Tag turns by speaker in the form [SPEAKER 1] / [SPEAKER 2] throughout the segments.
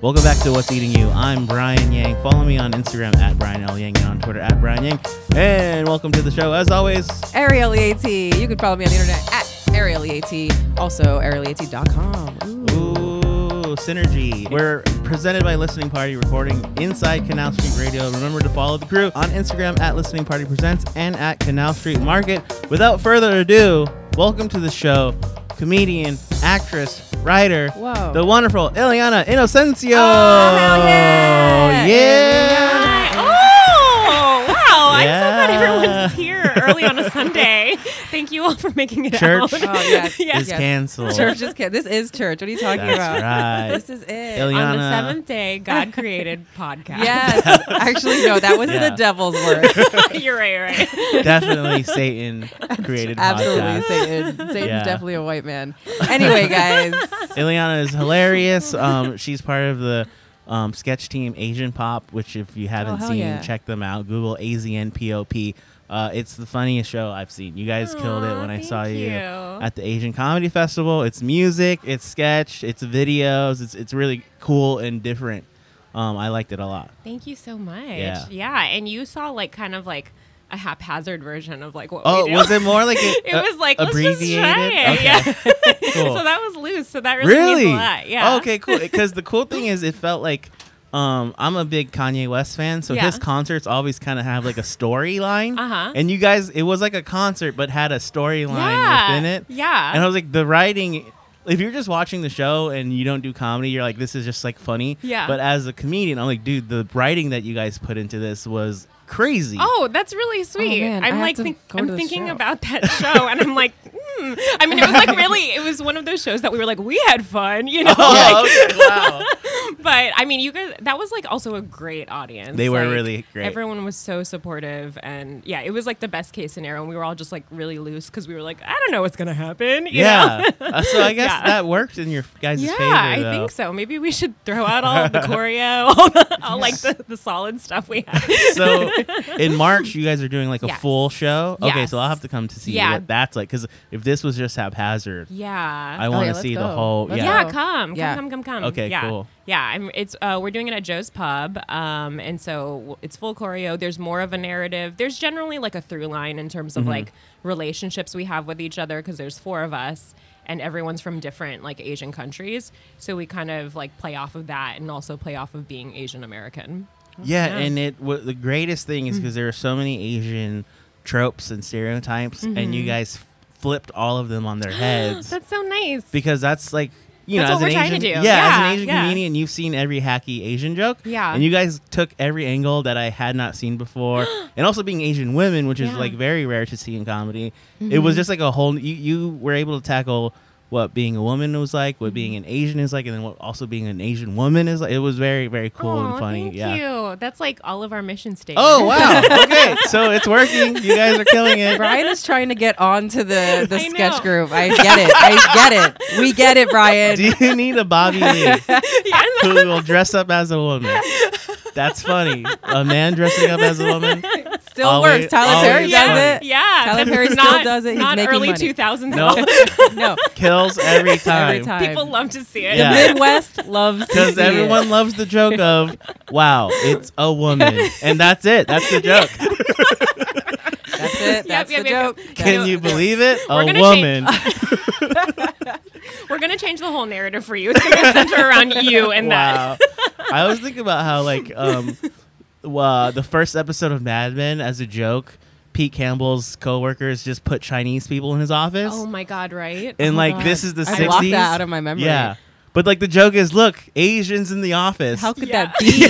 [SPEAKER 1] Welcome back to What's Eating You. I'm Brian Yang. Follow me on Instagram at Brian L. Yang and on Twitter at Brian Yang. And welcome to the show. As always,
[SPEAKER 2] Ariel EAT. You can follow me on the internet at Ariel EAT. Also, E arieleat.com. Ooh.
[SPEAKER 1] ooh, Synergy. We're presented by Listening Party recording inside Canal Street Radio. Remember to follow the crew on Instagram at Listening Party Presents and at Canal Street Market. Without further ado, welcome to the show, comedian, actress, writer,
[SPEAKER 2] Whoa.
[SPEAKER 1] the wonderful Ileana Innocencio.
[SPEAKER 2] Oh, hell yeah.
[SPEAKER 1] Yeah.
[SPEAKER 2] Ileana.
[SPEAKER 3] Oh, wow. I'm so glad
[SPEAKER 1] Yeah.
[SPEAKER 3] everyone's here early on a Sunday. Thank you all for making it
[SPEAKER 1] Church
[SPEAKER 3] out.
[SPEAKER 2] Oh, yeah.
[SPEAKER 3] Yeah.
[SPEAKER 1] Is
[SPEAKER 2] Yes.
[SPEAKER 1] canceled.
[SPEAKER 2] Church is ca- This is church. What are you talking
[SPEAKER 1] That's
[SPEAKER 2] about?
[SPEAKER 1] right.
[SPEAKER 2] This is it.
[SPEAKER 1] Ileana.
[SPEAKER 3] On the seventh day, God created podcast.
[SPEAKER 2] Yes. Actually, no, that was
[SPEAKER 1] Yeah.
[SPEAKER 2] the devil's word.
[SPEAKER 3] you're right, you're right.
[SPEAKER 1] Definitely Satan created
[SPEAKER 2] Absolutely.
[SPEAKER 1] podcast.
[SPEAKER 2] Satan. Satan's
[SPEAKER 1] Yeah.
[SPEAKER 2] definitely a white man. Anyway, guys.
[SPEAKER 1] Ileana is hilarious. Um, she's part of the um, sketch team Asian Pop, which if you
[SPEAKER 3] Oh,
[SPEAKER 1] haven't
[SPEAKER 2] hell
[SPEAKER 1] seen,
[SPEAKER 2] yeah.
[SPEAKER 1] check them out. Google A Z N P O P. Uh, it's the funniest show I've seen. You guys killed it
[SPEAKER 3] Aw,
[SPEAKER 1] when I
[SPEAKER 3] thank
[SPEAKER 1] saw you,
[SPEAKER 3] you.
[SPEAKER 1] at the Asian Comedy Festival. It's music, it's sketch, it's videos. It's it's really cool and different. Um, I liked it a lot.
[SPEAKER 3] Thank you so much.
[SPEAKER 1] Yeah.
[SPEAKER 3] And you saw like kind of like a haphazard version of like what
[SPEAKER 1] Oh,
[SPEAKER 3] we do.
[SPEAKER 1] was it more like a,
[SPEAKER 3] it was like let's just
[SPEAKER 1] abbreviated?
[SPEAKER 3] try it.
[SPEAKER 1] Okay.
[SPEAKER 3] Yeah.
[SPEAKER 1] Cool.
[SPEAKER 3] so that was loose. So that really,
[SPEAKER 1] really Oh,
[SPEAKER 3] means a lot. Yeah.
[SPEAKER 1] okay cool because the cool thing is it felt like um, I'm a big Kanye West fan, so
[SPEAKER 3] Yeah.
[SPEAKER 1] his concerts always kind of have like a storyline.
[SPEAKER 3] Uh-huh.
[SPEAKER 1] And you guys, it was like a concert, but had a storyline
[SPEAKER 3] Yeah.
[SPEAKER 1] within it.
[SPEAKER 3] Yeah.
[SPEAKER 1] And I was like, the writing. If you're just watching the show and you don't do comedy, you're like, this is just like funny.
[SPEAKER 3] Yeah.
[SPEAKER 1] But as a comedian, I'm like, dude, the writing that you guys put into this was crazy.
[SPEAKER 3] Oh, that's really sweet.
[SPEAKER 2] man, I
[SPEAKER 3] I'm
[SPEAKER 2] have
[SPEAKER 3] like,
[SPEAKER 2] to
[SPEAKER 3] think,
[SPEAKER 2] go to
[SPEAKER 3] I'm
[SPEAKER 2] the
[SPEAKER 3] thinking
[SPEAKER 2] show.
[SPEAKER 3] about that show, and I'm like, hmm. I mean, it was like really, it was one of those shows that we were like, we had fun, you know.
[SPEAKER 1] Oh, okay, wow.
[SPEAKER 3] Like, but I mean, you guys, that was like also a great audience.
[SPEAKER 1] They were
[SPEAKER 3] Like,
[SPEAKER 1] really great.
[SPEAKER 3] Everyone was so supportive, and yeah, it was like the best case scenario, and we were all just like really loose because we were like, I don't know what's gonna happen. you know?
[SPEAKER 1] yeah. Uh, so I guess
[SPEAKER 3] Yeah.
[SPEAKER 1] that worked in your guys'
[SPEAKER 3] Yeah,
[SPEAKER 1] favor.
[SPEAKER 3] I
[SPEAKER 1] though.
[SPEAKER 3] think so. Maybe we should throw out all the choreo, all, the, all like the, the solid stuff we had.
[SPEAKER 1] so in March, you guys are doing like a
[SPEAKER 3] Yes.
[SPEAKER 1] full show. Okay,
[SPEAKER 3] Yes.
[SPEAKER 1] so I'll have to come to see
[SPEAKER 3] Yeah.
[SPEAKER 1] what that's like. Because if this was just haphazard,
[SPEAKER 3] Oh, Yeah.
[SPEAKER 1] I want to
[SPEAKER 2] let's
[SPEAKER 1] see the
[SPEAKER 2] go.
[SPEAKER 1] whole.
[SPEAKER 2] Let's
[SPEAKER 1] Oh, Yeah.
[SPEAKER 3] Yeah,
[SPEAKER 2] go.
[SPEAKER 3] come,
[SPEAKER 2] Yeah.
[SPEAKER 3] come, come, come, come.
[SPEAKER 1] Okay,
[SPEAKER 3] yeah.
[SPEAKER 1] cool.
[SPEAKER 3] Yeah, I'm, it's uh, we're doing it at Joe's Pub, um, and so w- it's full choreo. There's more of a narrative. There's generally like a through line in terms
[SPEAKER 1] Mm-hmm.
[SPEAKER 3] of like relationships we have with each other because there's four of us and everyone's from different like Asian countries. So we kind of like play off of that and also play off of being Asian American.
[SPEAKER 1] Yeah,
[SPEAKER 3] Yeah.
[SPEAKER 1] and it wa the greatest thing
[SPEAKER 3] Hmm.
[SPEAKER 1] is because there are so many Asian tropes and stereotypes, and you guys flipped all of them on their heads.
[SPEAKER 3] Mm-hmm. That's so nice.
[SPEAKER 1] because that's like you
[SPEAKER 3] That's
[SPEAKER 1] know,
[SPEAKER 3] what
[SPEAKER 1] as an
[SPEAKER 3] we're trying
[SPEAKER 1] Asian,
[SPEAKER 3] to
[SPEAKER 1] Yeah, as
[SPEAKER 3] do. Yeah,
[SPEAKER 1] an Asian
[SPEAKER 3] yeah.
[SPEAKER 1] comedian, you've seen every hacky Asian joke.
[SPEAKER 3] Yeah.
[SPEAKER 1] and you guys took every angle that I had not seen before, and also being Asian women, which is
[SPEAKER 3] Yeah. Mm-hmm.
[SPEAKER 1] like very rare to see in comedy. It was just like a whole. You you were able to tackle what being a woman was like, what being an Asian is like, and then what also being an Asian woman is like. It was very very cool
[SPEAKER 3] Aw,
[SPEAKER 1] and funny.
[SPEAKER 3] Thank
[SPEAKER 1] yeah.
[SPEAKER 3] you. That's like all of our mission statements.
[SPEAKER 1] Oh wow. okay, so it's working. You guys are killing it.
[SPEAKER 2] Brian is trying to get onto the, the
[SPEAKER 3] I know.
[SPEAKER 2] sketch group. I get it. I get it. We get it, Brian.
[SPEAKER 1] Do you need a Bobby Lee?
[SPEAKER 3] yeah,
[SPEAKER 1] who will dress up as a woman. That's funny. A man dressing up as a woman.
[SPEAKER 2] Still
[SPEAKER 1] Always-
[SPEAKER 2] works. Tyler
[SPEAKER 1] always
[SPEAKER 2] Perry
[SPEAKER 3] yeah,
[SPEAKER 2] does
[SPEAKER 1] funny.
[SPEAKER 2] it.
[SPEAKER 3] yeah.
[SPEAKER 2] Tyler Perry still
[SPEAKER 3] Not-
[SPEAKER 2] does it. He's
[SPEAKER 3] not
[SPEAKER 2] making
[SPEAKER 3] early
[SPEAKER 2] money.
[SPEAKER 1] No,
[SPEAKER 3] 2000s.
[SPEAKER 2] No,
[SPEAKER 1] kills every time.
[SPEAKER 2] every time.
[SPEAKER 3] People love to see it.
[SPEAKER 1] Yeah.
[SPEAKER 2] The Midwest loves to
[SPEAKER 1] Because
[SPEAKER 2] see
[SPEAKER 1] everyone
[SPEAKER 2] it.
[SPEAKER 1] loves the joke of, wow, it's a woman. And that's it. That's the joke.
[SPEAKER 2] That's it. That's
[SPEAKER 3] yep,
[SPEAKER 2] the
[SPEAKER 3] yep.
[SPEAKER 2] joke.
[SPEAKER 1] Can
[SPEAKER 3] Yeah.
[SPEAKER 1] you believe it?
[SPEAKER 3] We're
[SPEAKER 1] a
[SPEAKER 3] gonna
[SPEAKER 1] woman.
[SPEAKER 3] We're gonna change the whole narrative for you. It's gonna center around you and that.
[SPEAKER 1] wow. I always think about how, like, um, uh, the first episode of Mad Men as a joke, Pete Campbell's coworkers just put Chinese people in his office.
[SPEAKER 3] Oh my god! Right?
[SPEAKER 1] and,
[SPEAKER 2] Oh my
[SPEAKER 1] like,
[SPEAKER 2] God.
[SPEAKER 1] this is the 60s.
[SPEAKER 2] I blocked that out of my memory.
[SPEAKER 1] Yeah. But like the joke is, look, Asians in the office.
[SPEAKER 2] How could
[SPEAKER 3] Yeah.
[SPEAKER 2] that be?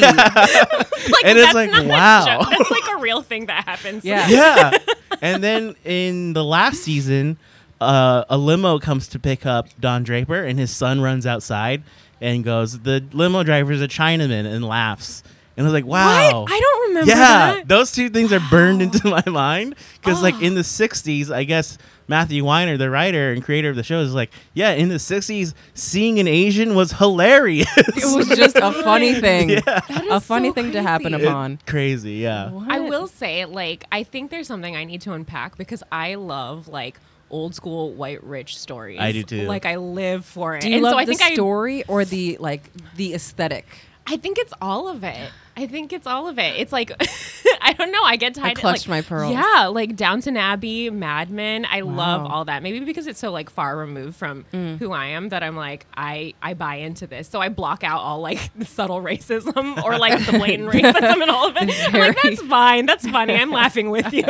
[SPEAKER 3] like,
[SPEAKER 1] and it's
[SPEAKER 3] that's
[SPEAKER 1] like,
[SPEAKER 3] not a
[SPEAKER 1] wow.
[SPEAKER 3] joke. That's like a real thing that happens.
[SPEAKER 2] Yeah.
[SPEAKER 1] yeah. And then in the last season, uh, a limo comes to pick up Don Draper, and his son runs outside and goes, "The limo driver's a Chinaman," and laughs. And I was like,
[SPEAKER 3] What?
[SPEAKER 1] "Wow."
[SPEAKER 3] I don't remember
[SPEAKER 1] yeah,
[SPEAKER 3] that.
[SPEAKER 1] those two things are burned into my mind because, like, in the '60s, I guess Matthew Weiner, the writer and creator of the show, is like, "Yeah, in the '60s, seeing an Asian was hilarious."
[SPEAKER 2] It was just a funny thing.
[SPEAKER 3] That is
[SPEAKER 2] A funny
[SPEAKER 3] so
[SPEAKER 2] thing to happen
[SPEAKER 3] crazy.
[SPEAKER 2] upon.
[SPEAKER 1] Crazy, yeah.
[SPEAKER 3] I will say, like, I think there's something I need to unpack because I love like old school white rich stories.
[SPEAKER 1] I do too.
[SPEAKER 3] Like I live for it.
[SPEAKER 2] Do you
[SPEAKER 3] and
[SPEAKER 2] love
[SPEAKER 3] so I
[SPEAKER 2] the
[SPEAKER 3] think I
[SPEAKER 2] story or the like the aesthetic?
[SPEAKER 3] I think it's all of it. I think it's all of it. It's like I don't know. I get tied.
[SPEAKER 2] clutched
[SPEAKER 3] like,
[SPEAKER 2] my pearls.
[SPEAKER 3] Yeah, like Downton Abbey, Mad Men. I love
[SPEAKER 2] Wow. Mm.
[SPEAKER 3] all that. Maybe because it's so like far removed from who I am that I'm like I I buy into this. So I block out all like the subtle racism or like the blatant racism and all of it. I'm
[SPEAKER 2] Very-
[SPEAKER 3] like that's fine. That's funny. I'm laughing with you.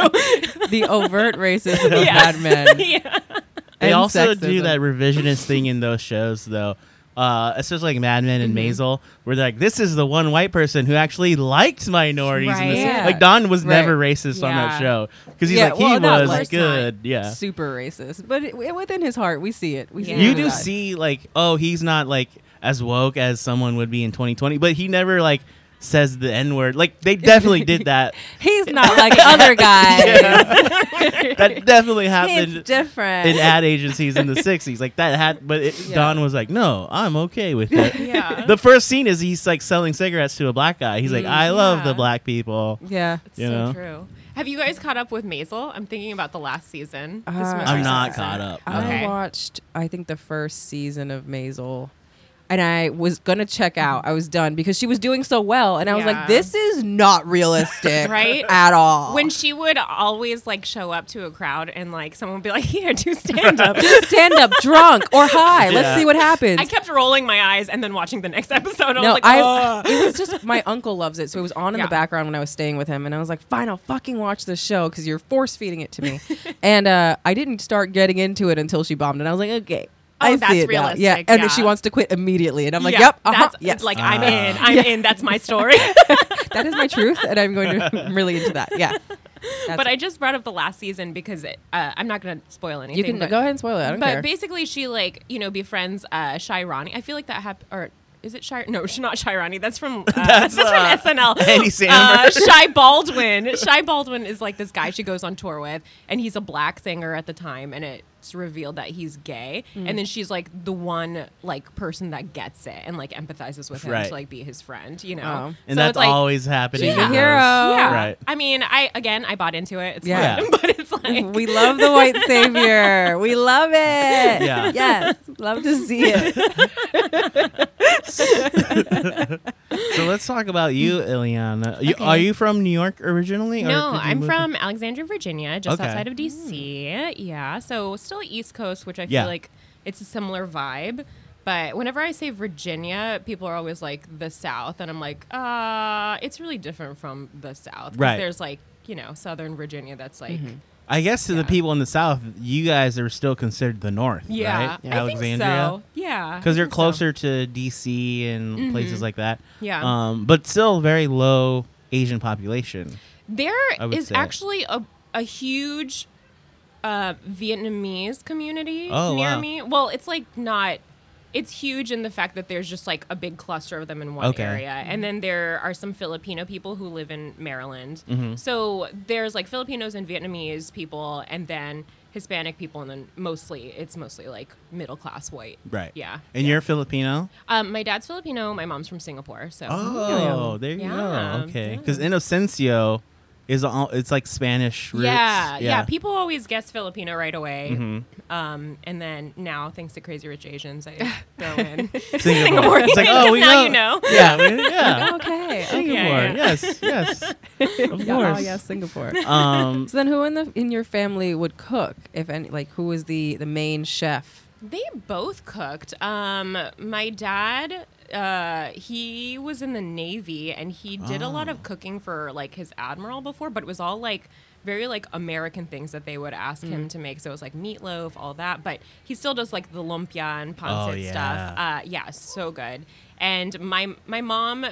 [SPEAKER 2] The overt racism of
[SPEAKER 3] Yeah.
[SPEAKER 2] Mad Men.
[SPEAKER 3] yeah.
[SPEAKER 1] They
[SPEAKER 2] and
[SPEAKER 1] also do
[SPEAKER 2] sexism.
[SPEAKER 1] that revisionist thing in those shows, though. Uh, especially like Mad Men and
[SPEAKER 2] Mm-hmm.
[SPEAKER 1] Maisel, where they're like, this is the one white person who actually likes minorities. in this-
[SPEAKER 3] Right. Yeah.
[SPEAKER 1] Like Don was
[SPEAKER 2] Right.
[SPEAKER 1] never racist on that
[SPEAKER 3] Yeah.
[SPEAKER 1] show because he's
[SPEAKER 2] Yeah,
[SPEAKER 1] like he
[SPEAKER 2] well, no, of
[SPEAKER 1] was
[SPEAKER 2] course
[SPEAKER 1] good. Yeah,
[SPEAKER 2] Super racist, but it, within his heart, we see it. We see
[SPEAKER 3] Yeah.
[SPEAKER 2] it
[SPEAKER 1] you
[SPEAKER 2] in
[SPEAKER 1] do
[SPEAKER 2] his eyes.
[SPEAKER 1] see like oh he's not like as woke as someone would be in 2020, but he never like says the n word. Like they definitely did that.
[SPEAKER 2] He's not like oh, other guys.
[SPEAKER 1] That definitely happened.
[SPEAKER 2] He's different.
[SPEAKER 1] in ad agencies in the 60s like that had but it,
[SPEAKER 2] Yeah.
[SPEAKER 1] don was like no i'm okay with it
[SPEAKER 3] Yeah.
[SPEAKER 1] the first scene is he's like selling cigarettes to a black guy he's like
[SPEAKER 3] Mm,
[SPEAKER 1] i love the
[SPEAKER 3] yeah.
[SPEAKER 1] black people
[SPEAKER 2] yeah.
[SPEAKER 1] You
[SPEAKER 3] so
[SPEAKER 1] know?
[SPEAKER 3] true. Have you guys caught up with Maisel? I'm thinking about the last season. This
[SPEAKER 2] Uh,
[SPEAKER 3] most
[SPEAKER 1] i'm
[SPEAKER 3] recent
[SPEAKER 1] not
[SPEAKER 3] season.
[SPEAKER 1] caught up no.
[SPEAKER 2] I
[SPEAKER 3] Okay.
[SPEAKER 2] watched, I think, the first season of Maisel, and I was gonna check out. I was done because she was doing so well, and I was
[SPEAKER 3] Mm-hmm. Yeah.
[SPEAKER 2] like, "This is not realistic,
[SPEAKER 3] Right?
[SPEAKER 2] At all."
[SPEAKER 3] when she would always like show up to a crowd and like someone would be like, "Here, do stand up."
[SPEAKER 2] stand up drunk or high,
[SPEAKER 1] Yeah.
[SPEAKER 2] let's see what happens.
[SPEAKER 3] I kept rolling my eyes and then watching the next episode. I was
[SPEAKER 2] no,
[SPEAKER 3] like, "Oh,
[SPEAKER 2] I.
[SPEAKER 3] "Ugh."
[SPEAKER 2] It was just my uncle loves it, so it was on in
[SPEAKER 3] Yeah.
[SPEAKER 2] the background when I was staying with him, and I was like, "Fine, I'll fucking watch this show because you're force feeding it to me." and uh, I didn't start getting into it until she bombed, and I was like, "Okay."
[SPEAKER 3] Oh,
[SPEAKER 2] I
[SPEAKER 3] that's
[SPEAKER 2] see it now. Yeah,
[SPEAKER 3] realistic,
[SPEAKER 2] and
[SPEAKER 3] yeah.
[SPEAKER 2] she wants to quit immediately, and I'm like,
[SPEAKER 3] Yeah,
[SPEAKER 2] "Yep, uh-huh,
[SPEAKER 3] that's
[SPEAKER 2] yes,
[SPEAKER 3] like
[SPEAKER 1] Ah.
[SPEAKER 3] I'm in, I'm
[SPEAKER 2] Yeah.
[SPEAKER 3] in. That's my story."
[SPEAKER 2] that is my truth, and I'm going to I'm really into that. Yeah, That's-
[SPEAKER 3] but I just brought up the last season because it, uh, I'm not going to spoil anything.
[SPEAKER 2] you can
[SPEAKER 3] but,
[SPEAKER 2] go ahead and spoil it. I don't
[SPEAKER 3] but
[SPEAKER 2] care.
[SPEAKER 3] basically, she like you know befriends uh, Shirani. I feel like that happened or. Is it Shire? No, sh- not Shirani. That's from uh, that's,
[SPEAKER 1] uh,
[SPEAKER 3] from SNL.
[SPEAKER 1] Andy
[SPEAKER 3] Uh,
[SPEAKER 1] Samberg.
[SPEAKER 3] Shy Baldwin. Shy Baldwin is like this guy she goes on tour with, and he's a black singer at the time, and it's revealed that he's gay,
[SPEAKER 1] Mm.
[SPEAKER 3] and then she's like the one like person that gets it and like empathizes with him
[SPEAKER 1] Right. Oh.
[SPEAKER 3] to like be his friend, you know.
[SPEAKER 2] Wow.
[SPEAKER 1] and
[SPEAKER 3] so
[SPEAKER 1] that's
[SPEAKER 3] it's like,
[SPEAKER 1] always happening
[SPEAKER 3] She's
[SPEAKER 1] in
[SPEAKER 3] a
[SPEAKER 1] those.
[SPEAKER 2] hero.
[SPEAKER 3] yeah.
[SPEAKER 1] right
[SPEAKER 3] I mean, I again, I bought into it. It's
[SPEAKER 2] Yeah.
[SPEAKER 1] Yeah.
[SPEAKER 3] yeah,
[SPEAKER 1] Mm-hmm.
[SPEAKER 3] but it's like
[SPEAKER 2] we love the white savior. We love it. Yeah. Yes. Love to see it.
[SPEAKER 1] so let's talk about you Ileana. You, are you from new york originally or
[SPEAKER 3] Mm. No,
[SPEAKER 1] did you
[SPEAKER 3] I'm
[SPEAKER 1] move-
[SPEAKER 3] from Alexandria, Virginia, just
[SPEAKER 1] Okay.
[SPEAKER 3] outside of DC. Yeah, so still East Coast, which I
[SPEAKER 1] Yeah.
[SPEAKER 3] feel like it's a similar vibe. But whenever I say Virginia, people are always like the South, and I'm like, uh, it's really different from the South. 'Cause
[SPEAKER 1] Right.
[SPEAKER 3] There's like you know Southern Virginia that's like.
[SPEAKER 1] i guess to the
[SPEAKER 3] Yeah.
[SPEAKER 1] people in the south you guys are still considered the north
[SPEAKER 3] Yeah,
[SPEAKER 1] right
[SPEAKER 3] I think so. Yeah,
[SPEAKER 1] because
[SPEAKER 3] I
[SPEAKER 1] you're
[SPEAKER 3] think so. Mm-hmm.
[SPEAKER 1] closer to DC and places like that.
[SPEAKER 3] Yeah.
[SPEAKER 1] Um, but still very low Asian population. I
[SPEAKER 3] There
[SPEAKER 1] would
[SPEAKER 3] is
[SPEAKER 1] say.
[SPEAKER 3] actually a, a huge uh, Vietnamese community
[SPEAKER 1] Oh,
[SPEAKER 3] near
[SPEAKER 1] wow.
[SPEAKER 3] me. Well, it's like not. It's huge in the fact that there's just like a big cluster of them in one
[SPEAKER 1] Okay.
[SPEAKER 3] area. And then there are some Filipino people who live in Maryland.
[SPEAKER 1] Mm-hmm.
[SPEAKER 3] So there's like Filipinos and Vietnamese people, and then Hispanic people, and then mostly, it's mostly like middle class white. Yeah.
[SPEAKER 1] And you're Filipino.
[SPEAKER 3] Um, my dad's Filipino, my mom's from Singapore. So.
[SPEAKER 1] Oh, there you
[SPEAKER 3] Yeah,
[SPEAKER 1] go. Okay.
[SPEAKER 3] yeah.
[SPEAKER 1] Because Inocencio is all, it's like Spanish roots.
[SPEAKER 3] Yeah, yeah, People always guess Filipino right away. Um, and then now, thanks to Crazy Rich Asians, I throw in
[SPEAKER 1] Singapore.
[SPEAKER 3] Singapore.
[SPEAKER 1] It's like,
[SPEAKER 3] because
[SPEAKER 1] oh, we
[SPEAKER 3] now
[SPEAKER 1] know.
[SPEAKER 3] you know.
[SPEAKER 1] Yeah. we- yeah.
[SPEAKER 2] Okay.
[SPEAKER 1] Singapore.
[SPEAKER 3] yeah.
[SPEAKER 1] Yes. Yes. Of
[SPEAKER 2] Oh
[SPEAKER 1] course.
[SPEAKER 2] yes, Singapore.
[SPEAKER 1] Um,
[SPEAKER 2] So then, who in the in your family would cook? If any, like, who was the the main chef?
[SPEAKER 3] They both cooked. Um, my dad, uh, he was in the Navy and he did a lot
[SPEAKER 1] Oh.
[SPEAKER 3] of cooking for like his admiral before, but it was all like very like American things that they would ask
[SPEAKER 1] Mm.
[SPEAKER 3] him to make. So it was like meatloaf, all that. But he still does like the lumpia and pancit
[SPEAKER 1] Oh,
[SPEAKER 3] stuff.
[SPEAKER 1] yeah.
[SPEAKER 3] Uh, yeah, so good. And my my mom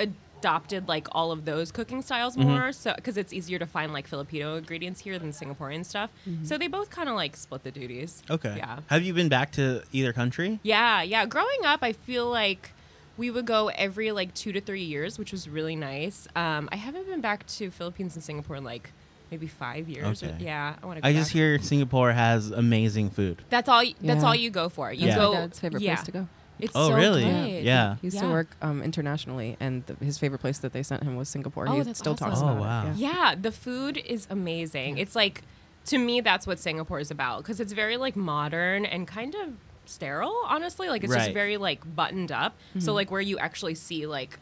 [SPEAKER 3] adopted like all of those cooking styles
[SPEAKER 1] Mm-hmm.
[SPEAKER 3] more, so because it's easier to find like Filipino ingredients here than Singaporean stuff. So they both kind of like split the duties.
[SPEAKER 1] Mm-hmm. okay.
[SPEAKER 3] Yeah.
[SPEAKER 1] Have you been back to either country?
[SPEAKER 3] Yeah, yeah. Growing up, I feel like we would go every like two to three years, which was really nice. Um, I haven't been back to Philippines and Singapore in like maybe five years.
[SPEAKER 1] Okay.
[SPEAKER 3] Yeah, I want to. Go
[SPEAKER 1] I just
[SPEAKER 3] back.
[SPEAKER 1] hear Singapore has amazing food.
[SPEAKER 3] that's all. y- That's
[SPEAKER 2] Yeah.
[SPEAKER 3] all you go for. You
[SPEAKER 1] That's my
[SPEAKER 3] go.
[SPEAKER 2] dad's favorite
[SPEAKER 3] yeah.
[SPEAKER 2] place to go.
[SPEAKER 3] It's
[SPEAKER 1] Oh,
[SPEAKER 3] so
[SPEAKER 1] really?
[SPEAKER 3] good.
[SPEAKER 1] Yeah. Yeah.
[SPEAKER 2] He used to
[SPEAKER 3] Yeah.
[SPEAKER 2] work um, internationally, and the, his favorite place that they sent him was Singapore.
[SPEAKER 3] Oh,
[SPEAKER 2] he
[SPEAKER 3] that's
[SPEAKER 2] still talks
[SPEAKER 3] awesome.
[SPEAKER 1] Oh,
[SPEAKER 2] about it.
[SPEAKER 1] wow.
[SPEAKER 2] Yeah.
[SPEAKER 3] Yeah, the food is amazing. It's like to me, that's what Singapore is about because it's very like modern and kind of sterile, honestly. Like it's just
[SPEAKER 1] Right. Mm-hmm.
[SPEAKER 3] very like buttoned up. So like where you actually see like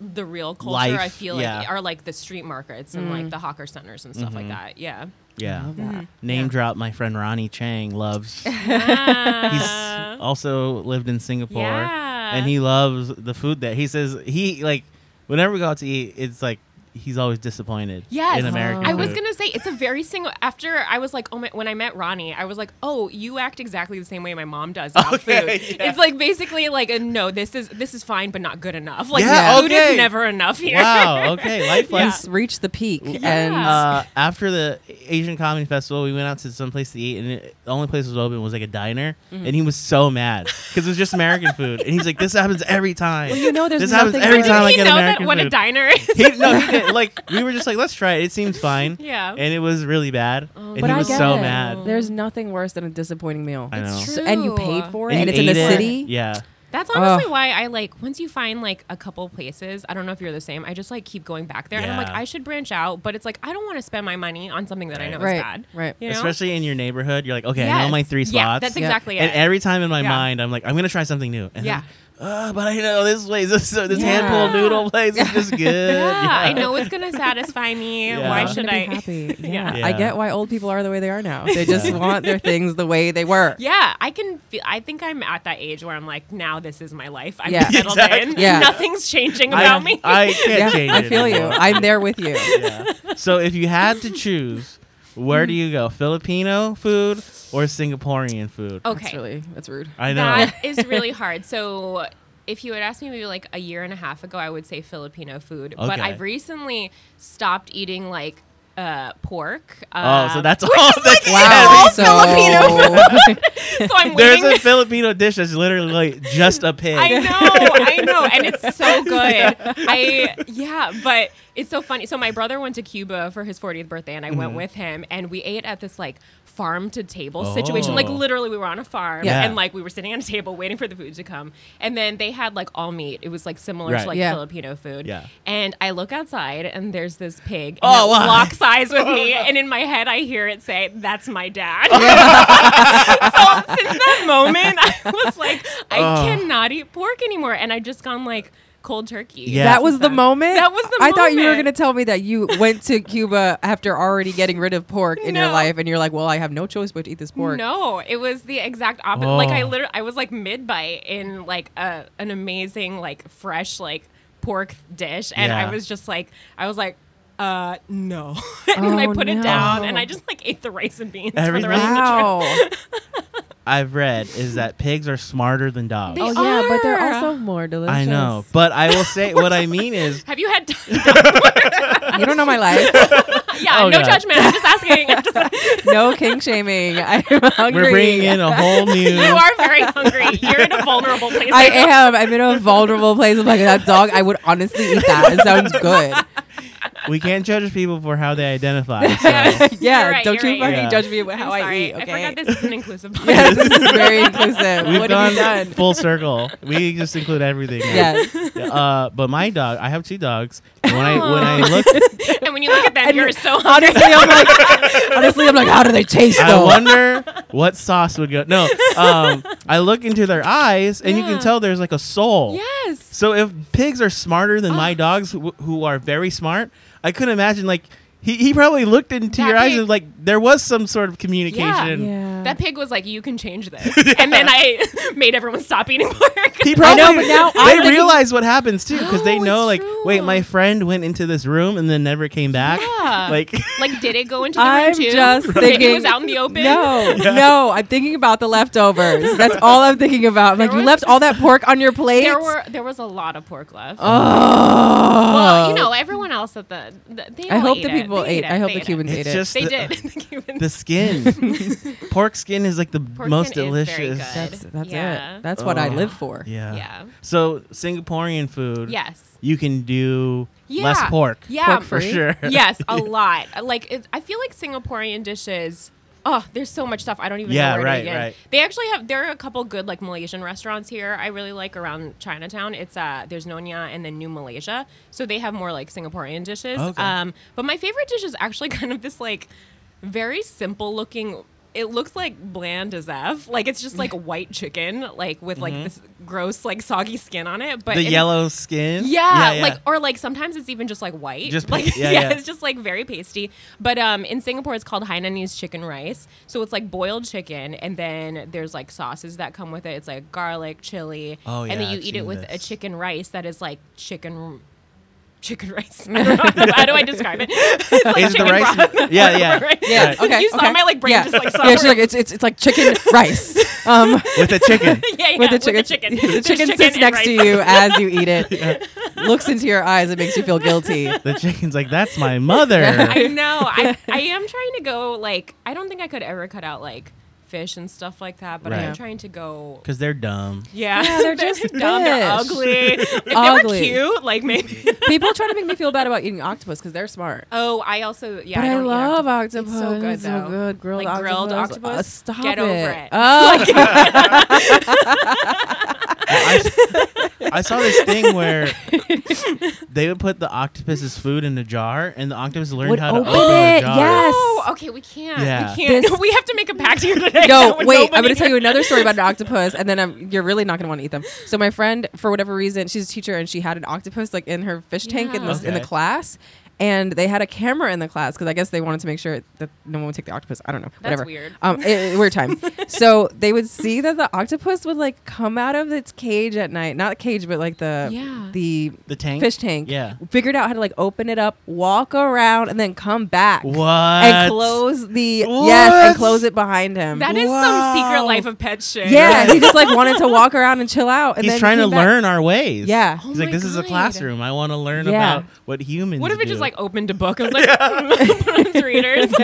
[SPEAKER 3] the real culture,
[SPEAKER 1] Life,
[SPEAKER 3] I feel like
[SPEAKER 1] yeah. Mm-hmm.
[SPEAKER 3] are like the street markets and like the hawker centers and stuff like that. Yeah.
[SPEAKER 1] Yeah.
[SPEAKER 2] that.
[SPEAKER 3] Mm-hmm.
[SPEAKER 1] Name drop my friend Ronnie Chang loves. He's
[SPEAKER 3] Yeah.
[SPEAKER 1] also lived in Singapore
[SPEAKER 3] Ah. Yeah.
[SPEAKER 1] and he loves the food there. He says he like whenever we go out to eat, it's like he's always disappointed
[SPEAKER 3] Yes.
[SPEAKER 1] in American
[SPEAKER 3] I was
[SPEAKER 1] food.
[SPEAKER 3] gonna say it's a very single. After I was like, oh my, when I met Ronnie, I was like, oh, you act exactly the same way my mom does about
[SPEAKER 1] Okay,
[SPEAKER 3] food.
[SPEAKER 1] yeah.
[SPEAKER 3] It's like basically like a no, this is this is fine, but not good enough. Like
[SPEAKER 1] Yeah,
[SPEAKER 3] food
[SPEAKER 1] okay.
[SPEAKER 3] is never enough here.
[SPEAKER 1] Wow, okay, life
[SPEAKER 3] Yeah.
[SPEAKER 1] lessons.
[SPEAKER 2] He's reached the peak
[SPEAKER 3] Yeah.
[SPEAKER 1] Uh, after the Asian Comedy Festival, we went out to some place to eat, and it, the only place that was open was like a diner.
[SPEAKER 3] Mm-hmm.
[SPEAKER 1] And he was so mad because it was just American food, and he's like, "This happens every time.
[SPEAKER 2] and you know there's
[SPEAKER 1] this happens
[SPEAKER 2] nothing
[SPEAKER 1] every
[SPEAKER 2] worse.
[SPEAKER 1] time I
[SPEAKER 3] Did he
[SPEAKER 1] get
[SPEAKER 3] know
[SPEAKER 1] American
[SPEAKER 3] that what
[SPEAKER 1] food."
[SPEAKER 3] a diner is?
[SPEAKER 1] He, no, he didn't. Like we were just like, let's try it. It seems fine.
[SPEAKER 3] Yeah. Oh
[SPEAKER 1] And it was really bad. and
[SPEAKER 2] but
[SPEAKER 1] he
[SPEAKER 2] I
[SPEAKER 1] was
[SPEAKER 2] get
[SPEAKER 1] so
[SPEAKER 2] it.
[SPEAKER 1] mad.
[SPEAKER 2] There's nothing worse than a disappointing meal.
[SPEAKER 1] I know.
[SPEAKER 2] So- and you paid
[SPEAKER 3] True.
[SPEAKER 2] for it,
[SPEAKER 1] And
[SPEAKER 2] and,
[SPEAKER 1] you
[SPEAKER 2] it's in the
[SPEAKER 1] ate it.
[SPEAKER 2] city.
[SPEAKER 1] Yeah.
[SPEAKER 3] That's honestly
[SPEAKER 2] Ugh.
[SPEAKER 3] why I like once you find like a couple places, I don't know if you're the same, I just like keep going back there and I'm like,
[SPEAKER 1] Yeah.
[SPEAKER 3] I should branch out, but it's like I don't want to spend my money on something that I know
[SPEAKER 2] Right,
[SPEAKER 3] is bad.
[SPEAKER 2] right.
[SPEAKER 3] You know?
[SPEAKER 1] Especially in your neighborhood, you're like, okay, I know
[SPEAKER 3] Yes.
[SPEAKER 1] my three spots.
[SPEAKER 3] Yeah, that's
[SPEAKER 2] Yeah.
[SPEAKER 3] exactly
[SPEAKER 1] And
[SPEAKER 3] it.
[SPEAKER 1] every time in my
[SPEAKER 3] Yeah.
[SPEAKER 1] mind, I'm like, I'm gonna try something new. And
[SPEAKER 3] Yeah.
[SPEAKER 1] I'm, "Ah, but I know this place, this this
[SPEAKER 2] Yeah.
[SPEAKER 1] handful noodle place is just good.
[SPEAKER 3] yeah,
[SPEAKER 1] Yeah.
[SPEAKER 3] I know it's gonna satisfy me.
[SPEAKER 1] Yeah.
[SPEAKER 3] Why
[SPEAKER 1] I'm
[SPEAKER 2] I'm
[SPEAKER 3] should
[SPEAKER 2] gonna
[SPEAKER 3] I?
[SPEAKER 2] be happy? Yeah.
[SPEAKER 3] Yeah.
[SPEAKER 1] Yeah.
[SPEAKER 2] I get why old people are the way they are now. They just
[SPEAKER 1] Yeah.
[SPEAKER 2] want their things the way they were.
[SPEAKER 3] Yeah, I can feel. I think I'm at that age where I'm like, now this is my life. I'm
[SPEAKER 2] Yeah.
[SPEAKER 3] settled
[SPEAKER 1] Exactly.
[SPEAKER 3] in.
[SPEAKER 2] Yeah.
[SPEAKER 3] nothing's changing
[SPEAKER 1] I,
[SPEAKER 3] about me.
[SPEAKER 1] I can't
[SPEAKER 2] Yeah,
[SPEAKER 1] change
[SPEAKER 2] I
[SPEAKER 1] it
[SPEAKER 2] feel you.
[SPEAKER 1] anymore.
[SPEAKER 2] I'm there with you.
[SPEAKER 1] Yeah. So if you had to choose, where do you go? Filipino food or Singaporean food?
[SPEAKER 2] That's
[SPEAKER 3] okay,
[SPEAKER 2] really that's rude.
[SPEAKER 1] I know.
[SPEAKER 3] that is really hard. So. If you had asked me maybe like a year and a half ago, I would say Filipino food. But
[SPEAKER 1] Okay.
[SPEAKER 3] I've recently stopped eating like uh, pork.
[SPEAKER 1] Oh,
[SPEAKER 3] Um,
[SPEAKER 1] so that's all. That's
[SPEAKER 2] Wow.
[SPEAKER 1] yes.
[SPEAKER 2] So
[SPEAKER 3] so I'm
[SPEAKER 1] There's
[SPEAKER 3] waiting.
[SPEAKER 1] a Filipino dish that's literally like just a pig.
[SPEAKER 3] I know, I know, and it's so good. I yeah, but it's so funny. So my brother went to Cuba for his 40th birthday, and I
[SPEAKER 1] Mm-hmm.
[SPEAKER 3] went with him, and we ate at this like farm to table situation. Like
[SPEAKER 1] Oh.
[SPEAKER 3] literally, we were on a farm,
[SPEAKER 1] Yeah.
[SPEAKER 3] and like we were sitting on a table waiting for the food to come, and then they had like all meat. It was like similar
[SPEAKER 1] Right.
[SPEAKER 3] to like
[SPEAKER 2] Yeah.
[SPEAKER 3] Filipino food.
[SPEAKER 1] Yeah.
[SPEAKER 3] And I look outside, and there's this pig. And
[SPEAKER 1] Oh,
[SPEAKER 3] it
[SPEAKER 1] wow.
[SPEAKER 3] locks eyes with me, and in my head, I hear it say, "That's my dad." so since that moment, I was like, I
[SPEAKER 1] Ugh.
[SPEAKER 3] cannot eat pork anymore, and I just gone like cold turkey.
[SPEAKER 1] Yeah.
[SPEAKER 2] that was the
[SPEAKER 3] That-
[SPEAKER 2] moment.
[SPEAKER 3] that was the
[SPEAKER 2] I thought you were going
[SPEAKER 3] moment.
[SPEAKER 2] to tell me that you went to Cuba after already getting rid of pork in your
[SPEAKER 3] No.
[SPEAKER 2] life, and you're like, "Well, I have no choice but to eat this pork."
[SPEAKER 3] No, it was the exact opposite. Like I
[SPEAKER 1] Oh.
[SPEAKER 3] literally, I was like mid bite in like a an amazing like fresh like pork dish, and
[SPEAKER 1] Yeah.
[SPEAKER 3] I was just like, I was like. Uh no, and I
[SPEAKER 2] Oh,
[SPEAKER 3] put
[SPEAKER 2] no.
[SPEAKER 3] it down, and I just like ate the rice and beans for
[SPEAKER 1] Everything-
[SPEAKER 3] the rest of the trip.
[SPEAKER 2] Wow.
[SPEAKER 1] I've read is that pigs are smarter than dogs.
[SPEAKER 3] They
[SPEAKER 2] oh yeah, but they're
[SPEAKER 3] are.
[SPEAKER 2] also more delicious.
[SPEAKER 1] I know, but I will say what I mean is
[SPEAKER 3] Have you had?
[SPEAKER 2] you don't know my life.
[SPEAKER 3] yeah,
[SPEAKER 1] Oh,
[SPEAKER 3] no
[SPEAKER 1] God.
[SPEAKER 3] judgment. I'm just asking. I'm just,
[SPEAKER 2] No king shaming. I'm hungry.
[SPEAKER 1] we're bringing in a whole
[SPEAKER 3] you
[SPEAKER 1] new.
[SPEAKER 3] are very hungry. You're in a vulnerable place.
[SPEAKER 2] I
[SPEAKER 3] right now.
[SPEAKER 2] am. I'm in a vulnerable place. I'm like that dog. I would honestly eat that. It sounds good.
[SPEAKER 1] We can't judge people for how they identify. So.
[SPEAKER 2] Yeah.
[SPEAKER 3] right,
[SPEAKER 2] don't
[SPEAKER 3] you're
[SPEAKER 2] you
[SPEAKER 3] right.
[SPEAKER 2] fucking
[SPEAKER 1] Yeah.
[SPEAKER 2] judge me about
[SPEAKER 3] I'm
[SPEAKER 2] how I
[SPEAKER 3] sorry.
[SPEAKER 2] eat. Okay.
[SPEAKER 3] I forgot this is an inclusive podcast.
[SPEAKER 2] Yes, this is very inclusive.
[SPEAKER 1] We've
[SPEAKER 2] what
[SPEAKER 1] gone
[SPEAKER 2] have you done?
[SPEAKER 1] full circle. We just include everything. now.
[SPEAKER 2] Yes.
[SPEAKER 1] Uh, but my dog, I have two dogs. And when I when I
[SPEAKER 3] Aw.
[SPEAKER 1] look,
[SPEAKER 3] and when you look at them,
[SPEAKER 2] And
[SPEAKER 3] you're
[SPEAKER 2] you-
[SPEAKER 3] so hungry.
[SPEAKER 2] honestly, I'm like, honestly, I'm like, how do they taste
[SPEAKER 1] I
[SPEAKER 2] though?
[SPEAKER 1] wonder what sauce would go. No, um, I look into their eyes, and you
[SPEAKER 3] Yeah.
[SPEAKER 1] can tell there's like a soul.
[SPEAKER 3] Yes.
[SPEAKER 1] So if pigs are smarter than my dogs, who, who are very smart, I couldn't imagine like he, he probably looked into
[SPEAKER 3] That
[SPEAKER 1] your eyes
[SPEAKER 3] pig-
[SPEAKER 1] and like there was some sort of communication.
[SPEAKER 2] yeah.
[SPEAKER 3] That pig was like, you can change this. And then I made everyone stop eating pork.
[SPEAKER 1] He probably
[SPEAKER 2] know, but now I'm
[SPEAKER 1] they
[SPEAKER 2] thinking-
[SPEAKER 1] realize what happens too because they
[SPEAKER 3] No,
[SPEAKER 1] know
[SPEAKER 3] it's
[SPEAKER 1] like wait my friend went into this room and then never came back.
[SPEAKER 3] Yeah.
[SPEAKER 1] Like
[SPEAKER 3] like, did it go into the
[SPEAKER 2] I'm
[SPEAKER 3] room too?
[SPEAKER 2] just
[SPEAKER 3] Maybe
[SPEAKER 2] thinking-
[SPEAKER 3] it was out in the open.
[SPEAKER 2] No, no, I'm thinking about the leftovers. That's all I'm thinking about. I'm like,
[SPEAKER 3] There
[SPEAKER 2] you
[SPEAKER 3] was-
[SPEAKER 2] left all that pork on your plate?
[SPEAKER 3] There were there was a lot of pork left.
[SPEAKER 2] Oh.
[SPEAKER 3] Well, you know, everyone else at the, the they
[SPEAKER 2] I
[SPEAKER 3] all
[SPEAKER 2] hope
[SPEAKER 3] ate
[SPEAKER 2] the
[SPEAKER 3] it.
[SPEAKER 2] people
[SPEAKER 3] They
[SPEAKER 2] ate.
[SPEAKER 3] it.
[SPEAKER 2] I hope
[SPEAKER 3] They
[SPEAKER 2] the
[SPEAKER 3] ate it.
[SPEAKER 2] Cubans ate
[SPEAKER 1] it's
[SPEAKER 2] it.
[SPEAKER 1] just
[SPEAKER 3] They
[SPEAKER 1] the,
[SPEAKER 3] did. the Cubans.
[SPEAKER 1] the skin. Pork skin is like the most
[SPEAKER 3] skin is very
[SPEAKER 1] delicious.
[SPEAKER 3] good.
[SPEAKER 2] That's that's
[SPEAKER 3] Yeah.
[SPEAKER 2] it. That's what I
[SPEAKER 1] Oh.
[SPEAKER 2] live for.
[SPEAKER 1] Yeah.
[SPEAKER 3] Yeah.
[SPEAKER 1] So Singaporean food.
[SPEAKER 3] Yes.
[SPEAKER 1] You can do less
[SPEAKER 3] Yeah.
[SPEAKER 1] pork.
[SPEAKER 3] Yeah.
[SPEAKER 2] Pork
[SPEAKER 1] For
[SPEAKER 2] Free?
[SPEAKER 1] sure.
[SPEAKER 3] yes, a lot. Like it, I feel like Singaporean dishes. Oh, there's so much stuff. I don't even
[SPEAKER 1] Yeah,
[SPEAKER 3] know where
[SPEAKER 1] right,
[SPEAKER 3] to begin.
[SPEAKER 1] right.
[SPEAKER 3] They actually have. There are a couple good like Malaysian restaurants here. I really like around Chinatown. It's uh, there's Nonya and then New Malaysia. So they have more like Singaporean dishes.
[SPEAKER 1] Okay.
[SPEAKER 3] Um, but my favorite dish is actually kind of this like. very simple looking. It looks like bland as f. Like it's just like white chicken, like with like this gross, like soggy skin on it. But
[SPEAKER 1] Mm-hmm. the
[SPEAKER 3] it's-
[SPEAKER 1] yellow skin.
[SPEAKER 3] yeah, like or like sometimes it's even just like white.
[SPEAKER 1] Just
[SPEAKER 3] like
[SPEAKER 1] pa- yeah, yeah.
[SPEAKER 3] it's just like very pasty. But um in Singapore it's called Hainanese chicken rice. So it's like boiled chicken and then there's like sauces that come with it. It's like garlic, chili,
[SPEAKER 1] Oh,
[SPEAKER 3] and then
[SPEAKER 1] yeah,
[SPEAKER 3] you
[SPEAKER 1] I've
[SPEAKER 3] eat it
[SPEAKER 1] seen
[SPEAKER 3] with a
[SPEAKER 1] this.
[SPEAKER 3] chicken rice that is like chicken chicken rice. I don't know. How do I describe it? It's like
[SPEAKER 1] is the
[SPEAKER 3] chicken
[SPEAKER 1] rice?
[SPEAKER 3] broth.
[SPEAKER 1] Yeah, yeah,
[SPEAKER 3] Right.
[SPEAKER 2] Yeah.
[SPEAKER 1] Right.
[SPEAKER 2] Okay.
[SPEAKER 3] You saw
[SPEAKER 2] okay.
[SPEAKER 3] my, like, brain
[SPEAKER 2] yeah.
[SPEAKER 3] just, like,
[SPEAKER 2] yeah. She's like it's it's it's like chicken rice. Um,
[SPEAKER 1] With a chicken.
[SPEAKER 3] yeah, yeah,
[SPEAKER 2] with the chicken,
[SPEAKER 3] chicken.
[SPEAKER 2] the
[SPEAKER 3] There's
[SPEAKER 2] chicken sits
[SPEAKER 3] and
[SPEAKER 2] next
[SPEAKER 3] rice.
[SPEAKER 2] to you as you eat it. Looks into your eyes. It makes you feel guilty.
[SPEAKER 1] The chicken's like, that's my mother.
[SPEAKER 3] I know. I, I am trying to go like I don't think I could ever cut out like fish and stuff like that, but I am
[SPEAKER 1] Right.
[SPEAKER 3] trying to go.
[SPEAKER 1] Because they're dumb.
[SPEAKER 3] Yeah,
[SPEAKER 2] they're just
[SPEAKER 3] dumb. They're
[SPEAKER 2] fish.
[SPEAKER 3] ugly. If they were
[SPEAKER 2] Ugly.
[SPEAKER 3] cute, like maybe.
[SPEAKER 2] People try to make me feel bad about eating octopus because they're smart.
[SPEAKER 3] Oh, I also yeah.
[SPEAKER 2] but I,
[SPEAKER 3] don't eat
[SPEAKER 2] love
[SPEAKER 3] octopus.
[SPEAKER 2] octopus.
[SPEAKER 3] It's so good
[SPEAKER 2] It's
[SPEAKER 3] though.
[SPEAKER 2] good. Grilled
[SPEAKER 3] like
[SPEAKER 2] octopus.
[SPEAKER 3] grilled octopus.
[SPEAKER 2] Uh, stop
[SPEAKER 3] Get over it.
[SPEAKER 2] Oh,
[SPEAKER 1] I, s- I saw this thing where they would put the octopus's food in a jar, and the octopus learned
[SPEAKER 2] Would
[SPEAKER 1] how to
[SPEAKER 2] open
[SPEAKER 1] open the
[SPEAKER 2] it,
[SPEAKER 1] jar.
[SPEAKER 2] yes.
[SPEAKER 3] Oh, okay. We can't.
[SPEAKER 1] Yeah.
[SPEAKER 3] We can't.
[SPEAKER 2] This-
[SPEAKER 3] we have to make a pact here today.
[SPEAKER 2] No,
[SPEAKER 3] that would
[SPEAKER 2] wait. I'm
[SPEAKER 3] nobody-
[SPEAKER 2] going to tell you another story about an octopus, and then I'm, you're really not going to want to eat them. So my friend, for whatever reason, she's a teacher, and she had an octopus like in her fish tank in the in the
[SPEAKER 1] Yeah. Okay.
[SPEAKER 2] class, and they had a camera in the class because I guess they wanted to make sure that no one would take the octopus. I don't know. whatever.
[SPEAKER 3] weird.
[SPEAKER 2] Um, it, it- weird time. so they would see that the octopus would like come out of its cage at night, not cage, but like the
[SPEAKER 3] Yeah.
[SPEAKER 2] the
[SPEAKER 1] The tank.
[SPEAKER 2] fish tank.
[SPEAKER 1] Yeah.
[SPEAKER 2] Figured out how to like open it up, walk around, and then come back.
[SPEAKER 1] What?
[SPEAKER 2] And close the yes,
[SPEAKER 1] What?
[SPEAKER 2] and close it behind him.
[SPEAKER 3] That is
[SPEAKER 1] Wow.
[SPEAKER 3] some secret life of pet shit.
[SPEAKER 2] yeah, he just like wanted to walk around and chill out. And
[SPEAKER 1] He's
[SPEAKER 2] then
[SPEAKER 1] trying to
[SPEAKER 2] came back.
[SPEAKER 1] learn our ways.
[SPEAKER 2] Yeah.
[SPEAKER 1] He's
[SPEAKER 3] Oh
[SPEAKER 1] like,
[SPEAKER 3] my
[SPEAKER 1] this is a
[SPEAKER 3] God.
[SPEAKER 1] classroom. I want to learn
[SPEAKER 2] Yeah.
[SPEAKER 1] about what humans
[SPEAKER 3] What if it
[SPEAKER 1] do."
[SPEAKER 3] just like opened a book? I was like, "Hmm, readers.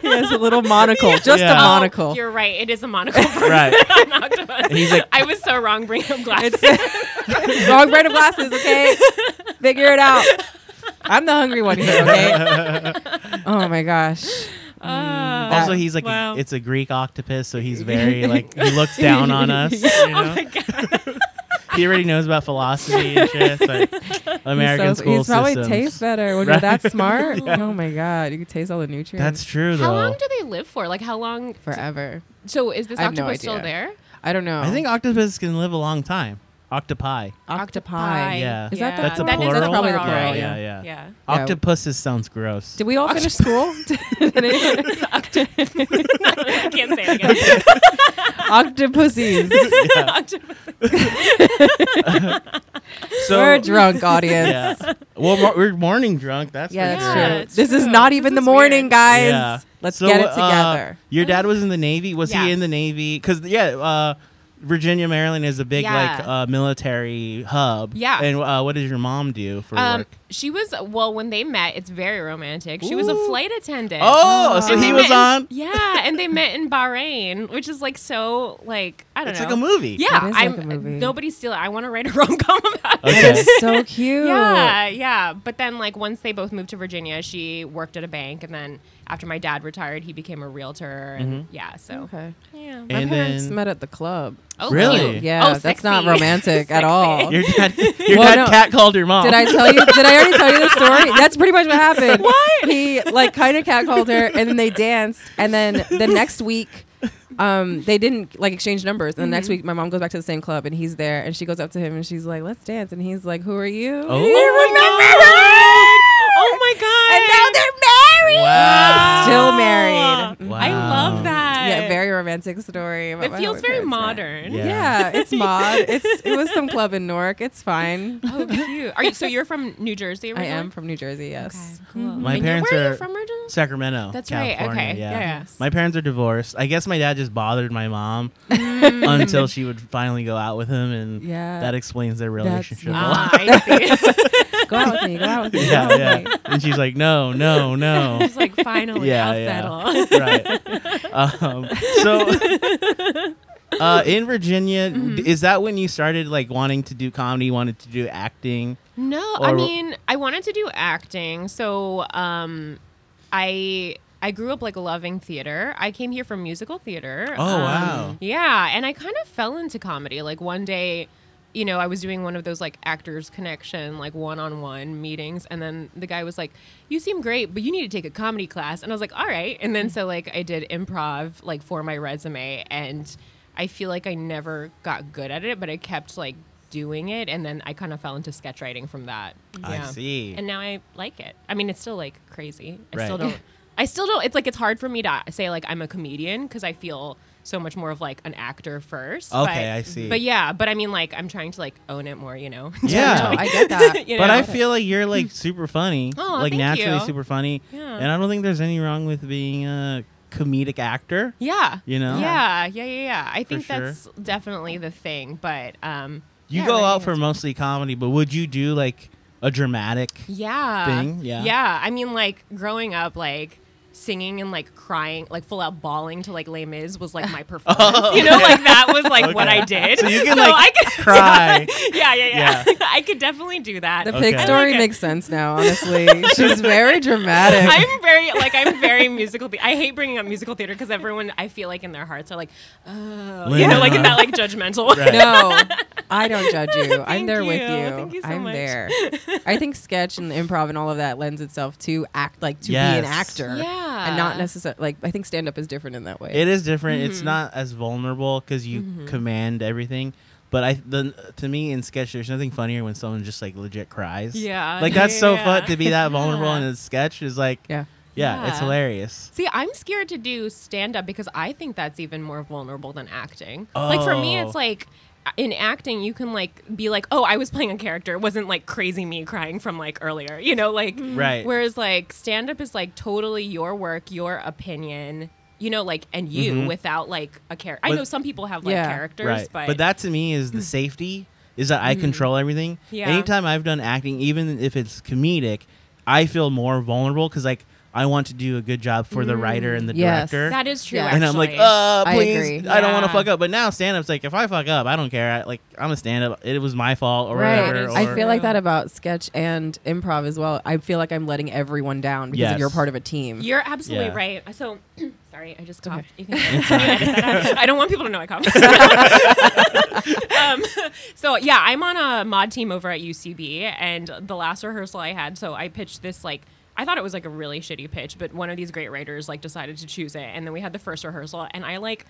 [SPEAKER 2] He has a little monocle, just
[SPEAKER 1] Yeah.
[SPEAKER 2] a
[SPEAKER 1] Oh,
[SPEAKER 2] monocle.
[SPEAKER 3] You're right. It is a monocle. For
[SPEAKER 1] Right.
[SPEAKER 3] an octopus.
[SPEAKER 1] he's like-
[SPEAKER 3] I was so wrong. Bring up glasses.
[SPEAKER 2] Wrong brand of glasses. Okay, figure it out. I'm the hungry one here. Okay. oh my gosh.
[SPEAKER 3] Uh,
[SPEAKER 1] Mm. also, he's like,
[SPEAKER 3] wow.
[SPEAKER 1] it's a Greek octopus, so he's very like, he looks down on us. You
[SPEAKER 3] Oh
[SPEAKER 1] know? he already knows about philosophy and shit. But American
[SPEAKER 2] he's so-
[SPEAKER 1] school
[SPEAKER 2] he's probably
[SPEAKER 1] systems.
[SPEAKER 2] tastes better when you're
[SPEAKER 1] Right.
[SPEAKER 2] that smart. Oh my god, you can taste all the nutrients.
[SPEAKER 1] That's true, though.
[SPEAKER 3] How long do they live for? Like how long?
[SPEAKER 2] forever.
[SPEAKER 3] So is this
[SPEAKER 2] I have no
[SPEAKER 3] octopus still
[SPEAKER 2] idea.
[SPEAKER 3] there?
[SPEAKER 2] I don't know.
[SPEAKER 1] I think octopus can live a long time. Octopi.
[SPEAKER 2] octopi.
[SPEAKER 1] Yeah.
[SPEAKER 2] Is Uh, that the
[SPEAKER 1] That's a
[SPEAKER 3] That is
[SPEAKER 1] plural?
[SPEAKER 2] probably the plural,
[SPEAKER 3] right?
[SPEAKER 1] Yeah, yeah,
[SPEAKER 3] yeah.
[SPEAKER 1] yeah.
[SPEAKER 2] Yeah.
[SPEAKER 1] Octopuses sounds gross.
[SPEAKER 2] Did we all finish school?
[SPEAKER 3] I can't say it again.
[SPEAKER 2] Octopussies.
[SPEAKER 3] Octopus.
[SPEAKER 1] So
[SPEAKER 2] We're drunk, audience.
[SPEAKER 1] yeah. Well, mo- we're morning drunk. That's
[SPEAKER 2] Yeah,
[SPEAKER 1] for
[SPEAKER 2] that's
[SPEAKER 1] sure.
[SPEAKER 3] Yeah,
[SPEAKER 2] true.
[SPEAKER 3] it's
[SPEAKER 2] this is
[SPEAKER 3] true.
[SPEAKER 2] not even
[SPEAKER 3] This
[SPEAKER 2] the
[SPEAKER 3] is
[SPEAKER 2] morning,
[SPEAKER 3] weird.
[SPEAKER 2] guys.
[SPEAKER 1] Yeah.
[SPEAKER 2] Let's
[SPEAKER 1] So,
[SPEAKER 2] get it
[SPEAKER 1] uh,
[SPEAKER 2] together.
[SPEAKER 1] your dad was in the Navy. Was
[SPEAKER 3] Yeah.
[SPEAKER 1] he in the Navy? Because yeah, uh, Virginia, Maryland is a big like
[SPEAKER 3] Yeah.
[SPEAKER 1] uh, military hub.
[SPEAKER 3] Yeah.
[SPEAKER 1] And uh, what does your mom do for
[SPEAKER 3] Um,
[SPEAKER 1] work?
[SPEAKER 3] she was well when they met. It's very romantic. She was a
[SPEAKER 1] Ooh.
[SPEAKER 3] flight
[SPEAKER 2] uh,
[SPEAKER 3] attendant.
[SPEAKER 1] Oh, so
[SPEAKER 3] And
[SPEAKER 1] he
[SPEAKER 3] they
[SPEAKER 1] was
[SPEAKER 3] met in-
[SPEAKER 1] on.
[SPEAKER 3] yeah, and they met in Bahrain, which is like so like I don't
[SPEAKER 1] It's
[SPEAKER 3] know.
[SPEAKER 1] like a movie.
[SPEAKER 3] Yeah,
[SPEAKER 2] It is like
[SPEAKER 3] I'm
[SPEAKER 2] a movie.
[SPEAKER 3] nobody's stealing. I want to write a rom com about it.
[SPEAKER 1] Okay.
[SPEAKER 2] That's so cute.
[SPEAKER 3] Yeah, yeah. But then, like, once they both moved to Virginia, she worked at a bank, and then after my dad retired, he became a realtor, and yeah, so
[SPEAKER 2] Okay. My
[SPEAKER 3] yeah.
[SPEAKER 1] Mm-hmm. And
[SPEAKER 2] parents
[SPEAKER 1] then-
[SPEAKER 2] met at the club.
[SPEAKER 3] Oh,
[SPEAKER 1] Really?
[SPEAKER 3] cute.
[SPEAKER 2] Oh, Yeah,
[SPEAKER 3] Oh,
[SPEAKER 2] that's not
[SPEAKER 3] sexy.
[SPEAKER 2] romantic at all.
[SPEAKER 1] Your dad, your
[SPEAKER 2] Well,
[SPEAKER 1] dad
[SPEAKER 2] no.
[SPEAKER 1] cat called your mom.
[SPEAKER 2] Did I tell you? Did I already tell you the story? That's pretty much what happened. What? He like kind of catcalled her, and then they danced, and then the next week. Um, they didn't like exchange numbers. And the
[SPEAKER 3] Mm-hmm.
[SPEAKER 2] next week, my mom goes back to the same club, and he's there, and she goes up to him, and she's like, "Let's dance," and he's like, "Who are you?"
[SPEAKER 1] Oh.
[SPEAKER 2] He remembered
[SPEAKER 1] Oh my
[SPEAKER 2] her!
[SPEAKER 3] Oh my god!
[SPEAKER 2] And now they're married.
[SPEAKER 1] Wow.
[SPEAKER 2] Still married. Mm-hmm.
[SPEAKER 1] Wow.
[SPEAKER 3] I love that.
[SPEAKER 2] Yeah, very romantic story. About
[SPEAKER 3] It
[SPEAKER 2] how
[SPEAKER 3] feels
[SPEAKER 2] my
[SPEAKER 3] very
[SPEAKER 2] parents met.
[SPEAKER 3] modern.
[SPEAKER 1] Yeah.
[SPEAKER 2] Yeah. it's mod. It's it was some club in Newark. It's fine.
[SPEAKER 3] Oh, cute. Are you? So you're from New Jersey?
[SPEAKER 2] I
[SPEAKER 3] Originally?
[SPEAKER 2] am from New Jersey. Yes. Mm-hmm.
[SPEAKER 3] Okay, cool.
[SPEAKER 1] My
[SPEAKER 3] And you-
[SPEAKER 1] parents
[SPEAKER 3] where
[SPEAKER 1] are-
[SPEAKER 3] you from originally?
[SPEAKER 1] Sacramento.
[SPEAKER 3] That's right,
[SPEAKER 1] California,
[SPEAKER 3] okay.
[SPEAKER 1] Yeah.
[SPEAKER 3] Yeah, yeah.
[SPEAKER 1] My parents are divorced. I guess my dad just bothered my mom until she would finally go out with him, and
[SPEAKER 2] Yeah.
[SPEAKER 1] that explains their relationship. a lot.
[SPEAKER 3] Ah, I see.
[SPEAKER 2] Go out with me. Go out with me. go
[SPEAKER 1] yeah,
[SPEAKER 2] out with
[SPEAKER 1] yeah.
[SPEAKER 2] me.
[SPEAKER 1] And she's like, no, no, no.
[SPEAKER 3] It's like finally,
[SPEAKER 1] Yeah,
[SPEAKER 3] I'll
[SPEAKER 1] yeah.
[SPEAKER 3] settle.
[SPEAKER 1] right. Um, so, uh, in Virginia, d is that when you started like wanting to do comedy, wanted to do acting?
[SPEAKER 3] No, I
[SPEAKER 1] Or-
[SPEAKER 3] mean, I wanted to do acting. So, um, I I grew up like loving theater. I came here from musical theater.
[SPEAKER 1] Oh,
[SPEAKER 3] Um,
[SPEAKER 1] wow.
[SPEAKER 3] Yeah, and I kind of fell into comedy. Like one day you know, I was doing one of those like actors connection, like one on one meetings. And then the guy was like, You seem great, but you need to take a comedy class. And I was like, All right. And then so like I did improv like for my resume. And I feel like I never got good at it, but I kept like doing it. And then I kind of fell into sketch writing from that.
[SPEAKER 1] I see.
[SPEAKER 3] And now I like it. I mean, it's still like crazy. I still
[SPEAKER 1] Right.
[SPEAKER 3] don't. I still don't. It's like it's hard for me to say like I'm a comedian because I feel so much more of like an actor first.
[SPEAKER 1] Okay,
[SPEAKER 3] but,
[SPEAKER 1] I see.
[SPEAKER 3] But yeah, but I mean, like I'm trying to like own it more, you know.
[SPEAKER 1] Yeah.
[SPEAKER 2] No, Oh, I get that.
[SPEAKER 3] You
[SPEAKER 1] but
[SPEAKER 3] know?
[SPEAKER 1] I feel like you're like super funny,
[SPEAKER 3] Aw,
[SPEAKER 1] like
[SPEAKER 3] thank
[SPEAKER 1] naturally
[SPEAKER 3] you.
[SPEAKER 1] super funny,
[SPEAKER 3] Yeah.
[SPEAKER 1] and I don't think there's any wrong with being a comedic actor.
[SPEAKER 3] Yeah.
[SPEAKER 1] You know?
[SPEAKER 3] Yeah, yeah, yeah, yeah. I think
[SPEAKER 1] sure.
[SPEAKER 3] that's definitely the thing. But um,
[SPEAKER 1] You
[SPEAKER 3] yeah,
[SPEAKER 1] go
[SPEAKER 3] writing
[SPEAKER 1] out
[SPEAKER 3] is
[SPEAKER 1] for mostly comedy, but would you do like a dramatic?
[SPEAKER 3] yeah
[SPEAKER 1] thing, yeah.
[SPEAKER 3] yeah i mean like growing up like singing and like crying like full out bawling to like Les Mis was like my performance you know like that was like what
[SPEAKER 1] Oh, Okay.
[SPEAKER 3] i did so
[SPEAKER 1] you can, like,
[SPEAKER 3] I could,
[SPEAKER 1] Cry.
[SPEAKER 3] yeah yeah yeah, i could definitely do that
[SPEAKER 2] The
[SPEAKER 1] Okay.
[SPEAKER 2] pig
[SPEAKER 1] I
[SPEAKER 2] story
[SPEAKER 3] like it.
[SPEAKER 2] makes sense now, honestly. She's very dramatic.
[SPEAKER 3] I'm very like I'm very musical. The- I hate bringing up musical theater because everyone I feel like in their hearts are like, oh, you know, like in that like judgmental. way.
[SPEAKER 1] Right.
[SPEAKER 2] no, I don't judge you. I'm
[SPEAKER 3] Thank
[SPEAKER 2] there with you.
[SPEAKER 3] you. Thank you so
[SPEAKER 2] I'm
[SPEAKER 3] much.
[SPEAKER 2] there. I think sketch and improv and all of that lends itself to act like to be an
[SPEAKER 1] Yes.
[SPEAKER 2] actor.
[SPEAKER 3] Yeah.
[SPEAKER 2] And not necessarily like I think stand up is different in that way.
[SPEAKER 1] It is different.
[SPEAKER 3] Mm-hmm.
[SPEAKER 1] It's not as vulnerable because you command everything. But I, the, to me, in sketch, there's nothing funnier when someone just like legit cries.
[SPEAKER 3] Yeah.
[SPEAKER 1] like that's so
[SPEAKER 3] Yeah.
[SPEAKER 1] fun to be that vulnerable
[SPEAKER 3] Yeah.
[SPEAKER 1] in a sketch. Is like, yeah,
[SPEAKER 2] yeah.
[SPEAKER 1] it's
[SPEAKER 3] Yeah.
[SPEAKER 1] hilarious.
[SPEAKER 3] See, I'm scared to do stand up because I think that's even more vulnerable than acting. Like for me,
[SPEAKER 1] Oh.
[SPEAKER 3] it's like in acting you can like be like, "Oh, I was playing a character. It wasn't like crazy me crying from like earlier." You know, like
[SPEAKER 2] Mm-hmm.
[SPEAKER 1] Right.
[SPEAKER 3] whereas like stand up is like totally your work, your opinion, you know, like and you without like a character. I
[SPEAKER 1] Mm-hmm. But-
[SPEAKER 3] know some people have like
[SPEAKER 2] Yeah.
[SPEAKER 3] characters,
[SPEAKER 1] right.
[SPEAKER 3] but,
[SPEAKER 1] that to me is
[SPEAKER 2] Hmm.
[SPEAKER 1] the safety is that I control everything.
[SPEAKER 3] Yeah.
[SPEAKER 1] Anytime I've done acting, even if it's comedic, I feel more vulnerable because like I want to do a good job for the writer and the
[SPEAKER 2] Mm. Yes.
[SPEAKER 1] director.
[SPEAKER 3] that is true.
[SPEAKER 2] Yeah.
[SPEAKER 1] and I'm like,
[SPEAKER 3] actually.
[SPEAKER 1] uh,
[SPEAKER 2] I
[SPEAKER 1] please, I,
[SPEAKER 2] agree.
[SPEAKER 1] don't want to
[SPEAKER 3] Yeah.
[SPEAKER 1] fuck up. But now stand up's like, if I fuck up, I don't care. I, like I'm a stand up. It was my fault or
[SPEAKER 2] Right.
[SPEAKER 1] whatever.
[SPEAKER 3] That is
[SPEAKER 2] I
[SPEAKER 1] or-
[SPEAKER 2] feel like that about sketch and improv as well. I feel like I'm letting everyone down because
[SPEAKER 1] Yes.
[SPEAKER 2] you're part of a team.
[SPEAKER 3] You're absolutely
[SPEAKER 1] Mm-hmm. Yeah.
[SPEAKER 3] right. So, sorry, I just
[SPEAKER 2] okay.
[SPEAKER 3] coughed. You can- can you edit that out? I don't want people to know I coughed. um, so, yeah, I'm on a mod team over at UCB, and the last rehearsal I had, so I pitched this like. I thought it was like a really shitty pitch, but one of these great writers like decided to choose it, and then we had the first rehearsal, and I like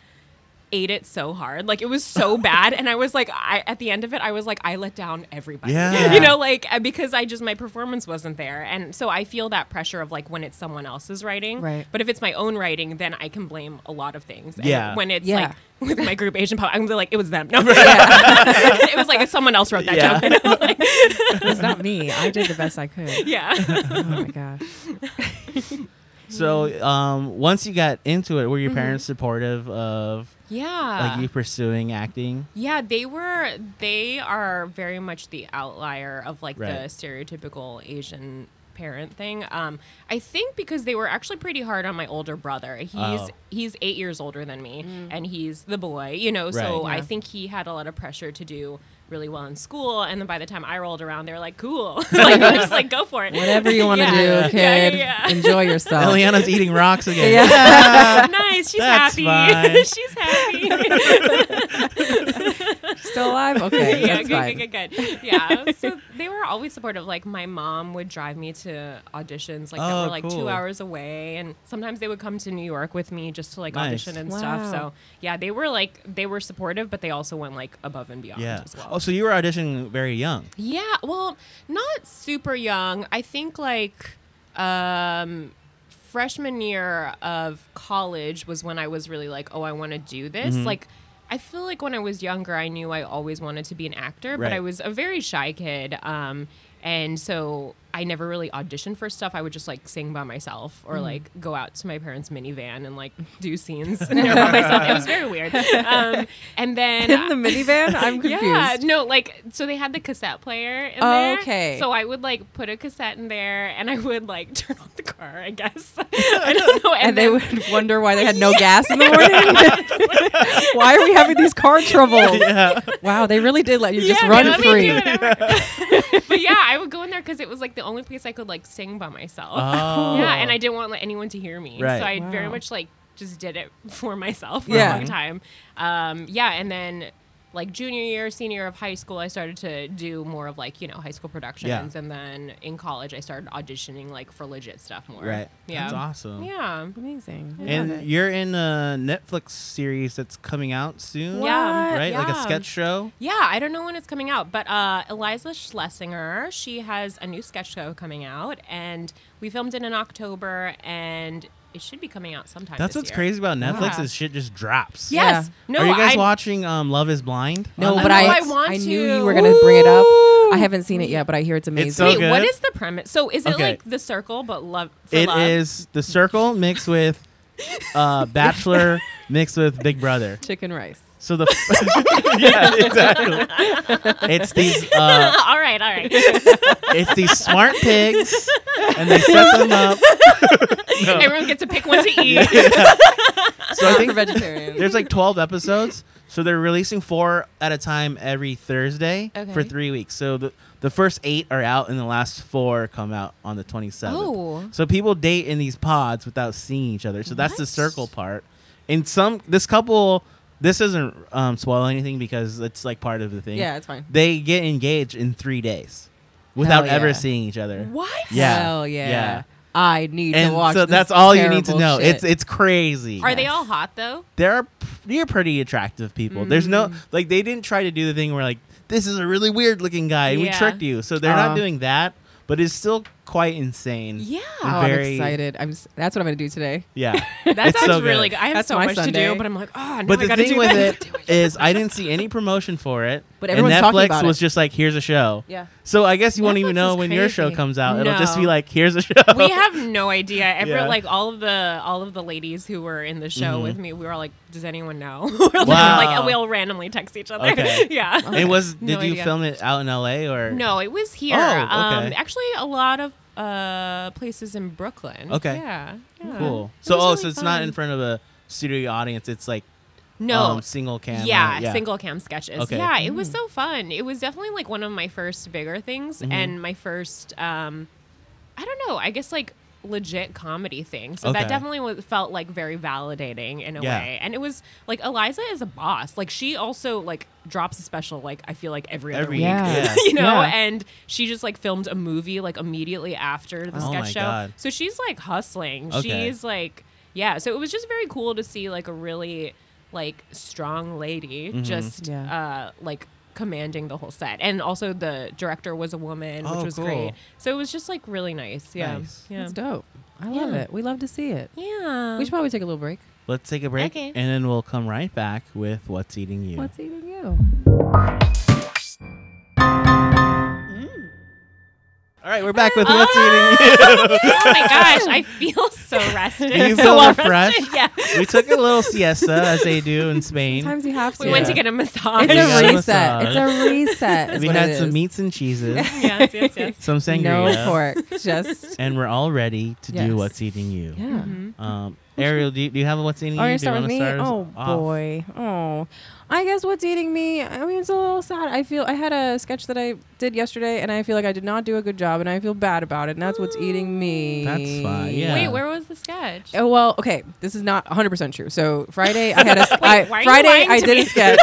[SPEAKER 3] ate it so hard, like it was so bad, and I was like, I at the end of it, I was like, I let down everybody,
[SPEAKER 1] Yeah.
[SPEAKER 3] you know, like uh, because I just my performance wasn't there, and so I feel that pressure of like when it's someone else's writing,
[SPEAKER 2] Right.
[SPEAKER 3] But if it's my own writing, then I can blame a lot of things. And
[SPEAKER 1] Yeah.
[SPEAKER 3] when it's
[SPEAKER 2] Yeah.
[SPEAKER 3] like with my group Asian pop, I'm gonna be like, it was them. No, it was like if someone else wrote that
[SPEAKER 1] Yeah.
[SPEAKER 3] joke. you know, like,
[SPEAKER 2] it's not me. I did the best I could.
[SPEAKER 3] yeah.
[SPEAKER 2] Oh my gosh.
[SPEAKER 1] So um, once you got into it, were your
[SPEAKER 2] Mm-hmm.
[SPEAKER 1] parents supportive of
[SPEAKER 3] Yeah.
[SPEAKER 2] Uh.
[SPEAKER 1] like you pursuing acting?
[SPEAKER 3] Yeah, they were. They are very much the outlier of like the
[SPEAKER 1] Right.
[SPEAKER 3] stereotypical Asian parent thing. Um, I think because they were actually pretty hard on my older brother. He's
[SPEAKER 1] Oh.
[SPEAKER 3] he's eight years older than me, and he's the boy. You know, so
[SPEAKER 1] Right.
[SPEAKER 3] I
[SPEAKER 2] Yeah.
[SPEAKER 3] think he had a lot of pressure to do really well in school. And then by the time I rolled around, they were like, "Cool, like they're just like go for it,
[SPEAKER 2] Whatever you want to
[SPEAKER 3] Yeah. Yeah,
[SPEAKER 2] do, kid.
[SPEAKER 3] yeah, yeah.
[SPEAKER 2] Enjoy yourself.
[SPEAKER 1] Eliana's eating rocks again.
[SPEAKER 2] Yeah.
[SPEAKER 3] nice, she's
[SPEAKER 1] That's
[SPEAKER 3] happy,
[SPEAKER 1] fine.
[SPEAKER 3] she's happy."
[SPEAKER 2] Still alive? Okay.
[SPEAKER 3] yeah,
[SPEAKER 2] that's
[SPEAKER 3] good,
[SPEAKER 2] fine.
[SPEAKER 3] good, good, good. Yeah. so they were always supportive. Like my mom would drive me to auditions, like
[SPEAKER 1] Oh,
[SPEAKER 3] that were like
[SPEAKER 1] cool.
[SPEAKER 3] two hours away, and sometimes they would come to New York with me just to like
[SPEAKER 1] Nice.
[SPEAKER 3] audition and stuff.
[SPEAKER 2] Wow.
[SPEAKER 3] So yeah, they were like they were supportive, but they also went like above and beyond
[SPEAKER 1] Yeah.
[SPEAKER 3] as well.
[SPEAKER 1] Oh, so you were auditioning very young.
[SPEAKER 3] Yeah, well, not super young. I think like um freshman year of college was when I was really like, "Oh, I want to do this."
[SPEAKER 2] Mm-hmm.
[SPEAKER 3] Like I feel like when I was younger, I knew I always wanted to be an actor, but
[SPEAKER 1] Right.
[SPEAKER 3] I was a very shy kid. Um and so I never really auditioned for stuff. I would just like sing by myself
[SPEAKER 2] Mm.
[SPEAKER 3] or like go out to my parents' minivan and like do scenes you know, by myself. It was very weird. Um, and then
[SPEAKER 2] In the minivan? I'm confused.
[SPEAKER 3] yeah, no, like so they had the cassette player in
[SPEAKER 2] Oh,
[SPEAKER 3] there.
[SPEAKER 2] okay.
[SPEAKER 3] So I would like put a cassette in there, and I would like turn on the car. I guess I don't know.
[SPEAKER 2] and, they would wonder why they had no gas in the morning. why are we having these car troubles?
[SPEAKER 1] Yeah.
[SPEAKER 2] Wow, they really did let you just
[SPEAKER 3] Yeah, they
[SPEAKER 2] run
[SPEAKER 3] let me do
[SPEAKER 2] free.
[SPEAKER 3] whatever. but yeah, I would go in there because it was like the only place I could like sing by myself.
[SPEAKER 1] Oh.
[SPEAKER 3] Yeah, and I didn't want like, anyone to hear me,
[SPEAKER 1] Right.
[SPEAKER 3] so I very
[SPEAKER 2] Wow.
[SPEAKER 3] much like just did it for myself for
[SPEAKER 2] Yeah.
[SPEAKER 3] a long time. Um, yeah, and then like junior year, senior year of high school, I started to do more of like you know high school productions, and then in college, I started auditioning like for legit stuff more.
[SPEAKER 1] Right.
[SPEAKER 3] Yeah.
[SPEAKER 1] That's awesome.
[SPEAKER 3] Yeah.
[SPEAKER 2] Amazing.
[SPEAKER 1] And
[SPEAKER 2] Okay.
[SPEAKER 1] you're in a Netflix series that's coming out soon.
[SPEAKER 3] Yeah.
[SPEAKER 1] Right? Like a
[SPEAKER 3] Yeah.
[SPEAKER 1] sketch show.
[SPEAKER 3] Yeah, I don't know when it's coming out, but uh, Eliza Schlesinger, she has a new sketch show coming out, and we filmed it in October, and it should be coming out sometime.
[SPEAKER 1] That's
[SPEAKER 3] this
[SPEAKER 1] what's
[SPEAKER 3] year.
[SPEAKER 1] crazy about Netflix
[SPEAKER 3] Yeah.
[SPEAKER 1] is shit just drops.
[SPEAKER 3] Yes.
[SPEAKER 2] Yeah.
[SPEAKER 3] No,
[SPEAKER 1] Are you guys
[SPEAKER 3] I,
[SPEAKER 1] watching um, Love is Blind?
[SPEAKER 2] No,
[SPEAKER 1] on
[SPEAKER 2] but
[SPEAKER 3] know
[SPEAKER 2] I,
[SPEAKER 1] Netflix?
[SPEAKER 2] I,
[SPEAKER 3] I want
[SPEAKER 2] knew
[SPEAKER 3] to.
[SPEAKER 2] you were gonna bring it up. I haven't seen it yet, but I hear it's amazing.
[SPEAKER 1] so
[SPEAKER 3] Wait, what
[SPEAKER 1] good.
[SPEAKER 3] is the premise? So is it
[SPEAKER 1] Okay.
[SPEAKER 3] like The Circle, but love? For
[SPEAKER 1] It
[SPEAKER 3] love?
[SPEAKER 1] is The Circle mixed with uh, Bachelor mixed with Big Brother.
[SPEAKER 2] Chicken rice.
[SPEAKER 1] So the yeah, exactly. It's these uh,
[SPEAKER 3] all right, all right.
[SPEAKER 1] it's these smart pigs, and they set them up.
[SPEAKER 3] Everyone gets to pick one to
[SPEAKER 1] So
[SPEAKER 3] eat.
[SPEAKER 1] I
[SPEAKER 2] for
[SPEAKER 1] think
[SPEAKER 2] vegetarians.
[SPEAKER 1] there's like 12 episodes. So they're releasing four at a time every Thursday for
[SPEAKER 3] Okay.
[SPEAKER 1] three weeks. So the the first eight are out, and the last four come out on the 27th.
[SPEAKER 3] Oh.
[SPEAKER 1] So people date in these pods without seeing each other. So that's the
[SPEAKER 3] What?
[SPEAKER 1] circle part. And some this couple, this isn't um, spoiling anything because it's like part of the thing.
[SPEAKER 2] Yeah, it's fine.
[SPEAKER 1] they get engaged in three days without
[SPEAKER 2] Hell yeah.
[SPEAKER 1] ever seeing each other.
[SPEAKER 3] What?
[SPEAKER 1] Yeah.
[SPEAKER 2] Hell yeah.
[SPEAKER 1] yeah.
[SPEAKER 2] I need to
[SPEAKER 1] And
[SPEAKER 2] watch.
[SPEAKER 1] so
[SPEAKER 2] this
[SPEAKER 1] that's all you need to
[SPEAKER 2] terrible
[SPEAKER 1] know.
[SPEAKER 2] shit.
[SPEAKER 1] It's it's crazy.
[SPEAKER 3] Are they all hot though?
[SPEAKER 1] there are you're pretty attractive people. There's
[SPEAKER 3] Mm-hmm.
[SPEAKER 1] no like they didn't try to do the thing where like this is a really weird looking guy and we
[SPEAKER 3] Yeah. Uh-huh.
[SPEAKER 1] tricked you. So they're
[SPEAKER 2] Uh.
[SPEAKER 1] not doing that, but it's still quite insane.
[SPEAKER 3] Yeah.
[SPEAKER 2] oh,
[SPEAKER 1] And
[SPEAKER 2] I'm
[SPEAKER 1] very-
[SPEAKER 2] excited. I'm. s- That's what I'm gonna do today.
[SPEAKER 1] Yeah.
[SPEAKER 3] That
[SPEAKER 1] It's
[SPEAKER 3] sounds
[SPEAKER 1] so good.
[SPEAKER 3] really good. I have
[SPEAKER 2] That's
[SPEAKER 3] so
[SPEAKER 2] my
[SPEAKER 3] much to
[SPEAKER 2] Sunday.
[SPEAKER 3] do, but I'm like, oh, no,
[SPEAKER 1] But
[SPEAKER 3] I
[SPEAKER 1] the
[SPEAKER 3] gotta
[SPEAKER 1] thing
[SPEAKER 3] do
[SPEAKER 1] with
[SPEAKER 3] this.
[SPEAKER 1] it is I didn't see any promotion for it.
[SPEAKER 2] But
[SPEAKER 1] and
[SPEAKER 2] everyone's talking
[SPEAKER 1] Netflix
[SPEAKER 2] about
[SPEAKER 1] was
[SPEAKER 2] it.
[SPEAKER 1] just like here's a show.
[SPEAKER 2] Yeah.
[SPEAKER 1] So I guess you won't
[SPEAKER 3] Netflix
[SPEAKER 1] even know
[SPEAKER 3] is
[SPEAKER 1] when your show
[SPEAKER 3] crazy.
[SPEAKER 1] comes out. It'll just be
[SPEAKER 3] No.
[SPEAKER 1] like here's a show.
[SPEAKER 3] we have no idea. Every
[SPEAKER 1] Yeah. Mm-hmm.
[SPEAKER 3] like all of the all of the ladies who were in the show with me, we were all like, "Does anyone know?" We're
[SPEAKER 1] Wow.
[SPEAKER 3] like we all randomly text each other.
[SPEAKER 1] Okay.
[SPEAKER 3] yeah.
[SPEAKER 1] It was did
[SPEAKER 3] No
[SPEAKER 1] you
[SPEAKER 3] idea.
[SPEAKER 1] film it out in LA or
[SPEAKER 3] No, it was here.
[SPEAKER 1] Oh, okay.
[SPEAKER 3] um, actually, a lot of uh, places in Brooklyn.
[SPEAKER 1] Okay.
[SPEAKER 3] Yeah. yeah.
[SPEAKER 1] Cool.
[SPEAKER 3] It
[SPEAKER 1] So
[SPEAKER 3] was
[SPEAKER 1] oh,
[SPEAKER 3] really
[SPEAKER 1] so it's not
[SPEAKER 3] fun.
[SPEAKER 1] in front of a studio audience. It's like
[SPEAKER 3] No.
[SPEAKER 1] um, single camera.
[SPEAKER 3] yeah, single cam sketches.
[SPEAKER 1] Okay.
[SPEAKER 3] Yeah, it was so fun. It was definitely like one of my first bigger things
[SPEAKER 1] Mm-hmm.
[SPEAKER 3] and my first um I don't know, I guess like legit comedy thing. So
[SPEAKER 1] Okay.
[SPEAKER 3] that definitely was, felt like very validating in a
[SPEAKER 1] Yeah.
[SPEAKER 3] way. And it was like Eliza is a boss. Like she also like drops a special like I feel like every other
[SPEAKER 1] Every
[SPEAKER 3] week.
[SPEAKER 1] Yeah. Yeah.
[SPEAKER 3] you know,
[SPEAKER 2] Yeah.
[SPEAKER 3] and she just like filmed a movie like immediately after the
[SPEAKER 1] Oh
[SPEAKER 3] sketch
[SPEAKER 1] my
[SPEAKER 3] show.
[SPEAKER 1] God.
[SPEAKER 3] So she's like hustling.
[SPEAKER 1] Okay.
[SPEAKER 3] She's like, yeah. So it was just very cool to see like a really like strong lady
[SPEAKER 1] Mm-hmm.
[SPEAKER 3] just
[SPEAKER 2] Yeah.
[SPEAKER 3] uh, like commanding the whole set, and also the director was a woman,
[SPEAKER 1] Oh,
[SPEAKER 3] which was
[SPEAKER 1] cool.
[SPEAKER 3] great. So it was just like really nice. Yeah.
[SPEAKER 1] Nice.
[SPEAKER 3] Yeah.
[SPEAKER 2] That's dope. I love
[SPEAKER 3] Yeah. Uh-huh.
[SPEAKER 2] it. We love to see it.
[SPEAKER 3] Yeah.
[SPEAKER 2] We should probably take a little break.
[SPEAKER 1] Let's take a break
[SPEAKER 3] Okay.
[SPEAKER 1] and then we'll come right back with what's eating you.
[SPEAKER 2] What's eating you?
[SPEAKER 1] All right, we're back with what's eating
[SPEAKER 3] oh my gosh, I feel so rested.
[SPEAKER 1] you. You
[SPEAKER 3] so
[SPEAKER 1] feel refreshed.
[SPEAKER 3] yeah.
[SPEAKER 1] We took a little siesta as they do in Spain.
[SPEAKER 2] Sometimes you have to.
[SPEAKER 3] We went to
[SPEAKER 1] Yeah.
[SPEAKER 3] get a massage.
[SPEAKER 2] It's
[SPEAKER 1] We got
[SPEAKER 2] a
[SPEAKER 1] a massage.
[SPEAKER 2] reset. It's a reset. is
[SPEAKER 1] we
[SPEAKER 2] what
[SPEAKER 1] had
[SPEAKER 2] it
[SPEAKER 1] some
[SPEAKER 2] is.
[SPEAKER 1] meats and cheeses,
[SPEAKER 3] yes, yes, yes.
[SPEAKER 1] some sangria,
[SPEAKER 2] No pork. Just
[SPEAKER 1] and we're all ready to
[SPEAKER 2] Yes.
[SPEAKER 1] do what's eating you.
[SPEAKER 2] yeah.
[SPEAKER 3] Mm-hmm.
[SPEAKER 1] Um, Ariel, do you, do you have a what's eating
[SPEAKER 2] Oh,
[SPEAKER 1] you?
[SPEAKER 2] you're
[SPEAKER 1] Do you
[SPEAKER 2] starting
[SPEAKER 1] wanna
[SPEAKER 2] with
[SPEAKER 1] start
[SPEAKER 2] me.
[SPEAKER 1] us
[SPEAKER 2] oh
[SPEAKER 1] off?
[SPEAKER 2] boy. Oh, I guess what's eating me. I mean, it's a little sad. I feel I had a sketch that I did yesterday, and I feel like I did not do a good job, and I feel bad about it. And that's what's eating me.
[SPEAKER 1] That's fine, yeah.
[SPEAKER 3] Wait, where was the sketch?
[SPEAKER 2] Oh, well, okay. This is not 100 percent true. So Friday, I had a
[SPEAKER 3] Wait,
[SPEAKER 2] I-
[SPEAKER 3] why are you
[SPEAKER 2] Friday
[SPEAKER 3] lying
[SPEAKER 2] I
[SPEAKER 3] to
[SPEAKER 2] did
[SPEAKER 3] me?
[SPEAKER 2] a sketch.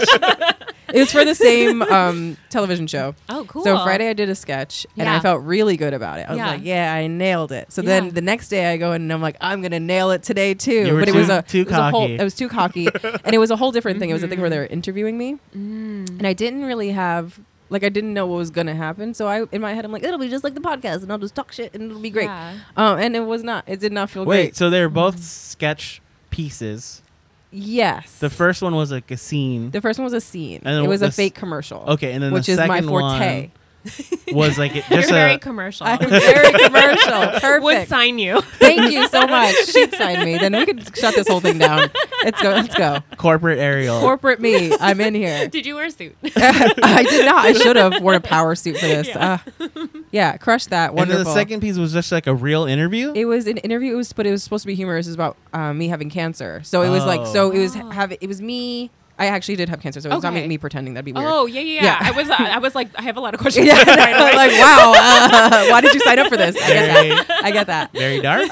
[SPEAKER 2] it was for the same um, television show.
[SPEAKER 3] Oh, cool.
[SPEAKER 2] So Friday I did a sketch and I
[SPEAKER 3] Yeah.
[SPEAKER 2] felt really good about it. I was
[SPEAKER 3] Yeah.
[SPEAKER 2] like, yeah, I nailed it. So
[SPEAKER 3] Yeah.
[SPEAKER 2] then the next day I go in and I'm like, I'm gonna nail it today too.
[SPEAKER 1] You were
[SPEAKER 2] but
[SPEAKER 1] too-
[SPEAKER 2] it was a
[SPEAKER 1] too
[SPEAKER 2] it was a whole,
[SPEAKER 1] cocky.
[SPEAKER 2] it was too cocky, and it was a whole different thing. It was a thing
[SPEAKER 3] Mm-hmm.
[SPEAKER 2] where they were interviewing me,
[SPEAKER 3] Mm,
[SPEAKER 2] and I didn't really have. Like I didn't know what was gonna happen, so I in my head I'm like, it'll be just like the podcast, and I'll just talk shit, and it'll be great.
[SPEAKER 3] Yeah.
[SPEAKER 2] Um, and it was not. It did not feel
[SPEAKER 1] Wait,
[SPEAKER 2] great.
[SPEAKER 1] so they're both sketch pieces.
[SPEAKER 2] Yes.
[SPEAKER 1] The first one was like a scene.
[SPEAKER 2] The first one was a scene.
[SPEAKER 1] And then
[SPEAKER 2] it was a
[SPEAKER 1] this-
[SPEAKER 2] fake commercial.
[SPEAKER 1] Okay, and then the
[SPEAKER 2] which is my
[SPEAKER 1] second one- Oh.
[SPEAKER 2] forte.
[SPEAKER 1] was like it-
[SPEAKER 3] You're
[SPEAKER 1] just
[SPEAKER 3] very
[SPEAKER 1] a
[SPEAKER 3] commercial.
[SPEAKER 2] I'm very commercial. Perfect.
[SPEAKER 3] Would sign you.
[SPEAKER 2] Thank you so much. She'd sign me. Then we could shut this whole thing down. Let's go. Let's go.
[SPEAKER 1] corporate Ariel.
[SPEAKER 2] Corporate me. I'm in here.
[SPEAKER 3] Did you wear a suit?
[SPEAKER 2] I did not. I should have worn a power suit for this. Yeah,
[SPEAKER 3] Yeah.
[SPEAKER 2] yeah crush that.
[SPEAKER 1] and
[SPEAKER 2] Wonderful.
[SPEAKER 1] then the second piece was just like a real interview.
[SPEAKER 2] it was an interview. It was, but it was supposed to be humorous. It was about um, me having cancer. So it was like,
[SPEAKER 1] Oh.
[SPEAKER 2] so it was have it was me. I actually did have cancer, so it was not
[SPEAKER 3] Okay.
[SPEAKER 2] me, me pretending. That'd be weird.
[SPEAKER 3] Oh yeah, yeah,
[SPEAKER 2] Yeah.
[SPEAKER 3] yeah. I was, uh, I was like, I have a lot of questions.
[SPEAKER 2] yeah.
[SPEAKER 3] Right away.
[SPEAKER 2] like wow, uh, why did you sign up for this? I get
[SPEAKER 1] very,
[SPEAKER 2] that. I get that.
[SPEAKER 1] very dark.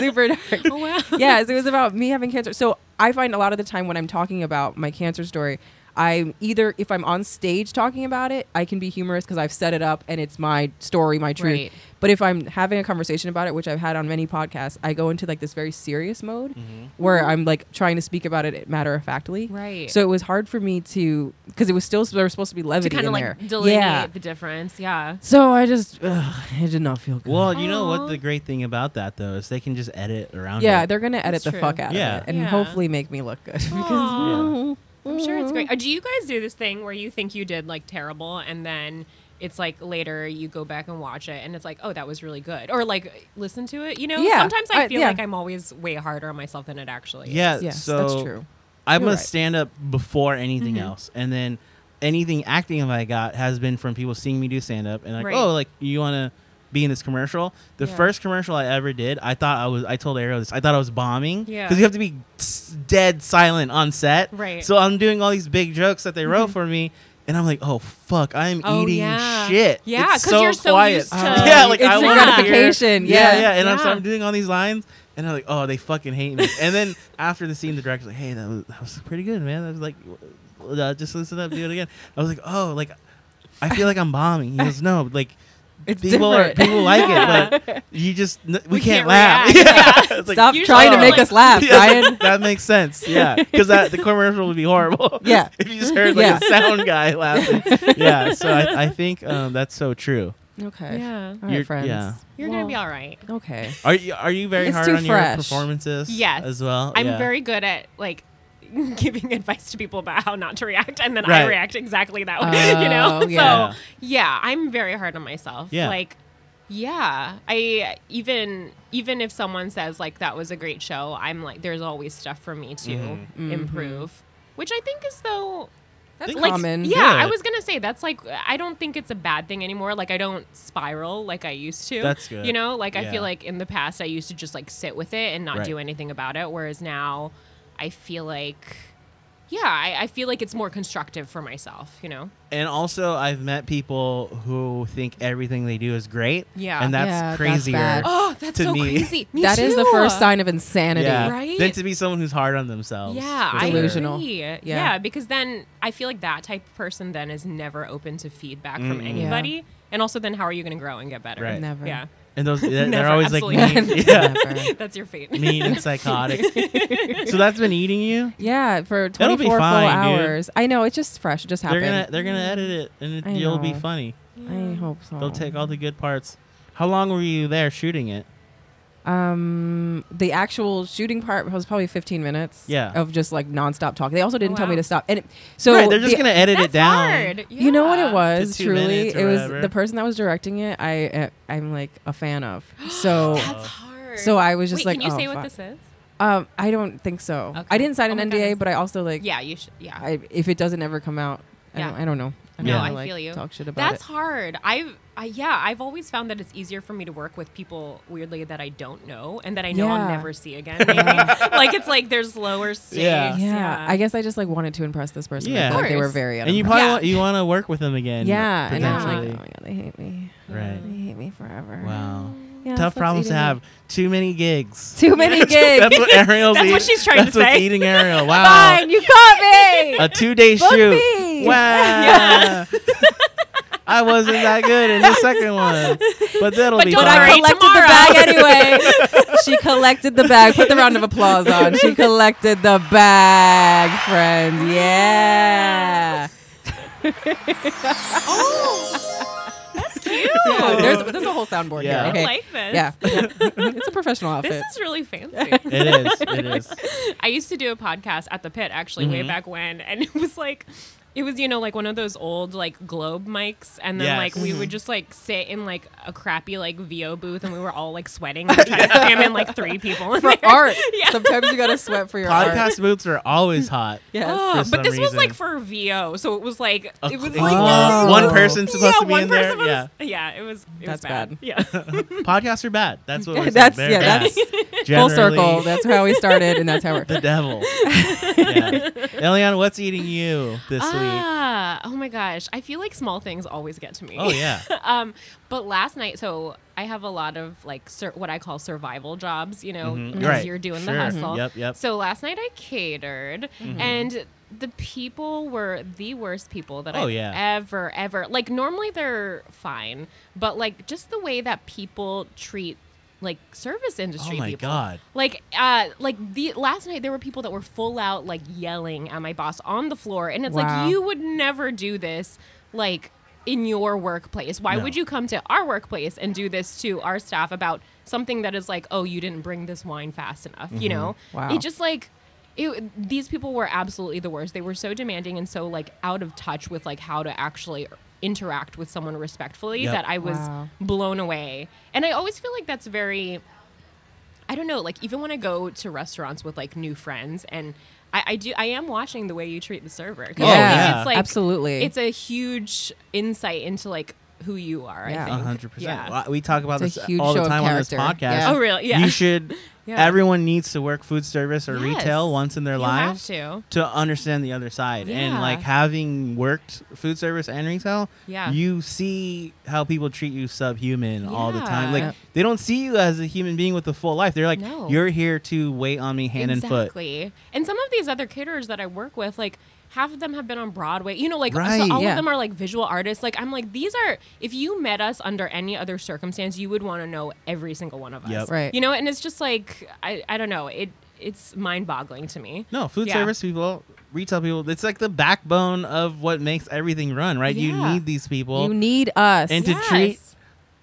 [SPEAKER 2] super dark.
[SPEAKER 3] oh, Wow.
[SPEAKER 2] Yes, it was about me having cancer. So I find a lot of the time when I'm talking about my cancer story, I'm either if I'm on stage talking about it, I can be humorous because I've set it up and it's my story, my truth.
[SPEAKER 3] Right.
[SPEAKER 2] But if I'm having a conversation about it, which I've had on many podcasts, I go into like this very serious mode where I'm like trying to speak about it matter of factly.
[SPEAKER 3] Mm-hmm. Right.
[SPEAKER 2] So it was hard for me to because it was still there was supposed to be
[SPEAKER 3] to
[SPEAKER 2] levity
[SPEAKER 3] kind of
[SPEAKER 2] in
[SPEAKER 3] like
[SPEAKER 2] there.
[SPEAKER 3] delineate
[SPEAKER 2] Yeah.
[SPEAKER 3] the difference. Yeah.
[SPEAKER 2] So I just ugh, it did not feel good.
[SPEAKER 1] Well, you know what
[SPEAKER 3] Aw.
[SPEAKER 1] the great thing about that though is they can just edit around.
[SPEAKER 2] yeah,
[SPEAKER 1] it.
[SPEAKER 2] they're gonna edit
[SPEAKER 3] That's
[SPEAKER 2] the
[SPEAKER 3] true.
[SPEAKER 2] fuck out
[SPEAKER 1] Yeah.
[SPEAKER 2] of it and
[SPEAKER 3] Yeah.
[SPEAKER 2] hopefully make me look good because
[SPEAKER 1] Yeah.
[SPEAKER 3] I'm sure it's
[SPEAKER 2] Mm-hmm.
[SPEAKER 3] great. Uh, Do you guys do this thing where you think you did like terrible and then it's like later you go back and watch it and it's like, oh, that was really good. Or like listen to it, you know?
[SPEAKER 2] Yeah.
[SPEAKER 3] Sometimes I
[SPEAKER 2] I-
[SPEAKER 3] feel
[SPEAKER 2] yeah.
[SPEAKER 3] like I'm always way harder on myself than it actually
[SPEAKER 1] Yeah,
[SPEAKER 3] is.
[SPEAKER 2] yes,
[SPEAKER 1] so
[SPEAKER 2] that's true.
[SPEAKER 1] I'm
[SPEAKER 2] You're
[SPEAKER 1] a
[SPEAKER 2] right. Mm-hmm.
[SPEAKER 1] stand up before anything else, and then anything acting I got has been from people seeing me do stand up and like,
[SPEAKER 3] Right.
[SPEAKER 1] oh, like you want to be in this commercial. The
[SPEAKER 3] Yeah.
[SPEAKER 1] first commercial I ever did, I thought I was. I told Ariel this. I thought I was bombing.
[SPEAKER 3] Yeah.
[SPEAKER 1] Because you have to be s- dead silent on set.
[SPEAKER 3] Right.
[SPEAKER 1] So I'm doing all these big jokes that they
[SPEAKER 2] Mm-hmm.
[SPEAKER 1] wrote for me. And I'm like, oh fuck, I'm
[SPEAKER 3] Oh,
[SPEAKER 1] eating
[SPEAKER 3] yeah.
[SPEAKER 1] shit.
[SPEAKER 3] Yeah,
[SPEAKER 1] It's
[SPEAKER 3] 'cause
[SPEAKER 1] so
[SPEAKER 3] you're so
[SPEAKER 1] quiet.
[SPEAKER 3] used to-
[SPEAKER 1] yeah, like I
[SPEAKER 2] Instant
[SPEAKER 1] wanna hear-
[SPEAKER 2] gratification,
[SPEAKER 1] yeah,
[SPEAKER 2] yeah.
[SPEAKER 1] yeah. And I'm, so
[SPEAKER 3] Yeah.
[SPEAKER 1] I'm doing all these lines, and I'm like, oh, they fucking hate me. and then after the scene, the director's like, hey, that was, that was pretty good, man. I was like, w- uh, just listen up, do it again. I was like, oh, like I feel like I'm bombing. He goes, no, like.
[SPEAKER 2] It's
[SPEAKER 1] people
[SPEAKER 2] different.
[SPEAKER 1] people like it, but you just n- we,
[SPEAKER 3] We
[SPEAKER 1] can't,
[SPEAKER 3] can't
[SPEAKER 1] laugh.
[SPEAKER 3] react.
[SPEAKER 1] Yeah. It's like,
[SPEAKER 2] Stop
[SPEAKER 3] usually
[SPEAKER 2] trying to
[SPEAKER 1] we're
[SPEAKER 2] make
[SPEAKER 3] like-
[SPEAKER 2] us laugh,
[SPEAKER 1] yeah, it's like,
[SPEAKER 2] Brian.
[SPEAKER 1] that makes sense. Yeah, because that the commercial would be horrible.
[SPEAKER 2] Yeah.
[SPEAKER 1] if you just heard like a
[SPEAKER 2] Yeah.
[SPEAKER 1] sound guy laughing. Yeah, so I, I think um, that's so true.
[SPEAKER 2] Okay.
[SPEAKER 3] Yeah.
[SPEAKER 2] All right,
[SPEAKER 1] You're-
[SPEAKER 2] friends.
[SPEAKER 1] yeah.
[SPEAKER 3] You're
[SPEAKER 2] Well,
[SPEAKER 3] gonna be all right.
[SPEAKER 2] Okay.
[SPEAKER 1] Are you are you very
[SPEAKER 2] It's
[SPEAKER 1] hard
[SPEAKER 2] too
[SPEAKER 1] on your
[SPEAKER 2] fresh.
[SPEAKER 1] performances?
[SPEAKER 3] Yes.
[SPEAKER 1] as well.
[SPEAKER 3] I'm
[SPEAKER 1] Yeah.
[SPEAKER 3] very good at like giving advice to people about how not to react and then
[SPEAKER 1] Right.
[SPEAKER 3] I react exactly that way, you
[SPEAKER 2] Oh,
[SPEAKER 3] know?
[SPEAKER 2] yeah.
[SPEAKER 3] So, yeah, I'm very hard on myself.
[SPEAKER 1] Yeah.
[SPEAKER 3] Like yeah, I even even if someone says like that was a great show, I'm like there's always stuff for me to
[SPEAKER 1] Mm-hmm.
[SPEAKER 3] improve, which I think is though
[SPEAKER 2] That's
[SPEAKER 1] Think-
[SPEAKER 3] like
[SPEAKER 2] common.
[SPEAKER 3] yeah, I
[SPEAKER 1] Good.
[SPEAKER 3] was gonna say that's like I don't think it's a bad thing anymore. Like I don't spiral like I used to.
[SPEAKER 1] That's good.
[SPEAKER 3] You know, like I
[SPEAKER 1] Yeah.
[SPEAKER 3] feel like in the past I used to just like sit with it and not
[SPEAKER 1] Right.
[SPEAKER 3] do anything about it. Whereas now, I feel like, yeah, I, I feel like it's more constructive for myself. You know,
[SPEAKER 1] And also, I've met people who think everything they do is great.
[SPEAKER 3] Yeah.
[SPEAKER 1] and that's
[SPEAKER 2] Yeah, that's
[SPEAKER 1] crazier.
[SPEAKER 2] bad.
[SPEAKER 3] oh, that's
[SPEAKER 1] To
[SPEAKER 3] so
[SPEAKER 1] me.
[SPEAKER 3] crazy. Me
[SPEAKER 2] That is the
[SPEAKER 3] too.
[SPEAKER 2] first sign of insanity.
[SPEAKER 1] yeah.
[SPEAKER 3] Right?
[SPEAKER 1] Then to be someone who's hard on themselves.
[SPEAKER 3] Yeah,
[SPEAKER 1] for
[SPEAKER 3] I
[SPEAKER 1] sure.
[SPEAKER 2] Delusional.
[SPEAKER 3] agree. Yeah. because then I feel like that type of person then is never open to feedback from
[SPEAKER 1] Mm-mm.
[SPEAKER 2] Yeah.
[SPEAKER 3] anybody. And also, then how are you going to grow and get better?
[SPEAKER 1] Right.
[SPEAKER 2] Never.
[SPEAKER 3] Yeah,
[SPEAKER 1] And those they're, they're
[SPEAKER 3] Never,
[SPEAKER 1] always like
[SPEAKER 3] absolutely.
[SPEAKER 1] mean, yeah,
[SPEAKER 2] Never.
[SPEAKER 3] that's your fate.
[SPEAKER 1] mean and psychotic. so that's been eating you.
[SPEAKER 2] Yeah, for
[SPEAKER 1] It'll be
[SPEAKER 2] 24 full
[SPEAKER 1] fine, dude.
[SPEAKER 2] hours. I know, it's just fresh. It just
[SPEAKER 1] They're
[SPEAKER 2] happened.
[SPEAKER 1] gonna they're gonna edit it, and
[SPEAKER 2] I
[SPEAKER 1] it, you'll be
[SPEAKER 2] know.
[SPEAKER 1] funny.
[SPEAKER 2] I hope so.
[SPEAKER 1] They'll take all the good parts. How long were you there shooting it?
[SPEAKER 2] Um, the actual shooting part was probably 15 minutes.
[SPEAKER 1] Yeah.
[SPEAKER 2] Of just like nonstop talking. They also didn't
[SPEAKER 3] Oh,
[SPEAKER 2] tell me
[SPEAKER 3] wow.
[SPEAKER 2] to stop. And it, so
[SPEAKER 1] right, they're just
[SPEAKER 2] the-
[SPEAKER 1] gonna edit
[SPEAKER 3] That's
[SPEAKER 1] it down.
[SPEAKER 3] hard.
[SPEAKER 2] You know what it
[SPEAKER 3] Yeah.
[SPEAKER 2] was?
[SPEAKER 1] two
[SPEAKER 2] Truly,
[SPEAKER 1] minutes or
[SPEAKER 2] it was
[SPEAKER 1] whatever.
[SPEAKER 2] the person that was directing it. I uh, I'm like a fan of. So
[SPEAKER 3] That's hard.
[SPEAKER 2] so I was just like,
[SPEAKER 3] Wait, can you
[SPEAKER 2] oh,
[SPEAKER 3] say what
[SPEAKER 2] fuck.
[SPEAKER 3] this is?
[SPEAKER 2] um, I don't think so.
[SPEAKER 3] Okay.
[SPEAKER 2] I didn't sign an
[SPEAKER 3] Oh my
[SPEAKER 2] NDA,
[SPEAKER 3] goodness.
[SPEAKER 2] but I also like
[SPEAKER 3] Yeah, you should. Yeah.
[SPEAKER 2] I, if it doesn't ever come out, I,
[SPEAKER 3] Yeah.
[SPEAKER 2] don't, I don't know. I don't
[SPEAKER 1] No,
[SPEAKER 2] wanna,
[SPEAKER 3] I
[SPEAKER 2] like,
[SPEAKER 3] feel you.
[SPEAKER 2] Talk shit about
[SPEAKER 3] That's
[SPEAKER 2] it.
[SPEAKER 3] hard. I've, I, yeah, I've always found that it's easier for me to work with people weirdly that I don't know and that I know I'll
[SPEAKER 2] Yeah.
[SPEAKER 3] never see again. maybe. like it's like there's lower stakes.
[SPEAKER 1] Yeah.
[SPEAKER 2] Yeah. I guess I just like wanted to impress this person.
[SPEAKER 1] Yeah. Of
[SPEAKER 2] Yeah, they were
[SPEAKER 3] course.
[SPEAKER 2] very.
[SPEAKER 1] And you
[SPEAKER 2] unimpressed.
[SPEAKER 1] probably
[SPEAKER 3] Yeah.
[SPEAKER 1] want, you want to work with them again.
[SPEAKER 2] yeah, and I'm
[SPEAKER 1] potentially.
[SPEAKER 2] like, oh my god, they hate me.
[SPEAKER 1] Right.
[SPEAKER 2] They hate me forever.
[SPEAKER 1] Wow.
[SPEAKER 2] Yeah,
[SPEAKER 1] Tough
[SPEAKER 2] that's
[SPEAKER 1] problems to
[SPEAKER 2] eating me.
[SPEAKER 1] have. Too many gigs.
[SPEAKER 2] Too many
[SPEAKER 1] That's
[SPEAKER 2] gigs.
[SPEAKER 1] what Ariel's
[SPEAKER 3] That's
[SPEAKER 1] eating.
[SPEAKER 3] what she's trying to
[SPEAKER 1] That's what's
[SPEAKER 3] say.
[SPEAKER 1] eating Ariel. Wow.
[SPEAKER 2] Fine, you caught me.
[SPEAKER 1] A two day
[SPEAKER 2] Book
[SPEAKER 1] shoot.
[SPEAKER 2] me.
[SPEAKER 1] Wow. I wasn't that good in the second one, but that'll
[SPEAKER 3] But
[SPEAKER 1] be
[SPEAKER 3] don't
[SPEAKER 2] But
[SPEAKER 1] fine.
[SPEAKER 2] I
[SPEAKER 3] Sorry,
[SPEAKER 2] collected
[SPEAKER 3] tomorrow.
[SPEAKER 2] the bag anyway. she collected the bag. Put the round of applause on. She collected the bag, friends. Yeah. oh, that's cute. There's, there's a whole soundboard
[SPEAKER 1] Yeah. I
[SPEAKER 2] here. Okay.
[SPEAKER 3] I like this.
[SPEAKER 2] yeah. it's a professional outfit.
[SPEAKER 3] This is really fancy.
[SPEAKER 1] It is. It is.
[SPEAKER 3] I used to do a podcast at the pit actually
[SPEAKER 1] Mhm.
[SPEAKER 3] way back when, and it was like. It was, you know, like one of those old like globe mics, and then
[SPEAKER 1] Yes.
[SPEAKER 3] like we would just like sit in like a crappy like VO booth, and we were all like sweating and trying to cram in like three people in
[SPEAKER 2] for
[SPEAKER 3] there.
[SPEAKER 2] art.
[SPEAKER 3] Yeah.
[SPEAKER 2] Sometimes you gotta sweat for your art.
[SPEAKER 1] Podcast booths are always hot.
[SPEAKER 2] Yes.
[SPEAKER 3] Oh,
[SPEAKER 1] for
[SPEAKER 3] but this
[SPEAKER 1] some
[SPEAKER 3] was like
[SPEAKER 1] reason.
[SPEAKER 3] for VO, so it was like
[SPEAKER 1] A
[SPEAKER 3] it was
[SPEAKER 1] cl-
[SPEAKER 3] like
[SPEAKER 2] Oh.
[SPEAKER 1] One person's supposed
[SPEAKER 3] yeah,
[SPEAKER 1] to be
[SPEAKER 3] one
[SPEAKER 1] in there.
[SPEAKER 3] person was-
[SPEAKER 1] yeah.
[SPEAKER 3] yeah, it was. It
[SPEAKER 2] That's
[SPEAKER 3] was bad.
[SPEAKER 2] bad.
[SPEAKER 3] Yeah,
[SPEAKER 1] Podcasts are bad. That's what we're saying.
[SPEAKER 2] That's-
[SPEAKER 1] They're
[SPEAKER 2] yeah,
[SPEAKER 1] bad.
[SPEAKER 2] that's Full
[SPEAKER 1] Generally,
[SPEAKER 2] circle. That's how we started, and that's how we're.
[SPEAKER 1] the devil. yeah. Eliana, what's eating you this week?
[SPEAKER 3] ah, oh my gosh, I feel like small things always get to me.
[SPEAKER 1] Oh yeah.
[SPEAKER 3] um, but last night, so I have a lot of like sur- what I call survival jobs. You know,
[SPEAKER 1] Mhm.
[SPEAKER 3] because
[SPEAKER 1] Right.
[SPEAKER 3] you're doing
[SPEAKER 1] Sure. Mm-hmm.
[SPEAKER 3] the hustle.
[SPEAKER 1] Yep, yep.
[SPEAKER 3] So last night I catered, and the people were the worst people that
[SPEAKER 1] Oh,
[SPEAKER 3] I've
[SPEAKER 1] yeah.
[SPEAKER 3] ever, ever. Like, normally they're fine, but like just the way that people treat like service industry
[SPEAKER 1] Oh my
[SPEAKER 3] people.
[SPEAKER 1] God.
[SPEAKER 3] Like, uh, like the last night there were people that were full out like yelling at my boss on the floor, and it's
[SPEAKER 2] Wow.
[SPEAKER 3] like you would never do this, like in your workplace. Why
[SPEAKER 1] No.
[SPEAKER 3] would you come to our workplace and do this to our staff about something that is like, oh, you didn't bring this wine fast enough? You know,
[SPEAKER 1] Mm-hmm.
[SPEAKER 2] Wow.
[SPEAKER 3] it just like. It, these people were absolutely the worst. They were so demanding and so like out of touch with like how to actually interact with someone respectfully
[SPEAKER 1] Yep.
[SPEAKER 3] that I was
[SPEAKER 2] Wow.
[SPEAKER 3] blown away. And I always feel like that's very I don't know, like even when I go to restaurants with like new friends and I, I do I am watching the way you treat the server. 'Cause I
[SPEAKER 1] Oh,
[SPEAKER 3] think
[SPEAKER 1] yeah.
[SPEAKER 2] Absolutely.
[SPEAKER 3] It's a huge insight into like who you are,
[SPEAKER 2] Yeah.
[SPEAKER 3] I
[SPEAKER 1] A
[SPEAKER 3] think.
[SPEAKER 1] hundred percent.
[SPEAKER 3] Yeah.
[SPEAKER 1] Well, We talk about
[SPEAKER 2] It's a
[SPEAKER 1] this
[SPEAKER 2] huge
[SPEAKER 1] all the
[SPEAKER 2] show of
[SPEAKER 1] time on this podcast.
[SPEAKER 2] character. Yeah.
[SPEAKER 3] Oh, really? Yeah.
[SPEAKER 1] You should.
[SPEAKER 3] Yeah.
[SPEAKER 1] Everyone needs to work food service or
[SPEAKER 3] Yes.
[SPEAKER 1] retail once in their
[SPEAKER 3] You have
[SPEAKER 1] lives
[SPEAKER 3] to.
[SPEAKER 1] understand the other side. And
[SPEAKER 3] Yeah.
[SPEAKER 1] like having worked food service and retail,
[SPEAKER 3] Yeah.
[SPEAKER 1] you see how people treat you subhuman all the time.
[SPEAKER 3] Yeah.
[SPEAKER 1] Like they don't see you as a human being with a full life. They're like,
[SPEAKER 3] No.
[SPEAKER 1] you're here to wait on me hand
[SPEAKER 3] exactly.
[SPEAKER 1] and foot.
[SPEAKER 3] And some of these other caterers that I work with, like half of them have been on Broadway. You know, like so
[SPEAKER 1] Right.
[SPEAKER 3] all
[SPEAKER 2] Yeah.
[SPEAKER 3] of them are like visual artists. Like I'm like these are. If you met us under any other circumstance, you would want to know every single one of us.
[SPEAKER 1] Yep.
[SPEAKER 2] Right.
[SPEAKER 3] You know, and it's just like I I don't know it. It's mind boggling to me.
[SPEAKER 1] No, food
[SPEAKER 3] Yeah.
[SPEAKER 1] service people, retail people, it's like the backbone of what makes everything run, right? You
[SPEAKER 3] Yeah.
[SPEAKER 1] need these people.
[SPEAKER 2] you need us.
[SPEAKER 1] And to treat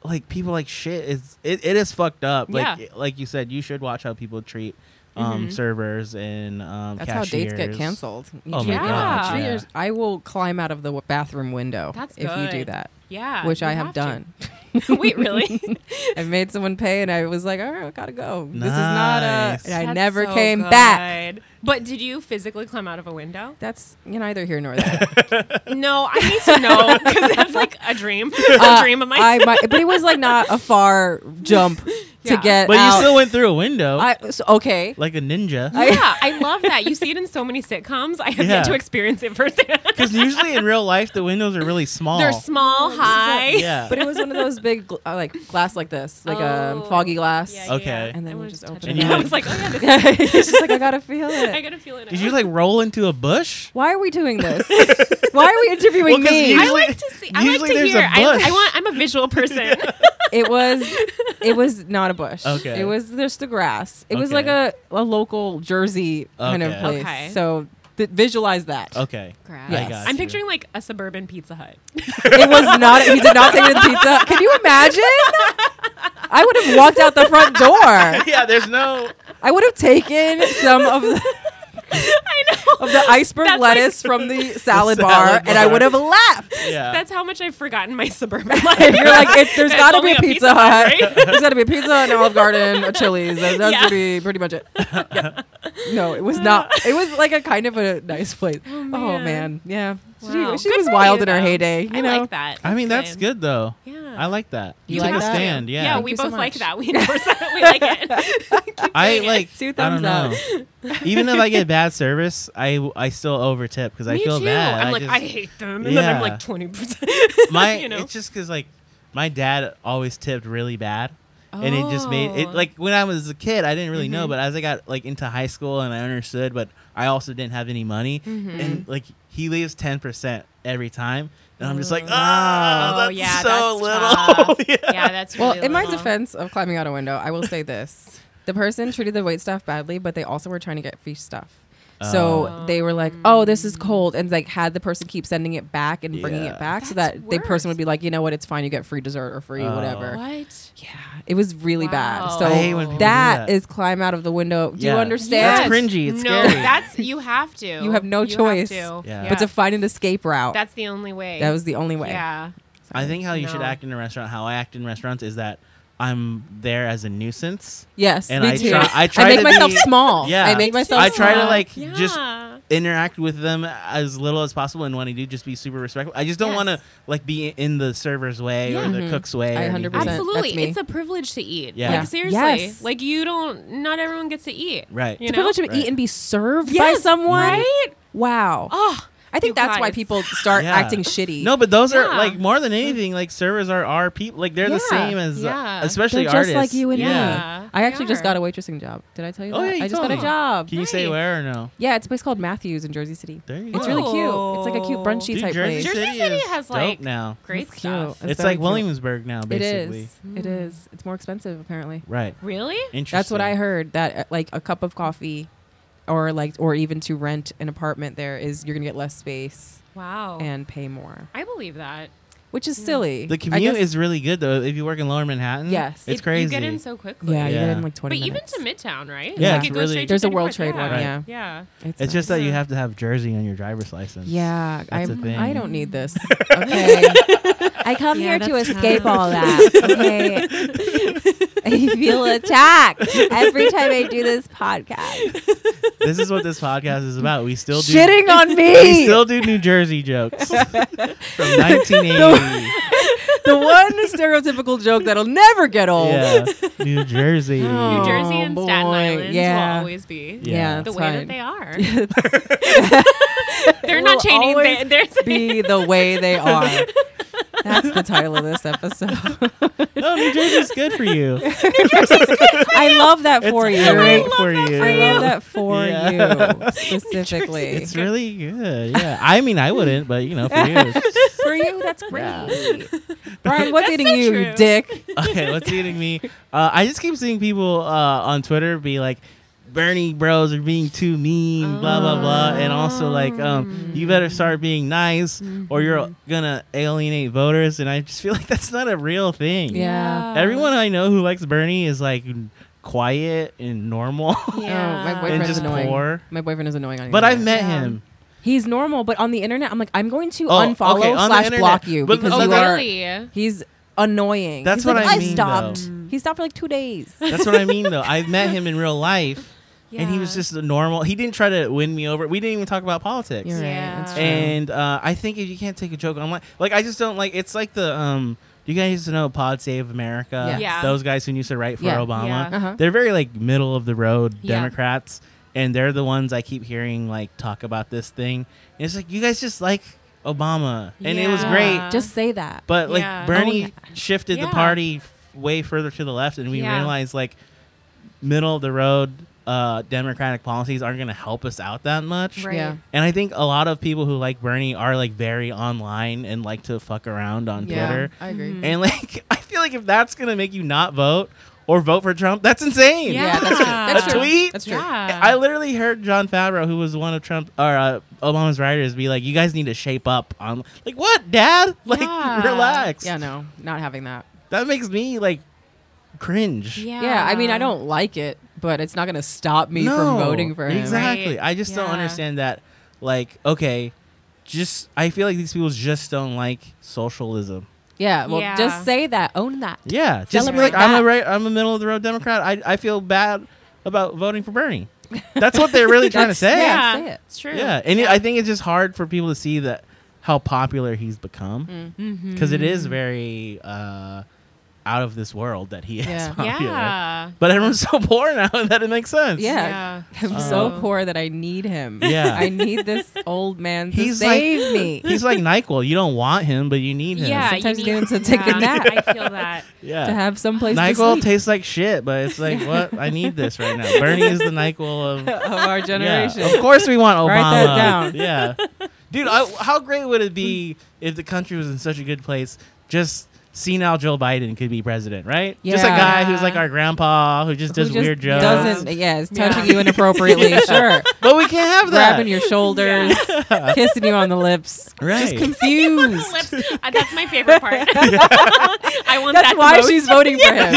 [SPEAKER 1] like people like shit is it, it is fucked up. Like
[SPEAKER 3] Yeah. Mm-hmm.
[SPEAKER 1] like you said, you should watch how people treat um servers and um
[SPEAKER 2] That's how
[SPEAKER 1] cashiers.
[SPEAKER 2] dates get canceled. You
[SPEAKER 1] Oh
[SPEAKER 3] my God,
[SPEAKER 2] treat
[SPEAKER 3] yeah.
[SPEAKER 2] yours- I will climb out of the w- bathroom window
[SPEAKER 3] That's
[SPEAKER 2] if you do
[SPEAKER 3] good.
[SPEAKER 2] that,
[SPEAKER 3] Yeah.
[SPEAKER 2] which
[SPEAKER 3] you
[SPEAKER 2] I have,
[SPEAKER 3] to.
[SPEAKER 2] done.
[SPEAKER 3] Wait, really?
[SPEAKER 2] I made someone pay, and I was like, "All right, I gotta go. This is not a."
[SPEAKER 1] Nice.
[SPEAKER 2] And I
[SPEAKER 3] That's
[SPEAKER 2] never
[SPEAKER 3] so
[SPEAKER 2] came back.
[SPEAKER 3] good. But did you physically climb out of a window?
[SPEAKER 2] That's you know, neither here nor there.
[SPEAKER 3] No, I need to know because that's like a dream,
[SPEAKER 2] Uh,
[SPEAKER 3] a dream of mine.
[SPEAKER 2] I might- but it was like not a far jump to
[SPEAKER 3] Yeah.
[SPEAKER 2] get.
[SPEAKER 1] But
[SPEAKER 2] out.
[SPEAKER 1] you still went through a window
[SPEAKER 2] I, so, okay.
[SPEAKER 1] like a ninja.
[SPEAKER 3] yeah, I love that. You see it in so many sitcoms. I have
[SPEAKER 1] Yeah.
[SPEAKER 3] yet to experience it firsthand.
[SPEAKER 1] Because usually in real life the windows are really small.
[SPEAKER 3] They're small, high.
[SPEAKER 1] Yeah.
[SPEAKER 2] But it was one of those big, gl- uh, like glass, like this, like a um,
[SPEAKER 3] Oh.
[SPEAKER 2] foggy glass.
[SPEAKER 3] Yeah,
[SPEAKER 1] yeah, Okay. yeah.
[SPEAKER 2] And then
[SPEAKER 3] I
[SPEAKER 2] we
[SPEAKER 3] wanted
[SPEAKER 2] just
[SPEAKER 3] to touch
[SPEAKER 2] open
[SPEAKER 1] it
[SPEAKER 3] it.
[SPEAKER 1] up.
[SPEAKER 3] I was like, oh yeah, this,
[SPEAKER 2] it's just like I gotta feel
[SPEAKER 3] I
[SPEAKER 2] it.
[SPEAKER 3] gotta feel it.
[SPEAKER 1] Did
[SPEAKER 3] now.
[SPEAKER 1] you like roll into a bush?
[SPEAKER 2] Why are we doing this? Why are we interviewing
[SPEAKER 1] 'cause
[SPEAKER 2] me?
[SPEAKER 3] I
[SPEAKER 1] usually-
[SPEAKER 3] like to see. I
[SPEAKER 1] usually
[SPEAKER 3] like to
[SPEAKER 1] there's a
[SPEAKER 3] hear. I,
[SPEAKER 1] bush.
[SPEAKER 3] I want. I'm a visual person.
[SPEAKER 2] it was it was not a bush.
[SPEAKER 1] Okay.
[SPEAKER 2] It was just the grass. It was
[SPEAKER 1] Okay.
[SPEAKER 2] like a, a local Jersey kind of
[SPEAKER 1] Okay.
[SPEAKER 2] place.
[SPEAKER 3] Okay.
[SPEAKER 2] So th- visualize that.
[SPEAKER 1] Okay.
[SPEAKER 2] Yes. got
[SPEAKER 3] I'm
[SPEAKER 1] you.
[SPEAKER 3] picturing like a suburban Pizza Hut.
[SPEAKER 2] It was not he did not take it to the pizza. Can you imagine? I would have walked out the front door.
[SPEAKER 1] yeah, there's no
[SPEAKER 2] I would have taken some of the
[SPEAKER 3] I know.
[SPEAKER 2] of the iceberg
[SPEAKER 3] That's like-
[SPEAKER 2] lettuce from the salad, bar,
[SPEAKER 1] salad
[SPEAKER 2] and I
[SPEAKER 1] bar.
[SPEAKER 2] would have left.
[SPEAKER 1] Yeah.
[SPEAKER 3] That's how much I've forgotten my suburban life.
[SPEAKER 2] If you're like, it's, there's
[SPEAKER 3] It's
[SPEAKER 2] got to be
[SPEAKER 3] only
[SPEAKER 2] a Pizza, Hut. There's got to be a Pizza Hut, an Olive Garden, a Chili's. That- That's
[SPEAKER 3] Yeah.
[SPEAKER 2] gonna be pretty much it. Yeah. No, it was not. It was like a kind of a nice place. Oh man,
[SPEAKER 3] man.
[SPEAKER 2] yeah.
[SPEAKER 3] Wow.
[SPEAKER 2] She, she
[SPEAKER 3] Good
[SPEAKER 2] was
[SPEAKER 3] for
[SPEAKER 2] wild
[SPEAKER 3] you,
[SPEAKER 2] in her
[SPEAKER 3] though.
[SPEAKER 2] heyday. You
[SPEAKER 3] I
[SPEAKER 2] know,
[SPEAKER 3] like that.
[SPEAKER 1] I mean that's good though.
[SPEAKER 3] Yeah.
[SPEAKER 1] I like that.
[SPEAKER 2] You
[SPEAKER 1] You,
[SPEAKER 2] like
[SPEAKER 1] take a
[SPEAKER 2] that?
[SPEAKER 1] stand, yeah.
[SPEAKER 3] Yeah,
[SPEAKER 2] Thank
[SPEAKER 3] we
[SPEAKER 2] you so
[SPEAKER 3] both like
[SPEAKER 2] much.
[SPEAKER 3] that. We endorse that. We like it.
[SPEAKER 1] I
[SPEAKER 3] doing it.
[SPEAKER 1] like
[SPEAKER 2] Two
[SPEAKER 1] I don't
[SPEAKER 2] thumbs up.
[SPEAKER 1] know. Even if I get bad service, I I still overtip because I
[SPEAKER 3] Me
[SPEAKER 1] feel
[SPEAKER 3] too.
[SPEAKER 1] bad.
[SPEAKER 3] I'm like, I
[SPEAKER 1] just-
[SPEAKER 3] hate them, and then
[SPEAKER 1] Yeah.
[SPEAKER 3] I'm like 20. percent
[SPEAKER 1] my
[SPEAKER 3] you know.
[SPEAKER 1] it's just because like my dad always tipped really bad and it just made it
[SPEAKER 3] Oh. Mm-hmm.
[SPEAKER 1] like when i was a kid i didn't really know but as i got like into high school and i understood but i also didn't have any money
[SPEAKER 3] Mm-hmm.
[SPEAKER 1] and like he leaves 10% every time and i'm just like ah
[SPEAKER 3] Oh,
[SPEAKER 1] that's
[SPEAKER 3] yeah,
[SPEAKER 1] so
[SPEAKER 3] that's
[SPEAKER 1] little
[SPEAKER 3] tough.
[SPEAKER 1] yeah.
[SPEAKER 3] yeah, that's
[SPEAKER 2] Well,
[SPEAKER 3] really
[SPEAKER 2] in my
[SPEAKER 3] little.
[SPEAKER 2] defense of climbing out a window, I will say this: the person treated the wait staff badly, but they also were trying to get free stuff. So
[SPEAKER 3] Oh.
[SPEAKER 2] they were like, "Oh, this is cold," and like had the person keep sending it back and bringing
[SPEAKER 1] Yeah.
[SPEAKER 2] it back, so
[SPEAKER 3] That's
[SPEAKER 2] that the person would
[SPEAKER 3] worse.
[SPEAKER 2] be like, "You know what? It's fine. You get free dessert or free
[SPEAKER 1] Oh.
[SPEAKER 2] whatever."
[SPEAKER 3] What?
[SPEAKER 2] Yeah, it was really bad.
[SPEAKER 3] Wow.
[SPEAKER 2] So
[SPEAKER 1] I hate when people do
[SPEAKER 2] that
[SPEAKER 1] that.
[SPEAKER 2] is climb out of the window. Do
[SPEAKER 1] Yeah.
[SPEAKER 2] you
[SPEAKER 1] That's
[SPEAKER 2] understand?
[SPEAKER 1] Yes. cringy. It's
[SPEAKER 3] no,
[SPEAKER 1] scary.
[SPEAKER 3] that's you have to.
[SPEAKER 2] You have no
[SPEAKER 3] have
[SPEAKER 2] choice
[SPEAKER 3] to.
[SPEAKER 1] Yeah.
[SPEAKER 2] But to find an escape route,
[SPEAKER 3] that's the only way.
[SPEAKER 2] that was the only way.
[SPEAKER 3] Yeah.
[SPEAKER 1] i think how you should
[SPEAKER 3] No.
[SPEAKER 1] act in a restaurant how i act in restaurants is that i'm there as a nuisance
[SPEAKER 2] Yes,
[SPEAKER 1] And
[SPEAKER 2] me
[SPEAKER 1] I
[SPEAKER 2] too.
[SPEAKER 1] try- I try
[SPEAKER 2] make
[SPEAKER 1] to
[SPEAKER 2] myself
[SPEAKER 1] be-
[SPEAKER 2] small.
[SPEAKER 1] Yeah.
[SPEAKER 2] I make
[SPEAKER 1] Me
[SPEAKER 2] myself.
[SPEAKER 1] I try to,
[SPEAKER 2] small.
[SPEAKER 1] like, just-
[SPEAKER 3] Yeah.
[SPEAKER 1] interact with them as little as possible and when I do just be super respectful. I just don't
[SPEAKER 3] Yes.
[SPEAKER 1] want to like be in the server's way
[SPEAKER 3] Yeah.
[SPEAKER 1] or the cook's way. or
[SPEAKER 2] I
[SPEAKER 1] anything.
[SPEAKER 2] 100% That's me.
[SPEAKER 3] Absolutely, it's a privilege to eat.
[SPEAKER 1] Yeah. Yeah.
[SPEAKER 3] Like seriously,
[SPEAKER 2] Yes.
[SPEAKER 3] like you don't. Not everyone gets to eat.
[SPEAKER 1] Right.
[SPEAKER 3] You
[SPEAKER 2] It's a
[SPEAKER 3] know?
[SPEAKER 2] privilege to
[SPEAKER 1] Right.
[SPEAKER 2] eat and be served by
[SPEAKER 3] Yes,
[SPEAKER 2] someone.
[SPEAKER 3] Right.
[SPEAKER 2] Wow.
[SPEAKER 3] Oh,
[SPEAKER 2] I think
[SPEAKER 3] You
[SPEAKER 2] that's why
[SPEAKER 3] guys.
[SPEAKER 2] people start
[SPEAKER 1] Yeah.
[SPEAKER 2] acting shitty.
[SPEAKER 1] No, but those are
[SPEAKER 3] Yeah. Mm-hmm.
[SPEAKER 1] like more than anything, like servers are our people. Like they're the
[SPEAKER 2] Yeah,
[SPEAKER 1] same as, uh,
[SPEAKER 3] yeah.
[SPEAKER 1] especially
[SPEAKER 2] They're just
[SPEAKER 1] artists.
[SPEAKER 2] like you and me.
[SPEAKER 1] yeah.
[SPEAKER 3] Yeah,
[SPEAKER 2] I
[SPEAKER 3] they
[SPEAKER 2] actually just
[SPEAKER 3] are.
[SPEAKER 2] got a waitressing job. Did I tell you
[SPEAKER 1] Oh
[SPEAKER 2] that?
[SPEAKER 1] yeah, you
[SPEAKER 2] I just
[SPEAKER 1] told
[SPEAKER 2] got a
[SPEAKER 1] me.
[SPEAKER 2] job.
[SPEAKER 1] Can you say
[SPEAKER 3] Nice.
[SPEAKER 1] where or no?
[SPEAKER 2] Yeah, it's a place called Matthews in Jersey City.
[SPEAKER 1] There you go.
[SPEAKER 2] It's really cute. It's like a cute brunchy
[SPEAKER 1] Oh. Dude,
[SPEAKER 2] type
[SPEAKER 1] Jersey,
[SPEAKER 2] place.
[SPEAKER 3] Jersey
[SPEAKER 1] City
[SPEAKER 3] City
[SPEAKER 1] is
[SPEAKER 3] has,
[SPEAKER 1] dope
[SPEAKER 3] like,
[SPEAKER 1] now.
[SPEAKER 3] Great
[SPEAKER 2] It's cute.
[SPEAKER 3] stuff.
[SPEAKER 1] It's,
[SPEAKER 2] very
[SPEAKER 1] like
[SPEAKER 2] cute.
[SPEAKER 1] Williamsburg now,
[SPEAKER 2] It
[SPEAKER 1] basically.
[SPEAKER 2] is. It
[SPEAKER 3] Hmm.
[SPEAKER 2] is. It's more expensive apparently.
[SPEAKER 1] Right.
[SPEAKER 3] Really?
[SPEAKER 1] Interesting.
[SPEAKER 2] That's what I heard. That uh, like a cup of coffee, or like or even to rent an apartment there is you're gonna get less space
[SPEAKER 3] Wow.
[SPEAKER 2] and pay more,
[SPEAKER 3] I believe that.
[SPEAKER 2] which
[SPEAKER 3] Mm.
[SPEAKER 2] is silly. I
[SPEAKER 1] The commute
[SPEAKER 2] guess-
[SPEAKER 1] is really good though. If you work in Lower Manhattan,
[SPEAKER 2] Yes.
[SPEAKER 1] it's
[SPEAKER 3] It-
[SPEAKER 1] crazy.
[SPEAKER 3] You get in so quickly.
[SPEAKER 2] yeah, you get
[SPEAKER 1] Yeah.
[SPEAKER 2] in like
[SPEAKER 3] But
[SPEAKER 2] twenty. minutes.
[SPEAKER 3] even to Midtown, right?
[SPEAKER 1] Yeah,
[SPEAKER 3] Like,
[SPEAKER 1] it's
[SPEAKER 3] it goes
[SPEAKER 1] really-
[SPEAKER 3] straight to
[SPEAKER 2] There's a
[SPEAKER 3] 35.
[SPEAKER 2] World Trade one,
[SPEAKER 1] yeah.
[SPEAKER 3] Yeah.
[SPEAKER 1] it's just that you have to have Jersey on your driver's license.
[SPEAKER 2] Yeah, I
[SPEAKER 1] That's a thing.
[SPEAKER 2] I don't need this. Okay,
[SPEAKER 4] I come
[SPEAKER 3] Yeah,
[SPEAKER 4] here to
[SPEAKER 3] that's
[SPEAKER 4] escape
[SPEAKER 3] tough.
[SPEAKER 4] all that. Okay. I feel attacked every time I do this podcast.
[SPEAKER 1] This is what this podcast is about. We still do
[SPEAKER 4] Shitting on
[SPEAKER 1] we
[SPEAKER 4] me.
[SPEAKER 1] still do New Jersey jokes from 1980.
[SPEAKER 2] the one stereotypical joke that'll never get old.
[SPEAKER 1] yeah, New Jersey.
[SPEAKER 2] Oh.
[SPEAKER 3] New Jersey and Staten
[SPEAKER 2] boy.
[SPEAKER 3] Island
[SPEAKER 2] Yeah.
[SPEAKER 3] will always be
[SPEAKER 1] Yeah.
[SPEAKER 2] Yeah,
[SPEAKER 3] the
[SPEAKER 2] that's
[SPEAKER 3] way
[SPEAKER 2] fine.
[SPEAKER 3] that they are. They're not
[SPEAKER 2] Will
[SPEAKER 3] changing. They,
[SPEAKER 2] always
[SPEAKER 3] they're
[SPEAKER 2] Be the way they are. That's the title of this episode.
[SPEAKER 1] No, New Jersey's good for you.
[SPEAKER 2] I love that for
[SPEAKER 1] it's
[SPEAKER 2] you.
[SPEAKER 1] Great for you.
[SPEAKER 2] I love that for
[SPEAKER 1] Yeah.
[SPEAKER 2] you specifically.
[SPEAKER 1] It's really good. Yeah, I mean, I wouldn't, but you know, for you.
[SPEAKER 2] for you, that's great. Brian, what's
[SPEAKER 3] That's
[SPEAKER 2] eating
[SPEAKER 3] so
[SPEAKER 2] you, you
[SPEAKER 3] true.
[SPEAKER 2] dick?
[SPEAKER 1] okay, what's eating me? Uh, I just keep seeing people uh, on Twitter be like, Bernie bros are being too mean, blah blah blah, and also like, um, you better start being nice, or you're
[SPEAKER 2] Mm-hmm.
[SPEAKER 1] gonna alienate voters. And I just feel like that's not a real thing.
[SPEAKER 2] Yeah.
[SPEAKER 1] Everyone I know who likes Bernie is like quiet and normal
[SPEAKER 2] Oh, my
[SPEAKER 1] and
[SPEAKER 2] boyfriend's
[SPEAKER 1] just
[SPEAKER 2] annoying.
[SPEAKER 1] poor.
[SPEAKER 2] My boyfriend is annoying on
[SPEAKER 1] But I've met
[SPEAKER 2] internet.
[SPEAKER 3] Yeah.
[SPEAKER 1] him.
[SPEAKER 2] He's normal, but on the internet, I'm like, I'm going to
[SPEAKER 1] Oh,
[SPEAKER 2] unfollow
[SPEAKER 1] okay, on the
[SPEAKER 2] slash
[SPEAKER 1] internet.
[SPEAKER 2] block you
[SPEAKER 1] But-
[SPEAKER 2] because
[SPEAKER 1] oh,
[SPEAKER 2] you
[SPEAKER 1] that-
[SPEAKER 2] are.
[SPEAKER 3] really.
[SPEAKER 2] He's annoying.
[SPEAKER 1] That's
[SPEAKER 2] He's
[SPEAKER 1] what
[SPEAKER 2] like,
[SPEAKER 1] I mean,
[SPEAKER 2] stopped.
[SPEAKER 1] though.
[SPEAKER 2] He stopped for like two days.
[SPEAKER 1] That's what I mean, though. I've met him in real life, and he
[SPEAKER 3] Yeah.
[SPEAKER 1] was just a normal. He didn't try to win me over. We didn't even talk about politics.
[SPEAKER 2] You're
[SPEAKER 3] Yeah.
[SPEAKER 2] right. That's true.
[SPEAKER 1] And uh, I think if you can't take a joke online, like I just don't like. It's like the um. You guys used to know Pod Save America.
[SPEAKER 2] Yes.
[SPEAKER 3] Yeah.
[SPEAKER 1] Those guys who used to write for
[SPEAKER 2] Yeah.
[SPEAKER 1] Obama.
[SPEAKER 3] Yeah.
[SPEAKER 2] Uh-huh.
[SPEAKER 1] They're very like middle of the road
[SPEAKER 3] Yeah.
[SPEAKER 1] Democrats, and they're the ones I keep hearing like talk about this thing. And it's like you guys just like Obama, and it was
[SPEAKER 3] Yeah.
[SPEAKER 1] great.
[SPEAKER 2] Just say that.
[SPEAKER 1] But like
[SPEAKER 3] Yeah.
[SPEAKER 1] Bernie
[SPEAKER 2] Oh,
[SPEAKER 1] shifted the
[SPEAKER 3] Yeah.
[SPEAKER 1] party f- way further to the left, and we
[SPEAKER 3] Yeah.
[SPEAKER 1] realized like middle of the road uh, Democratic policies aren't going to help us out that much.
[SPEAKER 3] Right.
[SPEAKER 2] Yeah.
[SPEAKER 1] And I think a lot of people who like Bernie are like very online and like to fuck around on Twitter.
[SPEAKER 2] I agree.
[SPEAKER 3] Mhm.
[SPEAKER 1] And like, I feel like if that's going to make you not vote or vote for Trump, that's insane.
[SPEAKER 2] Yeah, that's true.
[SPEAKER 3] Yeah.
[SPEAKER 2] That's
[SPEAKER 1] A
[SPEAKER 2] true.
[SPEAKER 1] tweet?
[SPEAKER 2] That's true.
[SPEAKER 3] Yeah.
[SPEAKER 1] I literally heard John Favreau, who was one of Trump or uh, Obama's writers, be like, "You guys need to shape up." On like, what, Dad? Like,
[SPEAKER 3] Yeah.
[SPEAKER 1] relax.
[SPEAKER 2] Yeah, no, not having that.
[SPEAKER 1] That makes me like cringe.
[SPEAKER 3] yeah.
[SPEAKER 2] Yeah, I mean, I don't like it, but it's not going to stop me from
[SPEAKER 1] No,
[SPEAKER 2] voting for him.
[SPEAKER 1] Exactly.
[SPEAKER 3] right?
[SPEAKER 1] I just don't
[SPEAKER 3] Yeah.
[SPEAKER 1] understand that. Like, okay, just I feel like these people just don't like socialism.
[SPEAKER 2] Yeah, well,
[SPEAKER 3] Yeah.
[SPEAKER 2] just say that. Own that.
[SPEAKER 1] Yeah, just be
[SPEAKER 2] Celebrate
[SPEAKER 1] like I'm a
[SPEAKER 2] that.
[SPEAKER 1] right, I'm a middle of the road Democrat. I I feel bad about voting for Bernie. That's what they're really trying to
[SPEAKER 2] That's-
[SPEAKER 1] say.
[SPEAKER 2] yeah.
[SPEAKER 1] Yeah,
[SPEAKER 2] say it.
[SPEAKER 3] It's true.
[SPEAKER 1] and it- I think it's just hard for people to see that how popular he's become.
[SPEAKER 2] Mm.
[SPEAKER 3] Mm-hmm.
[SPEAKER 1] because is very uh, out of this world that he is.
[SPEAKER 2] Yeah.
[SPEAKER 1] popular.
[SPEAKER 3] Yeah.
[SPEAKER 1] But everyone's so poor now that it makes sense.
[SPEAKER 2] Yeah. I'm so
[SPEAKER 3] True.
[SPEAKER 2] poor that I need him.
[SPEAKER 1] Oh. Yeah.
[SPEAKER 2] I need this old man to
[SPEAKER 1] He's like-
[SPEAKER 2] save me.
[SPEAKER 1] He's like NyQuil. You don't want him, but you need him.
[SPEAKER 3] Yeah, you
[SPEAKER 2] Sometimes
[SPEAKER 3] need-
[SPEAKER 2] you need to take a
[SPEAKER 3] yeah,
[SPEAKER 2] nap.
[SPEAKER 3] I feel that.
[SPEAKER 1] Yeah.
[SPEAKER 2] To have some place to
[SPEAKER 1] NyQuil
[SPEAKER 2] sleep
[SPEAKER 1] tastes like shit, but it's like, what? I need this right now. Bernie is the NyQuil of.
[SPEAKER 2] of our
[SPEAKER 1] Yeah.
[SPEAKER 2] generation.
[SPEAKER 1] Of course we want Obama.
[SPEAKER 2] Write that down.
[SPEAKER 1] Yeah. Dude, I, how great would it be if the country was in such a good place? Just senile Joe Biden could be president, right? Just a
[SPEAKER 2] Yeah.
[SPEAKER 1] guy who's like our grandpa who just
[SPEAKER 2] Who
[SPEAKER 1] does
[SPEAKER 2] just
[SPEAKER 1] weird jokes.
[SPEAKER 2] Doesn't yeah, it's
[SPEAKER 3] Yeah.
[SPEAKER 2] touching you inappropriately. Sure,
[SPEAKER 1] But we can't have that.
[SPEAKER 2] grabbing your shoulders, kissing you on the lips. Just
[SPEAKER 1] Right.
[SPEAKER 2] confused.
[SPEAKER 3] Lips. Uh, that's my favorite part. I want
[SPEAKER 2] That's
[SPEAKER 3] that
[SPEAKER 2] why
[SPEAKER 3] the most.
[SPEAKER 2] she's voting for him.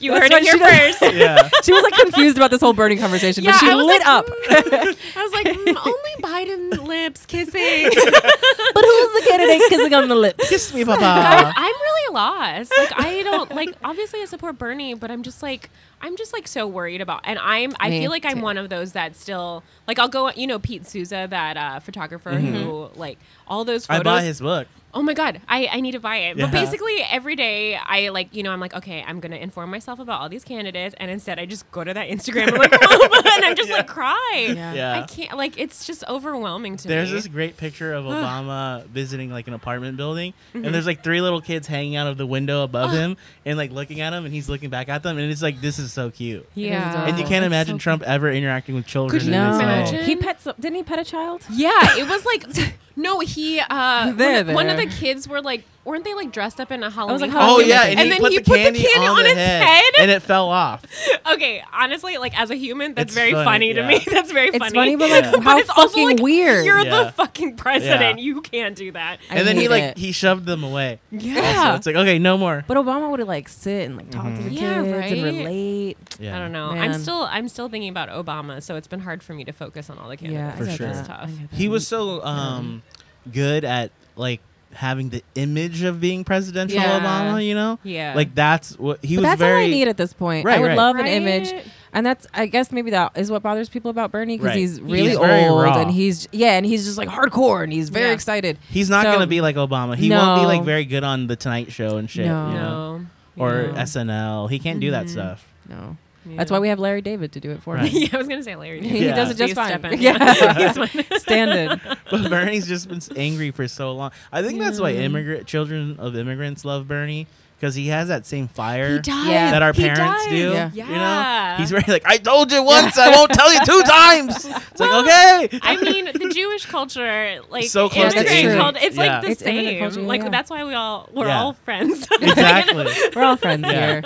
[SPEAKER 3] You
[SPEAKER 2] that's
[SPEAKER 3] heard
[SPEAKER 2] why
[SPEAKER 3] it here
[SPEAKER 2] she does-
[SPEAKER 3] first.
[SPEAKER 1] yeah.
[SPEAKER 2] She was like confused about this whole burning conversation,
[SPEAKER 3] Yeah,
[SPEAKER 2] but she
[SPEAKER 3] I was
[SPEAKER 2] lit
[SPEAKER 3] like, mm.
[SPEAKER 2] up.
[SPEAKER 3] I was like, mm, only Biden lips kissing.
[SPEAKER 2] but who's the candidate kissing on the lips?
[SPEAKER 1] Kiss me,
[SPEAKER 3] Guys,
[SPEAKER 1] Papa.
[SPEAKER 3] I'm really lost. Like I don't like. Obviously, I support Bernie, but I'm just like I'm just like so worried about, and I'm I
[SPEAKER 2] Me
[SPEAKER 3] feel like I'm
[SPEAKER 2] too.
[SPEAKER 3] one of those that still like I'll go, you know, Pete Souza, that uh, photographer who like all those
[SPEAKER 1] I
[SPEAKER 3] photos.
[SPEAKER 1] bought his book.
[SPEAKER 3] oh my god, I I need to buy it. But
[SPEAKER 1] Yeah.
[SPEAKER 3] basically every day I like you know I'm like okay I'm gonna inform myself about all these candidates, and instead I just go to that Instagram and, like, and I'm just like cry.
[SPEAKER 2] Yeah.
[SPEAKER 1] Yeah.
[SPEAKER 3] I can't like it's just overwhelming to
[SPEAKER 1] There's
[SPEAKER 3] me.
[SPEAKER 1] this great picture of Obama visiting like an apartment building,
[SPEAKER 2] Mm-hmm.
[SPEAKER 1] and there's like three little kids hanging out of the window above him and like looking at him, and he's looking back at them, and it's like this is so cute.
[SPEAKER 3] yeah.
[SPEAKER 1] And you
[SPEAKER 2] Oh,
[SPEAKER 1] can't
[SPEAKER 2] that's
[SPEAKER 1] imagine
[SPEAKER 2] so
[SPEAKER 1] Trump ever interacting with children.
[SPEAKER 3] Could you
[SPEAKER 1] in this way.
[SPEAKER 3] imagine?
[SPEAKER 2] He pet. some- Didn't he pet a child?
[SPEAKER 3] Yeah, it was like no, he uh
[SPEAKER 2] There,
[SPEAKER 3] one, one of
[SPEAKER 2] there.
[SPEAKER 3] the kids were like weren't they like dressed up in a Halloween?
[SPEAKER 2] was like,
[SPEAKER 3] costume?
[SPEAKER 1] Oh
[SPEAKER 2] Halloween, I
[SPEAKER 1] yeah,
[SPEAKER 2] think.
[SPEAKER 1] and,
[SPEAKER 3] And
[SPEAKER 1] he
[SPEAKER 3] then
[SPEAKER 1] put
[SPEAKER 3] he
[SPEAKER 1] the
[SPEAKER 3] put the
[SPEAKER 1] candy
[SPEAKER 3] candy
[SPEAKER 1] on,
[SPEAKER 3] on
[SPEAKER 1] the
[SPEAKER 3] its
[SPEAKER 1] head,
[SPEAKER 3] head?
[SPEAKER 1] and it fell off.
[SPEAKER 3] okay, honestly, like as a human, that's
[SPEAKER 1] It's
[SPEAKER 3] very
[SPEAKER 1] funny,
[SPEAKER 3] funny, to
[SPEAKER 1] yeah.
[SPEAKER 3] me. That's very
[SPEAKER 2] It's
[SPEAKER 3] funny.
[SPEAKER 2] funny, but like
[SPEAKER 1] Yeah. But
[SPEAKER 2] how
[SPEAKER 3] it's also,
[SPEAKER 2] fucking
[SPEAKER 3] like,
[SPEAKER 2] weird.
[SPEAKER 3] You're
[SPEAKER 1] Yeah.
[SPEAKER 3] the fucking president.
[SPEAKER 1] Yeah.
[SPEAKER 3] You can't do that.
[SPEAKER 2] I
[SPEAKER 1] and then he
[SPEAKER 2] hate
[SPEAKER 1] like
[SPEAKER 2] it.
[SPEAKER 1] he shoved them away.
[SPEAKER 3] Yeah.
[SPEAKER 1] So it's like okay, no more.
[SPEAKER 2] But Obama would have like sit and like talk to the
[SPEAKER 3] Yeah,
[SPEAKER 2] kids and
[SPEAKER 3] right?
[SPEAKER 2] relate.
[SPEAKER 1] Yeah.
[SPEAKER 3] I don't know.
[SPEAKER 2] Man.
[SPEAKER 3] I'm still I'm still thinking about Obama, so it's been hard for me to focus on all the
[SPEAKER 2] Yeah,
[SPEAKER 3] candidates.
[SPEAKER 2] I
[SPEAKER 1] For
[SPEAKER 2] get
[SPEAKER 1] sure.
[SPEAKER 2] that.
[SPEAKER 3] It's tough.
[SPEAKER 2] I get that.
[SPEAKER 1] He was so um, good at like having the image of being presidential
[SPEAKER 2] Yeah.
[SPEAKER 1] Obama. You know,
[SPEAKER 3] Yeah.
[SPEAKER 1] like that's what he
[SPEAKER 2] But
[SPEAKER 1] was
[SPEAKER 2] that's
[SPEAKER 1] very.
[SPEAKER 2] all I need at this point.
[SPEAKER 1] Right,
[SPEAKER 2] I would
[SPEAKER 1] right.
[SPEAKER 2] love an
[SPEAKER 3] Right?
[SPEAKER 2] image, and that's I guess maybe that is what bothers people about Bernie because
[SPEAKER 1] Right.
[SPEAKER 2] he's
[SPEAKER 1] He's
[SPEAKER 2] really
[SPEAKER 1] very
[SPEAKER 2] old
[SPEAKER 1] raw.
[SPEAKER 2] and he's yeah, and he's just like hardcore and he's very
[SPEAKER 3] Yeah.
[SPEAKER 2] excited.
[SPEAKER 1] He's not
[SPEAKER 2] So-
[SPEAKER 1] gonna be like Obama. He won't be
[SPEAKER 2] No.
[SPEAKER 1] like very good on the Tonight Show and shit.
[SPEAKER 2] No.
[SPEAKER 1] You know?
[SPEAKER 3] No.
[SPEAKER 1] Or
[SPEAKER 2] No.
[SPEAKER 1] SNL. He can't do that stuff.
[SPEAKER 2] No,
[SPEAKER 3] Yeah.
[SPEAKER 2] that's why we have Larry David to do it for
[SPEAKER 1] Right.
[SPEAKER 2] me.
[SPEAKER 3] yeah, I was gonna say Larry.
[SPEAKER 2] He
[SPEAKER 1] Yeah.
[SPEAKER 2] does it just
[SPEAKER 3] Please
[SPEAKER 2] fine.
[SPEAKER 3] step in.
[SPEAKER 2] Yeah,
[SPEAKER 3] He's fine.
[SPEAKER 2] standard.
[SPEAKER 1] But Bernie's just been s- angry for so long. I think that's why immigrant children of immigrants love Bernie because he has that same fire.
[SPEAKER 3] He does.
[SPEAKER 2] Yeah.
[SPEAKER 1] That our
[SPEAKER 3] He
[SPEAKER 1] parents
[SPEAKER 3] does.
[SPEAKER 1] do,
[SPEAKER 2] Yeah.
[SPEAKER 1] you know,
[SPEAKER 3] Yeah.
[SPEAKER 1] he's very like, I told you once, I won't tell you two times. It's like okay,
[SPEAKER 3] I mean, the Jewish culture, like
[SPEAKER 1] So close
[SPEAKER 2] to
[SPEAKER 3] immigrant
[SPEAKER 2] immigrant.
[SPEAKER 3] culture, it's
[SPEAKER 1] Yeah.
[SPEAKER 3] like the
[SPEAKER 2] It's immigrant
[SPEAKER 3] same.
[SPEAKER 2] culture,
[SPEAKER 3] like
[SPEAKER 2] yeah.
[SPEAKER 3] that's why we all we're
[SPEAKER 1] Yeah.
[SPEAKER 3] all friends.
[SPEAKER 1] exactly.
[SPEAKER 2] We're all friends
[SPEAKER 1] Yeah.
[SPEAKER 2] here.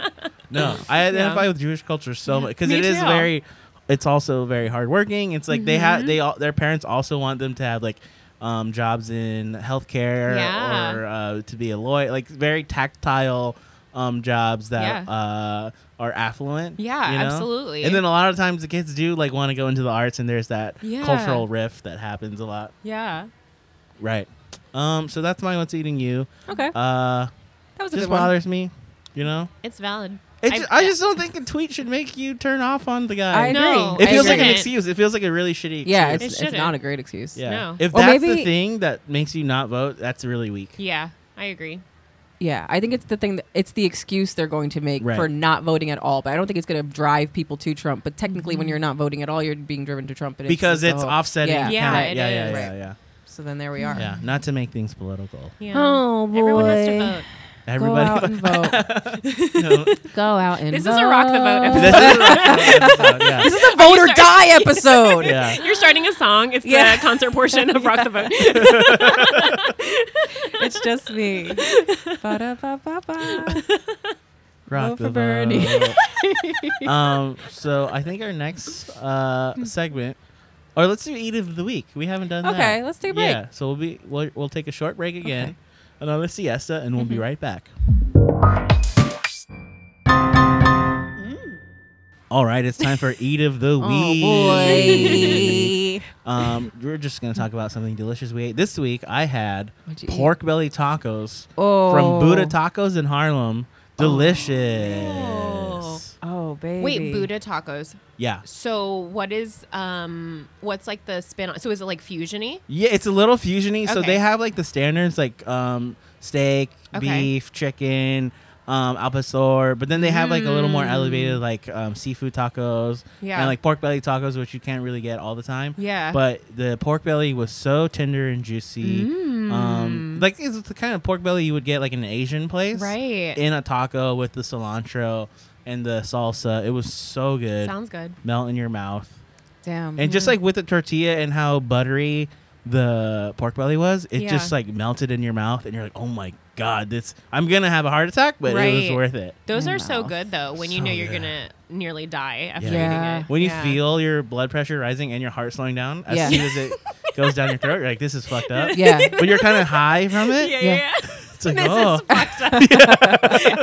[SPEAKER 1] No, I identify with Jewish culture so much because
[SPEAKER 3] Me
[SPEAKER 1] it is
[SPEAKER 3] too.
[SPEAKER 1] very. It's also very hardworking. It's like they
[SPEAKER 3] Mm-hmm.
[SPEAKER 1] have they all their parents also want them to have like um, jobs in healthcare
[SPEAKER 3] Yeah.
[SPEAKER 1] or uh, to be a lawyer, like very tactile um, jobs that
[SPEAKER 3] Yeah.
[SPEAKER 1] uh, are affluent.
[SPEAKER 3] Yeah,
[SPEAKER 1] you know?
[SPEAKER 3] absolutely.
[SPEAKER 1] And then a lot of times the kids do like want to go into the arts, and there's that
[SPEAKER 3] Yeah.
[SPEAKER 1] cultural rift that happens a lot.
[SPEAKER 3] yeah.
[SPEAKER 1] Right. Um. So that's my what's eating you.
[SPEAKER 2] Okay,
[SPEAKER 1] Uh,
[SPEAKER 2] that was a
[SPEAKER 1] just
[SPEAKER 2] good one.
[SPEAKER 1] bothers me. You know.
[SPEAKER 3] It's valid.
[SPEAKER 1] It
[SPEAKER 3] I-
[SPEAKER 1] ju- I just don't think a tweet should make you turn off on the guy.
[SPEAKER 2] I
[SPEAKER 3] No,
[SPEAKER 2] agree.
[SPEAKER 1] it
[SPEAKER 2] I
[SPEAKER 1] feels like
[SPEAKER 2] agree.
[SPEAKER 1] an
[SPEAKER 3] shouldn't.
[SPEAKER 1] excuse. It feels like a really shitty. excuse.
[SPEAKER 2] yeah,
[SPEAKER 3] It
[SPEAKER 2] it's, it's
[SPEAKER 3] shouldn't.
[SPEAKER 2] not a great excuse.
[SPEAKER 1] yeah.
[SPEAKER 3] No.
[SPEAKER 1] If
[SPEAKER 2] Or
[SPEAKER 1] that's the
[SPEAKER 2] maybe-
[SPEAKER 1] thing that makes you not vote, that's really weak.
[SPEAKER 3] Yeah, I agree.
[SPEAKER 2] Yeah, I think it's the thing that it's the excuse they're going to make
[SPEAKER 1] Right.
[SPEAKER 2] for not voting at all. But I don't think it's going to drive people to Trump. But technically,
[SPEAKER 3] Mm-hmm.
[SPEAKER 2] when you're not voting at all, you're being driven to Trump and
[SPEAKER 1] Because
[SPEAKER 2] just
[SPEAKER 1] it's
[SPEAKER 2] a whole-
[SPEAKER 1] offsetting.
[SPEAKER 2] Yeah.
[SPEAKER 1] count.
[SPEAKER 3] Yeah,
[SPEAKER 1] yeah,
[SPEAKER 3] it
[SPEAKER 1] yeah, yeah,
[SPEAKER 3] is.
[SPEAKER 1] yeah,
[SPEAKER 2] Right.
[SPEAKER 1] yeah,
[SPEAKER 2] So then there we are.
[SPEAKER 1] Yeah, Not to make things political.
[SPEAKER 3] Yeah.
[SPEAKER 2] Oh boy,
[SPEAKER 3] Everyone has to vote.
[SPEAKER 2] go
[SPEAKER 1] Everybody.
[SPEAKER 2] out and vote.
[SPEAKER 1] No.
[SPEAKER 2] Go out and
[SPEAKER 3] This
[SPEAKER 2] vote.
[SPEAKER 3] is a rock the vote
[SPEAKER 1] This
[SPEAKER 3] episode.
[SPEAKER 1] is- yeah.
[SPEAKER 2] This is a vote or die episode.
[SPEAKER 1] Yeah.
[SPEAKER 3] You're starting a song. It's
[SPEAKER 2] Yeah.
[SPEAKER 3] the concert portion of Rock the Vote.
[SPEAKER 2] It's just me. Ba-da-ba-ba-ba.
[SPEAKER 1] Rock
[SPEAKER 2] Vote
[SPEAKER 1] the
[SPEAKER 2] for Bernie.
[SPEAKER 1] vote. um. So I think our next uh segment. Or let's do eat of the week. We haven't done that.
[SPEAKER 2] Hmm. Okay, let's take a break.
[SPEAKER 1] Yeah, so we'll be we'll, we'll take a short break again,
[SPEAKER 2] Okay. Mm-hmm.
[SPEAKER 1] another siesta, and we'll be right back. All right, it's time for eat of the
[SPEAKER 2] Mm. Oh
[SPEAKER 1] week.
[SPEAKER 2] boy.
[SPEAKER 1] um, we're just gonna talk about something delicious we ate this week. I had
[SPEAKER 2] What'd you eat?
[SPEAKER 1] pork belly tacos
[SPEAKER 2] oh.
[SPEAKER 1] from Buddha Tacos in Harlem. Delicious.
[SPEAKER 3] Oh.
[SPEAKER 2] Oh baby.
[SPEAKER 3] Wait, Buddha tacos.
[SPEAKER 1] Yeah.
[SPEAKER 3] So what is um what's like the spin on so is it like fusiony?
[SPEAKER 1] Yeah, it's a little fusiony. So
[SPEAKER 3] Okay.
[SPEAKER 1] they have like the standards like um steak,
[SPEAKER 3] Okay.
[SPEAKER 1] beef, chicken, um al pastor, but then they have like a little more elevated like um seafood tacos
[SPEAKER 3] Mm. Yeah.
[SPEAKER 1] and like pork belly tacos which you can't really get all the time.
[SPEAKER 3] Yeah.
[SPEAKER 1] But the pork belly was so tender and juicy.
[SPEAKER 3] Mm.
[SPEAKER 1] Um like it's the kind of pork belly you would get like in an Asian place.
[SPEAKER 3] Right.
[SPEAKER 1] In a taco with the cilantro and the salsa. It was so good.
[SPEAKER 3] Sounds Mm-hmm. good.
[SPEAKER 1] Melt in your mouth.
[SPEAKER 2] Damn.
[SPEAKER 1] And just like with the tortilla and how buttery the pork belly was, it
[SPEAKER 3] Yeah.
[SPEAKER 1] just like melted in your mouth, and you're like, oh my god, this I'm gonna have a heart attack, but it was
[SPEAKER 3] Right.
[SPEAKER 1] worth it.
[SPEAKER 3] Those
[SPEAKER 2] My
[SPEAKER 3] are so
[SPEAKER 2] mouth.
[SPEAKER 3] good though when you
[SPEAKER 1] So
[SPEAKER 3] know you're
[SPEAKER 1] good.
[SPEAKER 3] gonna nearly die after
[SPEAKER 1] Yeah.
[SPEAKER 2] Yeah.
[SPEAKER 3] eating it.
[SPEAKER 1] When you
[SPEAKER 3] Yeah.
[SPEAKER 1] feel your blood pressure rising and your heart slowing down, as
[SPEAKER 2] Yeah.
[SPEAKER 1] soon as it goes down your throat, you're like, this is fucked up.
[SPEAKER 2] yeah.
[SPEAKER 1] But you're kind of high from it.
[SPEAKER 3] Yeah,
[SPEAKER 2] Yeah.
[SPEAKER 3] yeah, yeah.
[SPEAKER 1] It's like,
[SPEAKER 3] This
[SPEAKER 1] oh,
[SPEAKER 3] is fucked up.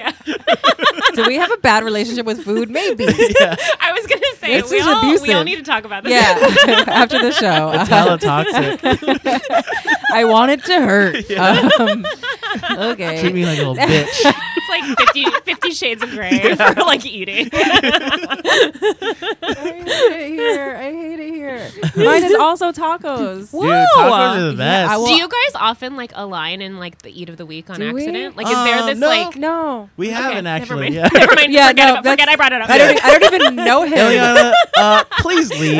[SPEAKER 2] Do we have a bad relationship with food? Maybe.
[SPEAKER 3] I was gonna say
[SPEAKER 2] This
[SPEAKER 3] we
[SPEAKER 2] is
[SPEAKER 3] all we all
[SPEAKER 2] abusive.
[SPEAKER 3] need to talk about this.
[SPEAKER 2] Yeah. After the show.
[SPEAKER 1] hella toxic.
[SPEAKER 2] I want it to hurt. Um, okay.
[SPEAKER 1] Treat me like a little bitch.
[SPEAKER 3] It's like 50, 50 shades of gray for like eating.
[SPEAKER 2] I hate it here. I hate it here. Mine is also tacos.
[SPEAKER 1] Dude, tacos are the
[SPEAKER 2] Yeah,
[SPEAKER 1] best.
[SPEAKER 2] I will-
[SPEAKER 3] Do you guys often like align in like the eat of the week on
[SPEAKER 2] Do we?
[SPEAKER 3] accident? Like, is there
[SPEAKER 1] Um,
[SPEAKER 3] this
[SPEAKER 1] no.
[SPEAKER 3] like?
[SPEAKER 2] No.
[SPEAKER 1] we
[SPEAKER 3] Okay,
[SPEAKER 1] haven't actually.
[SPEAKER 3] Never
[SPEAKER 1] Yeah.
[SPEAKER 3] mind. Never mind.
[SPEAKER 2] Yeah,
[SPEAKER 3] forget,
[SPEAKER 2] no,
[SPEAKER 3] about-
[SPEAKER 2] that's-
[SPEAKER 3] forget I brought it up.
[SPEAKER 2] I don't. e, I don't even know him.
[SPEAKER 1] Ileana, uh, please leave.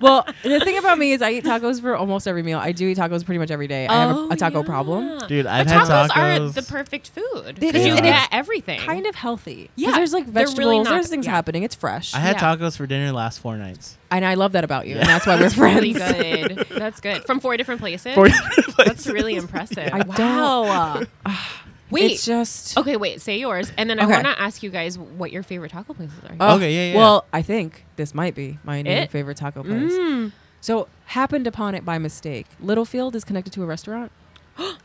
[SPEAKER 2] well, the thing about me is I eat tacos for almost every meal. I do eat tacos pretty much every day. I
[SPEAKER 3] Oh,
[SPEAKER 2] have a, a taco problem.
[SPEAKER 1] Dude,
[SPEAKER 3] But
[SPEAKER 1] I've had
[SPEAKER 3] tacos, are
[SPEAKER 1] tacos.
[SPEAKER 3] the perfect food.
[SPEAKER 2] It
[SPEAKER 3] 'cause
[SPEAKER 1] is,
[SPEAKER 3] you
[SPEAKER 1] and
[SPEAKER 3] get
[SPEAKER 1] it's
[SPEAKER 3] everything.
[SPEAKER 2] Kind of healthy. 'Cause
[SPEAKER 3] Yeah,
[SPEAKER 2] There's like
[SPEAKER 3] they're
[SPEAKER 2] vegetables.
[SPEAKER 3] really not-
[SPEAKER 2] there's things
[SPEAKER 3] yeah.
[SPEAKER 2] happening. It's fresh.
[SPEAKER 1] I had
[SPEAKER 3] Yeah.
[SPEAKER 1] tacos for dinner last four nights.
[SPEAKER 2] and I love that about you. And that's why we're friends.
[SPEAKER 3] really good. That's good. From four different places.
[SPEAKER 1] Four different
[SPEAKER 3] That's
[SPEAKER 1] places.
[SPEAKER 3] really impressive.
[SPEAKER 2] I
[SPEAKER 3] wow. Wait.
[SPEAKER 2] It's just.
[SPEAKER 3] okay, wait. Say yours, and then
[SPEAKER 2] Okay.
[SPEAKER 3] I want to ask you guys what your favorite taco places are.
[SPEAKER 2] Oh,
[SPEAKER 1] Okay, yeah, yeah.
[SPEAKER 2] Well, I think this might be my new
[SPEAKER 3] It?
[SPEAKER 2] favorite taco place.
[SPEAKER 3] Mm.
[SPEAKER 2] So happened upon it by mistake. Littlefield is connected to a restaurant.
[SPEAKER 1] Oh,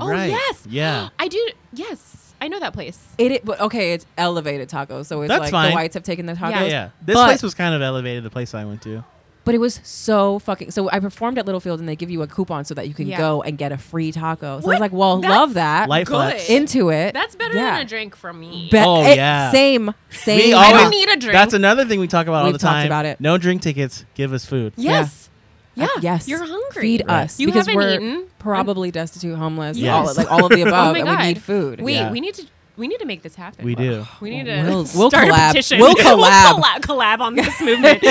[SPEAKER 3] Oh,
[SPEAKER 1] right.
[SPEAKER 3] yes.
[SPEAKER 1] Yeah.
[SPEAKER 3] I do. Yes, I know that place.
[SPEAKER 2] It, it but okay, it's elevated tacos, so it's
[SPEAKER 1] That's
[SPEAKER 2] like
[SPEAKER 1] fine.
[SPEAKER 2] the whites have taken the tacos.
[SPEAKER 3] Yeah.
[SPEAKER 1] Yeah. This
[SPEAKER 2] But-
[SPEAKER 1] place was kind of elevated, the place I went to.
[SPEAKER 2] But it was so fucking. So I performed at Littlefield, and they give you a coupon so that you can
[SPEAKER 3] Yeah.
[SPEAKER 2] go and get a free taco. So I was
[SPEAKER 3] What?
[SPEAKER 2] like, well,
[SPEAKER 3] That's
[SPEAKER 2] love that.
[SPEAKER 1] Life
[SPEAKER 3] Uh, good.
[SPEAKER 1] flex.
[SPEAKER 2] into it.
[SPEAKER 3] That's better
[SPEAKER 2] Yeah.
[SPEAKER 3] than a drink from me.
[SPEAKER 2] Be-
[SPEAKER 1] Oh,
[SPEAKER 2] it-
[SPEAKER 1] yeah.
[SPEAKER 2] Same. Same.
[SPEAKER 1] We
[SPEAKER 3] I
[SPEAKER 1] always-
[SPEAKER 3] don't need a drink.
[SPEAKER 1] That's another thing we talk about all the
[SPEAKER 2] We've talked
[SPEAKER 1] time.
[SPEAKER 2] about it.
[SPEAKER 1] No drink tickets. Give us food.
[SPEAKER 3] yes.
[SPEAKER 2] Uh,
[SPEAKER 3] Yeah.
[SPEAKER 2] yes.
[SPEAKER 3] You're hungry.
[SPEAKER 2] Feed
[SPEAKER 1] Right.
[SPEAKER 2] us.
[SPEAKER 3] You
[SPEAKER 2] because
[SPEAKER 3] haven't
[SPEAKER 2] we're
[SPEAKER 3] eaten. Oh
[SPEAKER 2] Probably destitute, homeless,
[SPEAKER 1] Yes.
[SPEAKER 2] all, like all of the above,
[SPEAKER 3] my
[SPEAKER 2] and
[SPEAKER 3] God.
[SPEAKER 2] we need food.
[SPEAKER 3] Wait,
[SPEAKER 1] Yeah.
[SPEAKER 3] we need to we need to make this happen.
[SPEAKER 1] We do.
[SPEAKER 3] We need to
[SPEAKER 2] We'll- we'll
[SPEAKER 3] start
[SPEAKER 2] collab.
[SPEAKER 3] a petition.
[SPEAKER 2] We'll collab.
[SPEAKER 3] collab, collab on this movement.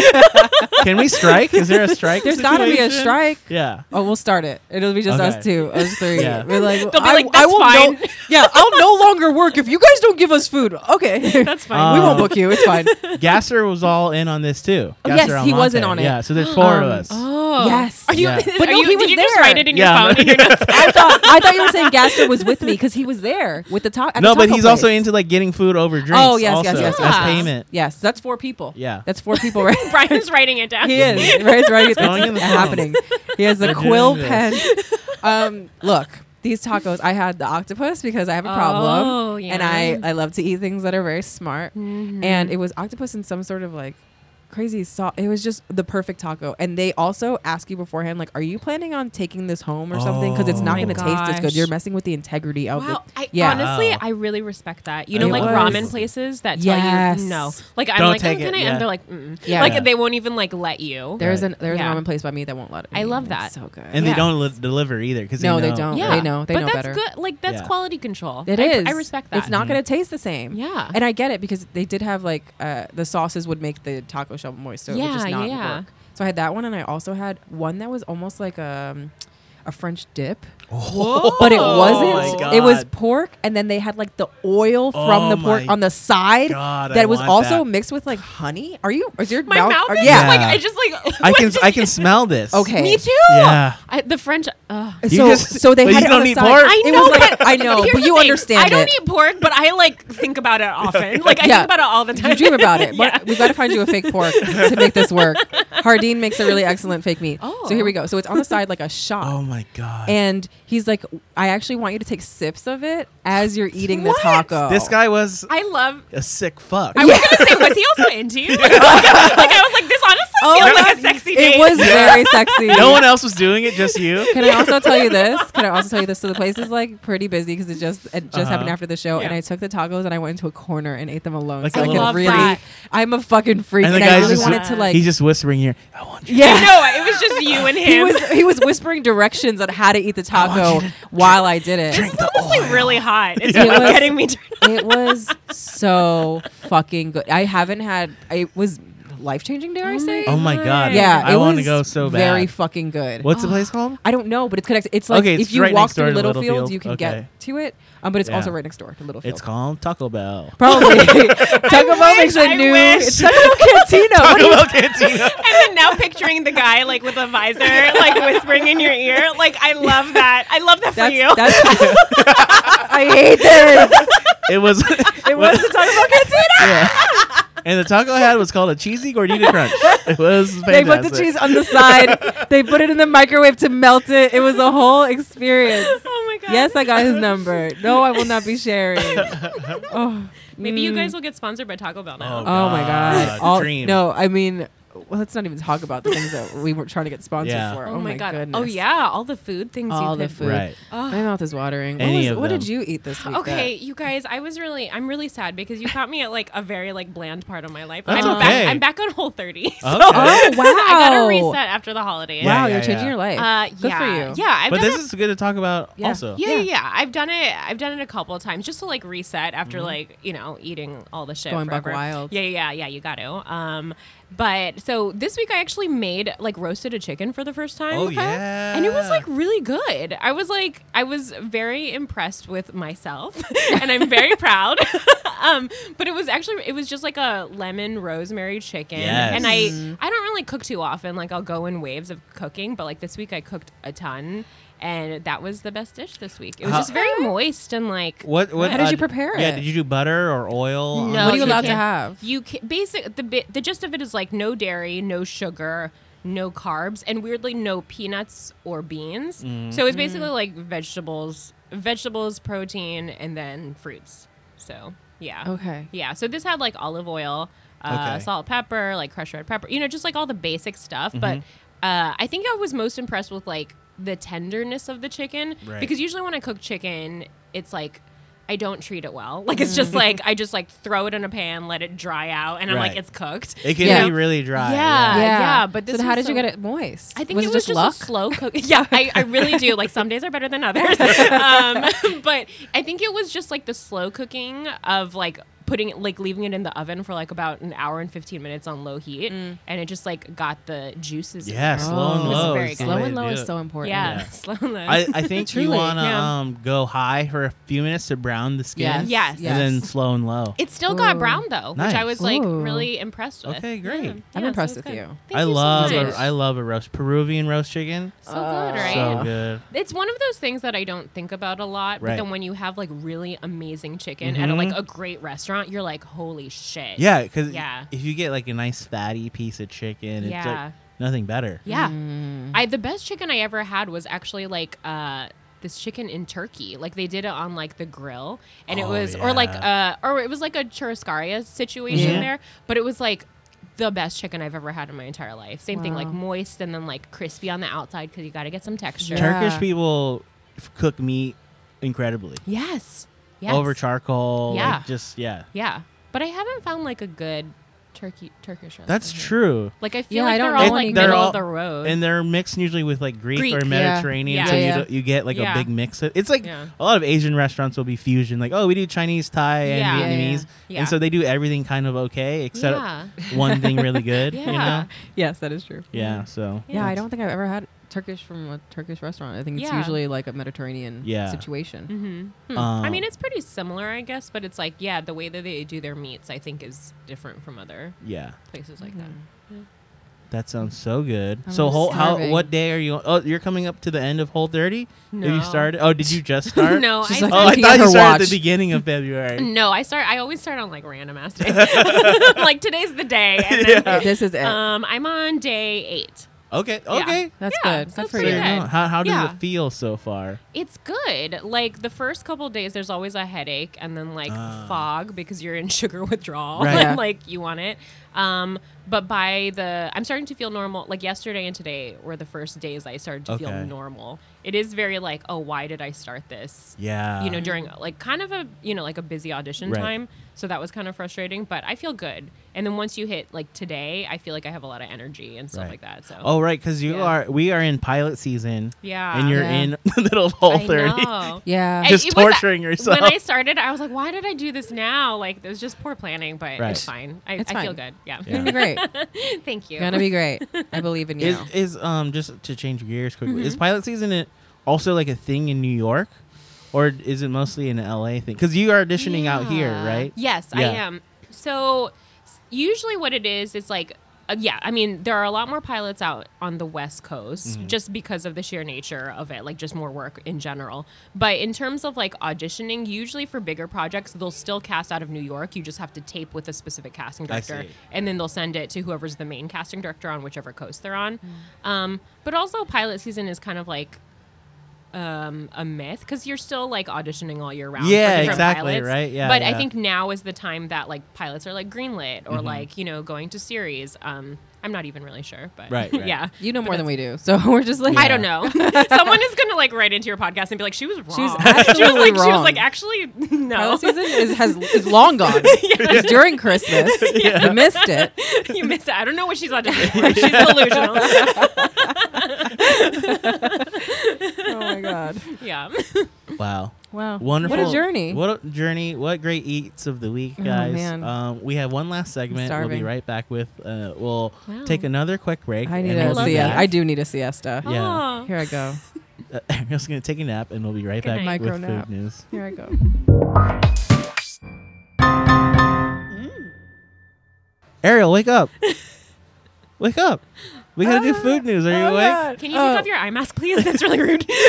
[SPEAKER 1] Can we strike? Is there a strike?
[SPEAKER 2] There's got to be a
[SPEAKER 1] situation?
[SPEAKER 2] strike.
[SPEAKER 1] Yeah.
[SPEAKER 2] Oh, we'll start it. It'll be just
[SPEAKER 1] Okay.
[SPEAKER 2] us two, us three.
[SPEAKER 1] Yeah.
[SPEAKER 2] We're like, They'll
[SPEAKER 3] be like, "That's
[SPEAKER 2] will
[SPEAKER 3] fine."
[SPEAKER 2] No, yeah, I'll no longer work if you guys don't give us food. Okay,
[SPEAKER 3] That's fine.
[SPEAKER 2] we
[SPEAKER 1] Um,
[SPEAKER 2] won't book you. It's fine.
[SPEAKER 1] Gasser was all in on this too.
[SPEAKER 2] Oh,
[SPEAKER 1] Gasser
[SPEAKER 2] yes, he
[SPEAKER 1] Almonte.
[SPEAKER 2] wasn't on it.
[SPEAKER 1] Yeah, so there's four of
[SPEAKER 2] Um,
[SPEAKER 1] us.
[SPEAKER 3] oh.
[SPEAKER 2] Yes.
[SPEAKER 3] Are you?
[SPEAKER 1] Yeah.
[SPEAKER 2] But
[SPEAKER 3] are
[SPEAKER 2] no,
[SPEAKER 3] you,
[SPEAKER 2] he
[SPEAKER 3] did
[SPEAKER 2] was
[SPEAKER 3] you just
[SPEAKER 2] there.
[SPEAKER 3] write it in
[SPEAKER 1] Yeah,
[SPEAKER 3] your phone?
[SPEAKER 1] I'm-
[SPEAKER 3] and you're not-
[SPEAKER 2] I thought I thought you were saying Gaster was with me because he was there with the talk.
[SPEAKER 1] no, but he's also into like getting food over drinks.
[SPEAKER 2] Oh, yes, yes,
[SPEAKER 1] also
[SPEAKER 2] yes,
[SPEAKER 1] as
[SPEAKER 3] yes.
[SPEAKER 1] payment.
[SPEAKER 2] Yes, that's four people.
[SPEAKER 1] Yeah.
[SPEAKER 2] that's four people. Right,
[SPEAKER 3] Brian's writing it down.
[SPEAKER 2] he is right. He's right. It's
[SPEAKER 1] going in the phone.
[SPEAKER 2] happening. He has a
[SPEAKER 1] We're doing
[SPEAKER 2] quill
[SPEAKER 1] this.
[SPEAKER 2] pen. Um, look. These tacos, I had the octopus because I have a problem,
[SPEAKER 3] Oh, yeah.
[SPEAKER 2] and I I love to eat things that are very smart.
[SPEAKER 3] Mhm.
[SPEAKER 2] and it was octopus in some sort of like crazy sauce. It was just the perfect taco. And they also ask you beforehand, like, are you planning on taking this home or something? Because it's not
[SPEAKER 1] Oh.
[SPEAKER 2] going to taste as good.
[SPEAKER 3] Gosh.
[SPEAKER 2] You're messing with the integrity of
[SPEAKER 3] Wow,
[SPEAKER 2] it.
[SPEAKER 3] I,
[SPEAKER 2] yeah.
[SPEAKER 3] honestly,
[SPEAKER 1] Wow.
[SPEAKER 3] I really respect that. You
[SPEAKER 1] I
[SPEAKER 3] know,
[SPEAKER 1] think
[SPEAKER 3] like
[SPEAKER 2] it was.
[SPEAKER 3] ramen places that tell
[SPEAKER 2] Yes.
[SPEAKER 3] you no. Like I'm
[SPEAKER 1] Don't
[SPEAKER 3] like,
[SPEAKER 1] take
[SPEAKER 3] oh, can
[SPEAKER 1] it,
[SPEAKER 3] I?
[SPEAKER 1] yeah.
[SPEAKER 3] And they're like, mm.
[SPEAKER 2] Yeah.
[SPEAKER 3] like
[SPEAKER 1] Yeah.
[SPEAKER 3] they won't even like let you.
[SPEAKER 2] there's
[SPEAKER 1] Right.
[SPEAKER 2] an there's
[SPEAKER 3] Yeah.
[SPEAKER 2] a ramen place by me that won't let it.
[SPEAKER 3] I love that.
[SPEAKER 2] so good.
[SPEAKER 1] And
[SPEAKER 3] Yeah.
[SPEAKER 1] they don't li- deliver either because
[SPEAKER 2] No,
[SPEAKER 1] they
[SPEAKER 2] they
[SPEAKER 1] know.
[SPEAKER 2] don't.
[SPEAKER 3] Yeah,
[SPEAKER 2] They know- they
[SPEAKER 3] but
[SPEAKER 2] know
[SPEAKER 3] that's
[SPEAKER 2] better.
[SPEAKER 3] good. Like that's
[SPEAKER 1] Yeah.
[SPEAKER 3] quality control.
[SPEAKER 2] It
[SPEAKER 3] I,
[SPEAKER 2] is.
[SPEAKER 3] I respect that.
[SPEAKER 2] It's not going to
[SPEAKER 1] Mm-hmm.
[SPEAKER 2] taste the same.
[SPEAKER 3] Yeah.
[SPEAKER 2] And I get it because they did have like uh, the sauces would make the taco shell moist, so it would
[SPEAKER 3] Yeah,
[SPEAKER 2] just not
[SPEAKER 3] yeah.
[SPEAKER 2] work. So I had that one, and I also had one that was almost like um, a French dip. but it
[SPEAKER 3] Oh
[SPEAKER 2] wasn't.
[SPEAKER 1] my
[SPEAKER 2] it was
[SPEAKER 1] God.
[SPEAKER 2] pork, and then they had like the oil from
[SPEAKER 1] Oh
[SPEAKER 2] the pork
[SPEAKER 1] my
[SPEAKER 2] on the side
[SPEAKER 1] God, I
[SPEAKER 2] that was
[SPEAKER 1] want
[SPEAKER 2] also
[SPEAKER 1] that.
[SPEAKER 2] mixed with like honey. Are you? Is your
[SPEAKER 3] My mouth
[SPEAKER 2] are-
[SPEAKER 3] is
[SPEAKER 2] yeah.
[SPEAKER 3] just like
[SPEAKER 1] Yeah.
[SPEAKER 3] I just like.
[SPEAKER 1] I can I can smell this.
[SPEAKER 2] Okay.
[SPEAKER 3] Me too.
[SPEAKER 1] Yeah.
[SPEAKER 3] I, the French. Uh,
[SPEAKER 1] You
[SPEAKER 2] so,
[SPEAKER 1] just-
[SPEAKER 2] so they
[SPEAKER 1] but
[SPEAKER 2] had
[SPEAKER 1] you
[SPEAKER 2] it
[SPEAKER 1] don't
[SPEAKER 2] on the
[SPEAKER 1] eat
[SPEAKER 2] side.
[SPEAKER 1] pork?
[SPEAKER 3] I
[SPEAKER 2] It
[SPEAKER 3] know,
[SPEAKER 2] was like-
[SPEAKER 3] but,
[SPEAKER 2] I know,
[SPEAKER 3] here's
[SPEAKER 2] but
[SPEAKER 3] the
[SPEAKER 2] you
[SPEAKER 3] thing.
[SPEAKER 2] understand
[SPEAKER 3] I don't
[SPEAKER 2] it.
[SPEAKER 3] eat pork, but I like think about it often. Like I
[SPEAKER 2] Yeah.
[SPEAKER 3] think about it all the time.
[SPEAKER 2] You dream about it, but
[SPEAKER 3] Yeah.
[SPEAKER 2] we've got to find you a fake pork to make this work. Hardin makes a really excellent fake meat.
[SPEAKER 3] Oh.
[SPEAKER 2] So here we go. So it's on the side like a shot.
[SPEAKER 1] Oh my god.
[SPEAKER 2] And he's like, I actually want you to take sips of it as you're eating the
[SPEAKER 3] What?
[SPEAKER 2] taco.
[SPEAKER 1] this guy was
[SPEAKER 3] I love.
[SPEAKER 1] a sick fuck.
[SPEAKER 3] I was gonna say, was he also into you? Like, I was like, this honestly
[SPEAKER 2] Oh
[SPEAKER 3] feels
[SPEAKER 2] my
[SPEAKER 3] like
[SPEAKER 2] God.
[SPEAKER 3] a sexy date.
[SPEAKER 2] it was very sexy.
[SPEAKER 1] no one else was doing it, just you.
[SPEAKER 2] Can I also tell you this? Can I also tell you this? So the place is like pretty busy because it just it just
[SPEAKER 1] Uh-huh.
[SPEAKER 2] happened after the show, and
[SPEAKER 3] Yeah.
[SPEAKER 2] I took the tacos and I went into a corner and ate them alone.
[SPEAKER 1] Like
[SPEAKER 2] so
[SPEAKER 1] a
[SPEAKER 2] I
[SPEAKER 1] little
[SPEAKER 2] could really,
[SPEAKER 3] freak.
[SPEAKER 2] I'm a fucking freak,
[SPEAKER 1] And
[SPEAKER 2] and,
[SPEAKER 1] the
[SPEAKER 2] I
[SPEAKER 1] guy's
[SPEAKER 2] really
[SPEAKER 1] just
[SPEAKER 2] wanted to like.
[SPEAKER 1] he's just whispering here. I want you.
[SPEAKER 2] yeah,
[SPEAKER 3] No, it was just you and him.
[SPEAKER 2] he was he was whispering directions on how to eat the taco
[SPEAKER 1] want you to
[SPEAKER 2] while I did it.
[SPEAKER 1] Drink the
[SPEAKER 3] honestly
[SPEAKER 1] oil.
[SPEAKER 3] really hot. It's
[SPEAKER 2] Yeah.
[SPEAKER 3] really
[SPEAKER 2] It was-
[SPEAKER 3] getting me. turned on.
[SPEAKER 2] It was so fucking good. I haven't had. It was life changing. Dare I say?
[SPEAKER 1] Oh my god.
[SPEAKER 2] Yeah,
[SPEAKER 1] I
[SPEAKER 2] it
[SPEAKER 1] want to
[SPEAKER 2] was
[SPEAKER 1] go so bad.
[SPEAKER 2] Very fucking good.
[SPEAKER 1] What's the place called?
[SPEAKER 2] I don't know, but it's connected. It's like
[SPEAKER 1] Okay, it's
[SPEAKER 2] if you
[SPEAKER 1] right
[SPEAKER 2] walk
[SPEAKER 1] next door
[SPEAKER 2] through
[SPEAKER 1] to
[SPEAKER 2] Littlefield,
[SPEAKER 1] Littlefield.
[SPEAKER 2] you can
[SPEAKER 1] Okay.
[SPEAKER 2] get to it. Um, but it's
[SPEAKER 1] Yeah.
[SPEAKER 2] also right next door to Littlefield.
[SPEAKER 1] It's called Taco Bell.
[SPEAKER 2] Probably. Taco Bell makes
[SPEAKER 3] wish, I
[SPEAKER 2] a new
[SPEAKER 3] wish.
[SPEAKER 2] it's Taco Bell Cantina. What
[SPEAKER 1] Taco
[SPEAKER 2] do you-
[SPEAKER 1] Bell Cantina.
[SPEAKER 3] And then now picturing the guy like with a visor, like whispering in your ear. Like I love that. I love that for you.
[SPEAKER 2] that's, that's I hate this.
[SPEAKER 1] It was.
[SPEAKER 2] It was the Taco Bell Cantina.
[SPEAKER 1] Yeah. And the taco I had was called a cheesy gordita crunch. It was
[SPEAKER 2] They
[SPEAKER 1] fantastic.
[SPEAKER 2] put the cheese on the side. They put it in the microwave to melt it. It was a whole experience.
[SPEAKER 3] oh my god.
[SPEAKER 2] Yes, I got his number. No, I will not be sharing. Oh,
[SPEAKER 3] Maybe you
[SPEAKER 2] mm.
[SPEAKER 3] guys will get sponsored by Taco Bell now.
[SPEAKER 2] Oh my god!
[SPEAKER 1] God,
[SPEAKER 2] All,
[SPEAKER 1] dream.
[SPEAKER 2] no, I mean, well, let's not even talk about the things that we were trying to get sponsored
[SPEAKER 1] Yeah.
[SPEAKER 2] for.
[SPEAKER 3] Oh, my god.
[SPEAKER 2] Goodness.
[SPEAKER 3] Oh yeah, all the food things.
[SPEAKER 2] All
[SPEAKER 3] you
[SPEAKER 2] the
[SPEAKER 3] could
[SPEAKER 2] food.
[SPEAKER 1] Right.
[SPEAKER 2] My mouth is watering.
[SPEAKER 1] Any
[SPEAKER 2] what, was-
[SPEAKER 1] of
[SPEAKER 2] what did
[SPEAKER 1] them.
[SPEAKER 2] you eat this week?
[SPEAKER 3] Okay, you guys, I was really, I'm really sad because you caught me at like a very like bland part of my life.
[SPEAKER 1] That's
[SPEAKER 3] I'm
[SPEAKER 1] okay.
[SPEAKER 3] back. I'm back on Whole 30. So
[SPEAKER 1] Okay.
[SPEAKER 2] that- Oh wow!
[SPEAKER 3] I got a reset after the holidays.
[SPEAKER 1] Yeah,
[SPEAKER 2] Wow,
[SPEAKER 1] yeah,
[SPEAKER 2] you're changing
[SPEAKER 1] yeah.
[SPEAKER 2] your life.
[SPEAKER 3] Uh,
[SPEAKER 2] Good
[SPEAKER 3] yeah,
[SPEAKER 2] for you.
[SPEAKER 3] Yeah, I've
[SPEAKER 1] but
[SPEAKER 3] done
[SPEAKER 1] this
[SPEAKER 3] a-
[SPEAKER 1] is good to talk about
[SPEAKER 2] Yeah.
[SPEAKER 1] also.
[SPEAKER 3] yeah, yeah, yeah. I've done it. I've done it a couple of times just to like reset after
[SPEAKER 1] Mm-hmm.
[SPEAKER 3] like you know eating all the shit,
[SPEAKER 2] Going buck
[SPEAKER 3] forever.
[SPEAKER 2] wild.
[SPEAKER 3] Yeah, yeah, yeah. You got to. Um, but so this week I actually made like roasted a chicken for the first time.
[SPEAKER 1] Oh,
[SPEAKER 3] Kyle, and it was
[SPEAKER 1] yeah.
[SPEAKER 3] like really good. I was like, I was very impressed with myself, and I'm very proud. um, but it was actually it was just like a lemon rosemary chicken,
[SPEAKER 1] Yes.
[SPEAKER 3] and I I don't really cook too often. Like I'll go in waves of cooking, but like this week I cooked a ton, and that was the best dish this week. It was
[SPEAKER 1] How-
[SPEAKER 3] just very moist and like
[SPEAKER 1] What? What?
[SPEAKER 2] How did
[SPEAKER 1] uh,
[SPEAKER 2] you prepare
[SPEAKER 1] Yeah.
[SPEAKER 2] it?
[SPEAKER 1] Did you do butter or oil? on
[SPEAKER 3] No,
[SPEAKER 1] the
[SPEAKER 2] What are you allowed to
[SPEAKER 3] can't-
[SPEAKER 2] have?
[SPEAKER 3] You can, basic the bi- the gist of it is like no dairy, no sugar, no carbs, and weirdly no peanuts or beans. So it's basically like vegetables, vegetables, protein, and then fruits. So yeah,
[SPEAKER 2] Okay.
[SPEAKER 3] yeah. So this had like olive oil, uh,
[SPEAKER 1] Okay.
[SPEAKER 3] salt, pepper, like crushed red pepper. You know, just like all the basic stuff.
[SPEAKER 1] Mm-hmm.
[SPEAKER 3] But uh, I think I was most impressed with like the tenderness of the chicken
[SPEAKER 1] Right.
[SPEAKER 3] because usually when I cook chicken, it's like. I don't treat it well. Like it's just like I just like throw it in a pan, let it dry out, and I'm like
[SPEAKER 1] Mm-hmm. Right.
[SPEAKER 3] it's cooked.
[SPEAKER 1] It can
[SPEAKER 2] Yeah.
[SPEAKER 1] be really dry.
[SPEAKER 3] Yeah. yeah, but this
[SPEAKER 2] so how
[SPEAKER 3] was
[SPEAKER 2] did you
[SPEAKER 3] so-
[SPEAKER 2] get it moist?
[SPEAKER 3] I think
[SPEAKER 2] was
[SPEAKER 3] it,
[SPEAKER 2] it,
[SPEAKER 3] was just,
[SPEAKER 2] luck?
[SPEAKER 3] a slow cook. yeah, I, I really do. Like some days are better than others. Um, but I think it was just like the slow cooking of like putting it, like leaving it in the oven for like about an hour and 15 minutes on low heat.
[SPEAKER 2] Mm.
[SPEAKER 3] And it just like got the juices. in
[SPEAKER 1] Yeah.
[SPEAKER 3] there.
[SPEAKER 1] Slow and
[SPEAKER 2] Oh. It's
[SPEAKER 1] low.
[SPEAKER 3] very
[SPEAKER 1] is the
[SPEAKER 3] good.
[SPEAKER 2] Slow
[SPEAKER 1] way
[SPEAKER 2] and
[SPEAKER 1] to
[SPEAKER 2] low
[SPEAKER 1] do
[SPEAKER 2] is
[SPEAKER 1] it.
[SPEAKER 2] so important.
[SPEAKER 3] Yeah.
[SPEAKER 1] Yeah.
[SPEAKER 3] Slow and low.
[SPEAKER 1] I, I think you
[SPEAKER 2] Truly,
[SPEAKER 1] want to
[SPEAKER 3] yeah.
[SPEAKER 1] um, go high for a few minutes to brown the skin.
[SPEAKER 2] Yes.
[SPEAKER 3] Yes.
[SPEAKER 1] And then slow and low.
[SPEAKER 3] it still got
[SPEAKER 2] Ooh.
[SPEAKER 3] brown though, which
[SPEAKER 1] Nice.
[SPEAKER 3] I was like
[SPEAKER 2] Ooh.
[SPEAKER 3] really impressed with.
[SPEAKER 1] Okay, great. I'm
[SPEAKER 2] impressed
[SPEAKER 3] it
[SPEAKER 2] with
[SPEAKER 3] was good.
[SPEAKER 2] you.
[SPEAKER 3] Thank
[SPEAKER 1] I
[SPEAKER 3] you so
[SPEAKER 1] love
[SPEAKER 3] much.
[SPEAKER 1] a, I love a roast Peruvian roast chicken.
[SPEAKER 3] so good, right?
[SPEAKER 1] So good.
[SPEAKER 3] It's one of those things that I don't think about a
[SPEAKER 1] Right.
[SPEAKER 3] lot,
[SPEAKER 1] Mm-hmm.
[SPEAKER 3] but then when you have like really amazing chicken at a, like a great restaurant, you're like, holy shit.
[SPEAKER 1] Yeah, because
[SPEAKER 3] Yeah.
[SPEAKER 1] if you get like a nice fatty piece of chicken, it's
[SPEAKER 3] Yeah.
[SPEAKER 1] like nothing better.
[SPEAKER 3] Yeah.
[SPEAKER 1] mm.
[SPEAKER 3] I the best chicken I ever had was actually like uh this chicken in Turkey. Like they did it on like the grill and it
[SPEAKER 1] Oh,
[SPEAKER 3] was or like uh
[SPEAKER 1] yeah.
[SPEAKER 3] or it was like a churrascaria situation
[SPEAKER 1] Mhm.
[SPEAKER 3] there, but it was like the best chicken I've ever had in my entire life. Same thing, like
[SPEAKER 2] Wow.
[SPEAKER 3] moist and then like crispy on the outside because you got to get some texture.
[SPEAKER 2] Yeah.
[SPEAKER 1] Turkish people f- cook meat incredibly
[SPEAKER 3] Yes. Yes.
[SPEAKER 1] over charcoal.
[SPEAKER 3] Yeah.
[SPEAKER 1] like, just yeah.
[SPEAKER 3] Yeah, but I haven't found like a good turkey Turkish restaurant.
[SPEAKER 1] That's true.
[SPEAKER 3] Like I feel
[SPEAKER 2] Yeah,
[SPEAKER 3] like
[SPEAKER 2] I don't
[SPEAKER 3] they're all
[SPEAKER 2] know
[SPEAKER 3] like
[SPEAKER 2] any
[SPEAKER 3] middle
[SPEAKER 1] they're all-
[SPEAKER 3] of the road.
[SPEAKER 1] And they're mixed usually with like Greek,
[SPEAKER 3] Greek,
[SPEAKER 1] or
[SPEAKER 3] yeah.
[SPEAKER 1] Mediterranean,
[SPEAKER 3] Yeah.
[SPEAKER 1] so
[SPEAKER 2] Yeah,
[SPEAKER 1] You,
[SPEAKER 2] yeah.
[SPEAKER 1] do, you get like
[SPEAKER 3] Yeah.
[SPEAKER 1] a big mix. Of, it's like
[SPEAKER 3] Yeah.
[SPEAKER 1] a lot of Asian restaurants will be fusion, like oh, we do Chinese, Thai,
[SPEAKER 3] Yeah.
[SPEAKER 1] and
[SPEAKER 3] Yeah,
[SPEAKER 2] yeah.
[SPEAKER 1] Vietnamese,
[SPEAKER 3] Yeah.
[SPEAKER 1] and so they do everything kind of okay, except
[SPEAKER 3] Yeah.
[SPEAKER 1] one thing really good. You
[SPEAKER 3] Yeah.
[SPEAKER 1] know?
[SPEAKER 2] Yes, that is true.
[SPEAKER 1] Yeah. So
[SPEAKER 2] Yeah, I don't think I've ever had Turkish from a Turkish restaurant. I think it's
[SPEAKER 3] Yeah.
[SPEAKER 2] usually like a Mediterranean
[SPEAKER 1] Yeah.
[SPEAKER 2] situation.
[SPEAKER 3] hmm
[SPEAKER 1] um,
[SPEAKER 3] I mean, it's pretty similar, I guess, but it's like yeah, the way that they do their meats, I think, is different from other
[SPEAKER 1] yeah.
[SPEAKER 3] places like that.
[SPEAKER 2] Mm-hmm.
[SPEAKER 1] That sounds so good.
[SPEAKER 2] I'm
[SPEAKER 1] so whole how
[SPEAKER 2] starving.
[SPEAKER 1] what day are you oh you're coming up to the end of whole 30? Have
[SPEAKER 3] No.
[SPEAKER 1] you started? Oh, did you just start?
[SPEAKER 3] No, I
[SPEAKER 2] She's
[SPEAKER 1] Oh,
[SPEAKER 2] like,
[SPEAKER 3] start,
[SPEAKER 1] I
[SPEAKER 2] Looking at
[SPEAKER 1] thought you
[SPEAKER 2] her
[SPEAKER 1] started at
[SPEAKER 2] watch.
[SPEAKER 1] the beginning of February.
[SPEAKER 3] no, I start. I always start on like random ass days. like today's the day. And then,
[SPEAKER 2] This is it.
[SPEAKER 3] Um, I'm on day eight.
[SPEAKER 1] okay.
[SPEAKER 3] Yeah.
[SPEAKER 1] Okay.
[SPEAKER 2] That's
[SPEAKER 3] yeah,
[SPEAKER 2] good.
[SPEAKER 3] so
[SPEAKER 2] Good
[SPEAKER 3] it's
[SPEAKER 2] for
[SPEAKER 1] So
[SPEAKER 3] pretty
[SPEAKER 2] you.
[SPEAKER 1] you're
[SPEAKER 3] good.
[SPEAKER 1] going. How, how does
[SPEAKER 3] Yeah.
[SPEAKER 1] it feel so far?
[SPEAKER 3] It's good. Like the first couple days, there's always a headache and then like
[SPEAKER 1] Ah.
[SPEAKER 3] fog because you're in sugar withdrawal
[SPEAKER 1] Right.
[SPEAKER 2] Yeah.
[SPEAKER 3] and like you want it. Um, but by the, I'm starting to feel normal. Like yesterday and today were the first days I started to
[SPEAKER 1] Okay.
[SPEAKER 3] feel normal. It is very like, oh, why did I start this?
[SPEAKER 1] Yeah.
[SPEAKER 3] You know, during like kind of a, you know, like a busy audition
[SPEAKER 1] Right.
[SPEAKER 3] time. So that was kind of frustrating, but I feel good. And then once you hit like today, I feel like I have a lot of energy and stuff
[SPEAKER 1] Right.
[SPEAKER 3] like that. So,
[SPEAKER 1] Oh right, because you
[SPEAKER 3] Yeah.
[SPEAKER 1] are we are in pilot season.
[SPEAKER 3] Yeah.
[SPEAKER 1] And you're
[SPEAKER 2] Yeah.
[SPEAKER 1] in the middle of whole
[SPEAKER 3] I
[SPEAKER 1] 30.
[SPEAKER 3] know.
[SPEAKER 2] Yeah.
[SPEAKER 3] I-
[SPEAKER 1] Just
[SPEAKER 3] it was-
[SPEAKER 1] torturing yourself.
[SPEAKER 3] When I started, I was like, why did I do this now? Like, it was just poor planning, but
[SPEAKER 1] Right.
[SPEAKER 3] it's fine. I,
[SPEAKER 2] It's
[SPEAKER 3] I feel
[SPEAKER 2] fine.
[SPEAKER 3] good. Yeah.
[SPEAKER 1] Yeah.
[SPEAKER 2] Gonna be great.
[SPEAKER 3] Thank you.
[SPEAKER 2] Gonna be great. I believe in you.
[SPEAKER 1] Is is um just to change gears quickly.
[SPEAKER 3] Mm-hmm.
[SPEAKER 1] Is pilot season it also like a thing in New York? Or is it mostly an LA thing? Because you are auditioning out here,
[SPEAKER 3] Yeah.
[SPEAKER 1] right?
[SPEAKER 3] Yes, I
[SPEAKER 1] Yeah.
[SPEAKER 3] am. So s- usually what it is is like uh, yeah, I mean there are a lot more pilots out on the West Coast
[SPEAKER 1] Mm-hmm.
[SPEAKER 3] just because of the sheer nature of it, like just more work in general. But in terms of like auditioning, usually for bigger projects, they'll still cast out of New York. You just have to tape with a specific casting
[SPEAKER 1] I
[SPEAKER 3] director,
[SPEAKER 1] see.
[SPEAKER 3] and then they'll send it to whoever's the main casting director on whichever coast they're on. Um, but also pilot season is kind of like um, a myth because you're still like auditioning all year round. for
[SPEAKER 1] Yeah,
[SPEAKER 3] different
[SPEAKER 1] exactly,
[SPEAKER 3] pilots.
[SPEAKER 1] right? Yeah, Mm-hmm.
[SPEAKER 3] But
[SPEAKER 1] yeah.
[SPEAKER 3] I think now is the time that like pilots are like greenlit or like you know going to series. Um, I'm not even really sure, but
[SPEAKER 1] Right, right.
[SPEAKER 3] yeah.
[SPEAKER 2] You know more than we do, so we're just like
[SPEAKER 1] Yeah.
[SPEAKER 3] I don't know. Someone is gonna like write into your podcast and be like, "She was wrong."
[SPEAKER 2] She was
[SPEAKER 3] she was
[SPEAKER 2] absolutely
[SPEAKER 3] like, she was
[SPEAKER 2] wrong.
[SPEAKER 3] like, actually, no,
[SPEAKER 2] Pilot season is has is long gone. It's during Christmas. You missed it.
[SPEAKER 3] you missed it. I don't know what she's auditioning for. She's delusional.
[SPEAKER 2] Oh my god!
[SPEAKER 3] yeah.
[SPEAKER 1] Wow.
[SPEAKER 2] Wow.
[SPEAKER 1] Wonderful.
[SPEAKER 2] What a journey. Oh,
[SPEAKER 1] What a journey. What great eats of the week, guys.
[SPEAKER 2] man.
[SPEAKER 1] Um, we have one last segment. We'll be
[SPEAKER 2] starving.
[SPEAKER 1] right back with. Uh, we'll
[SPEAKER 3] Wow.
[SPEAKER 1] take another quick break.
[SPEAKER 2] I need
[SPEAKER 1] and
[SPEAKER 2] a
[SPEAKER 1] we'll
[SPEAKER 3] love
[SPEAKER 1] be
[SPEAKER 2] siesta.
[SPEAKER 1] back.
[SPEAKER 2] I do need a siesta.
[SPEAKER 1] Yeah.
[SPEAKER 3] Oh.
[SPEAKER 2] Here I go.
[SPEAKER 1] Uh, Ariel's going to take a nap, and we'll be right
[SPEAKER 3] Good
[SPEAKER 1] back
[SPEAKER 2] night.
[SPEAKER 1] with
[SPEAKER 2] Micro nap.
[SPEAKER 1] food news.
[SPEAKER 2] Here I go.
[SPEAKER 1] Ariel, wake up. wake up. We got to do
[SPEAKER 2] Ah,
[SPEAKER 1] food news. Are you awake?
[SPEAKER 3] Can you take off your eye mask, please? That's really rude.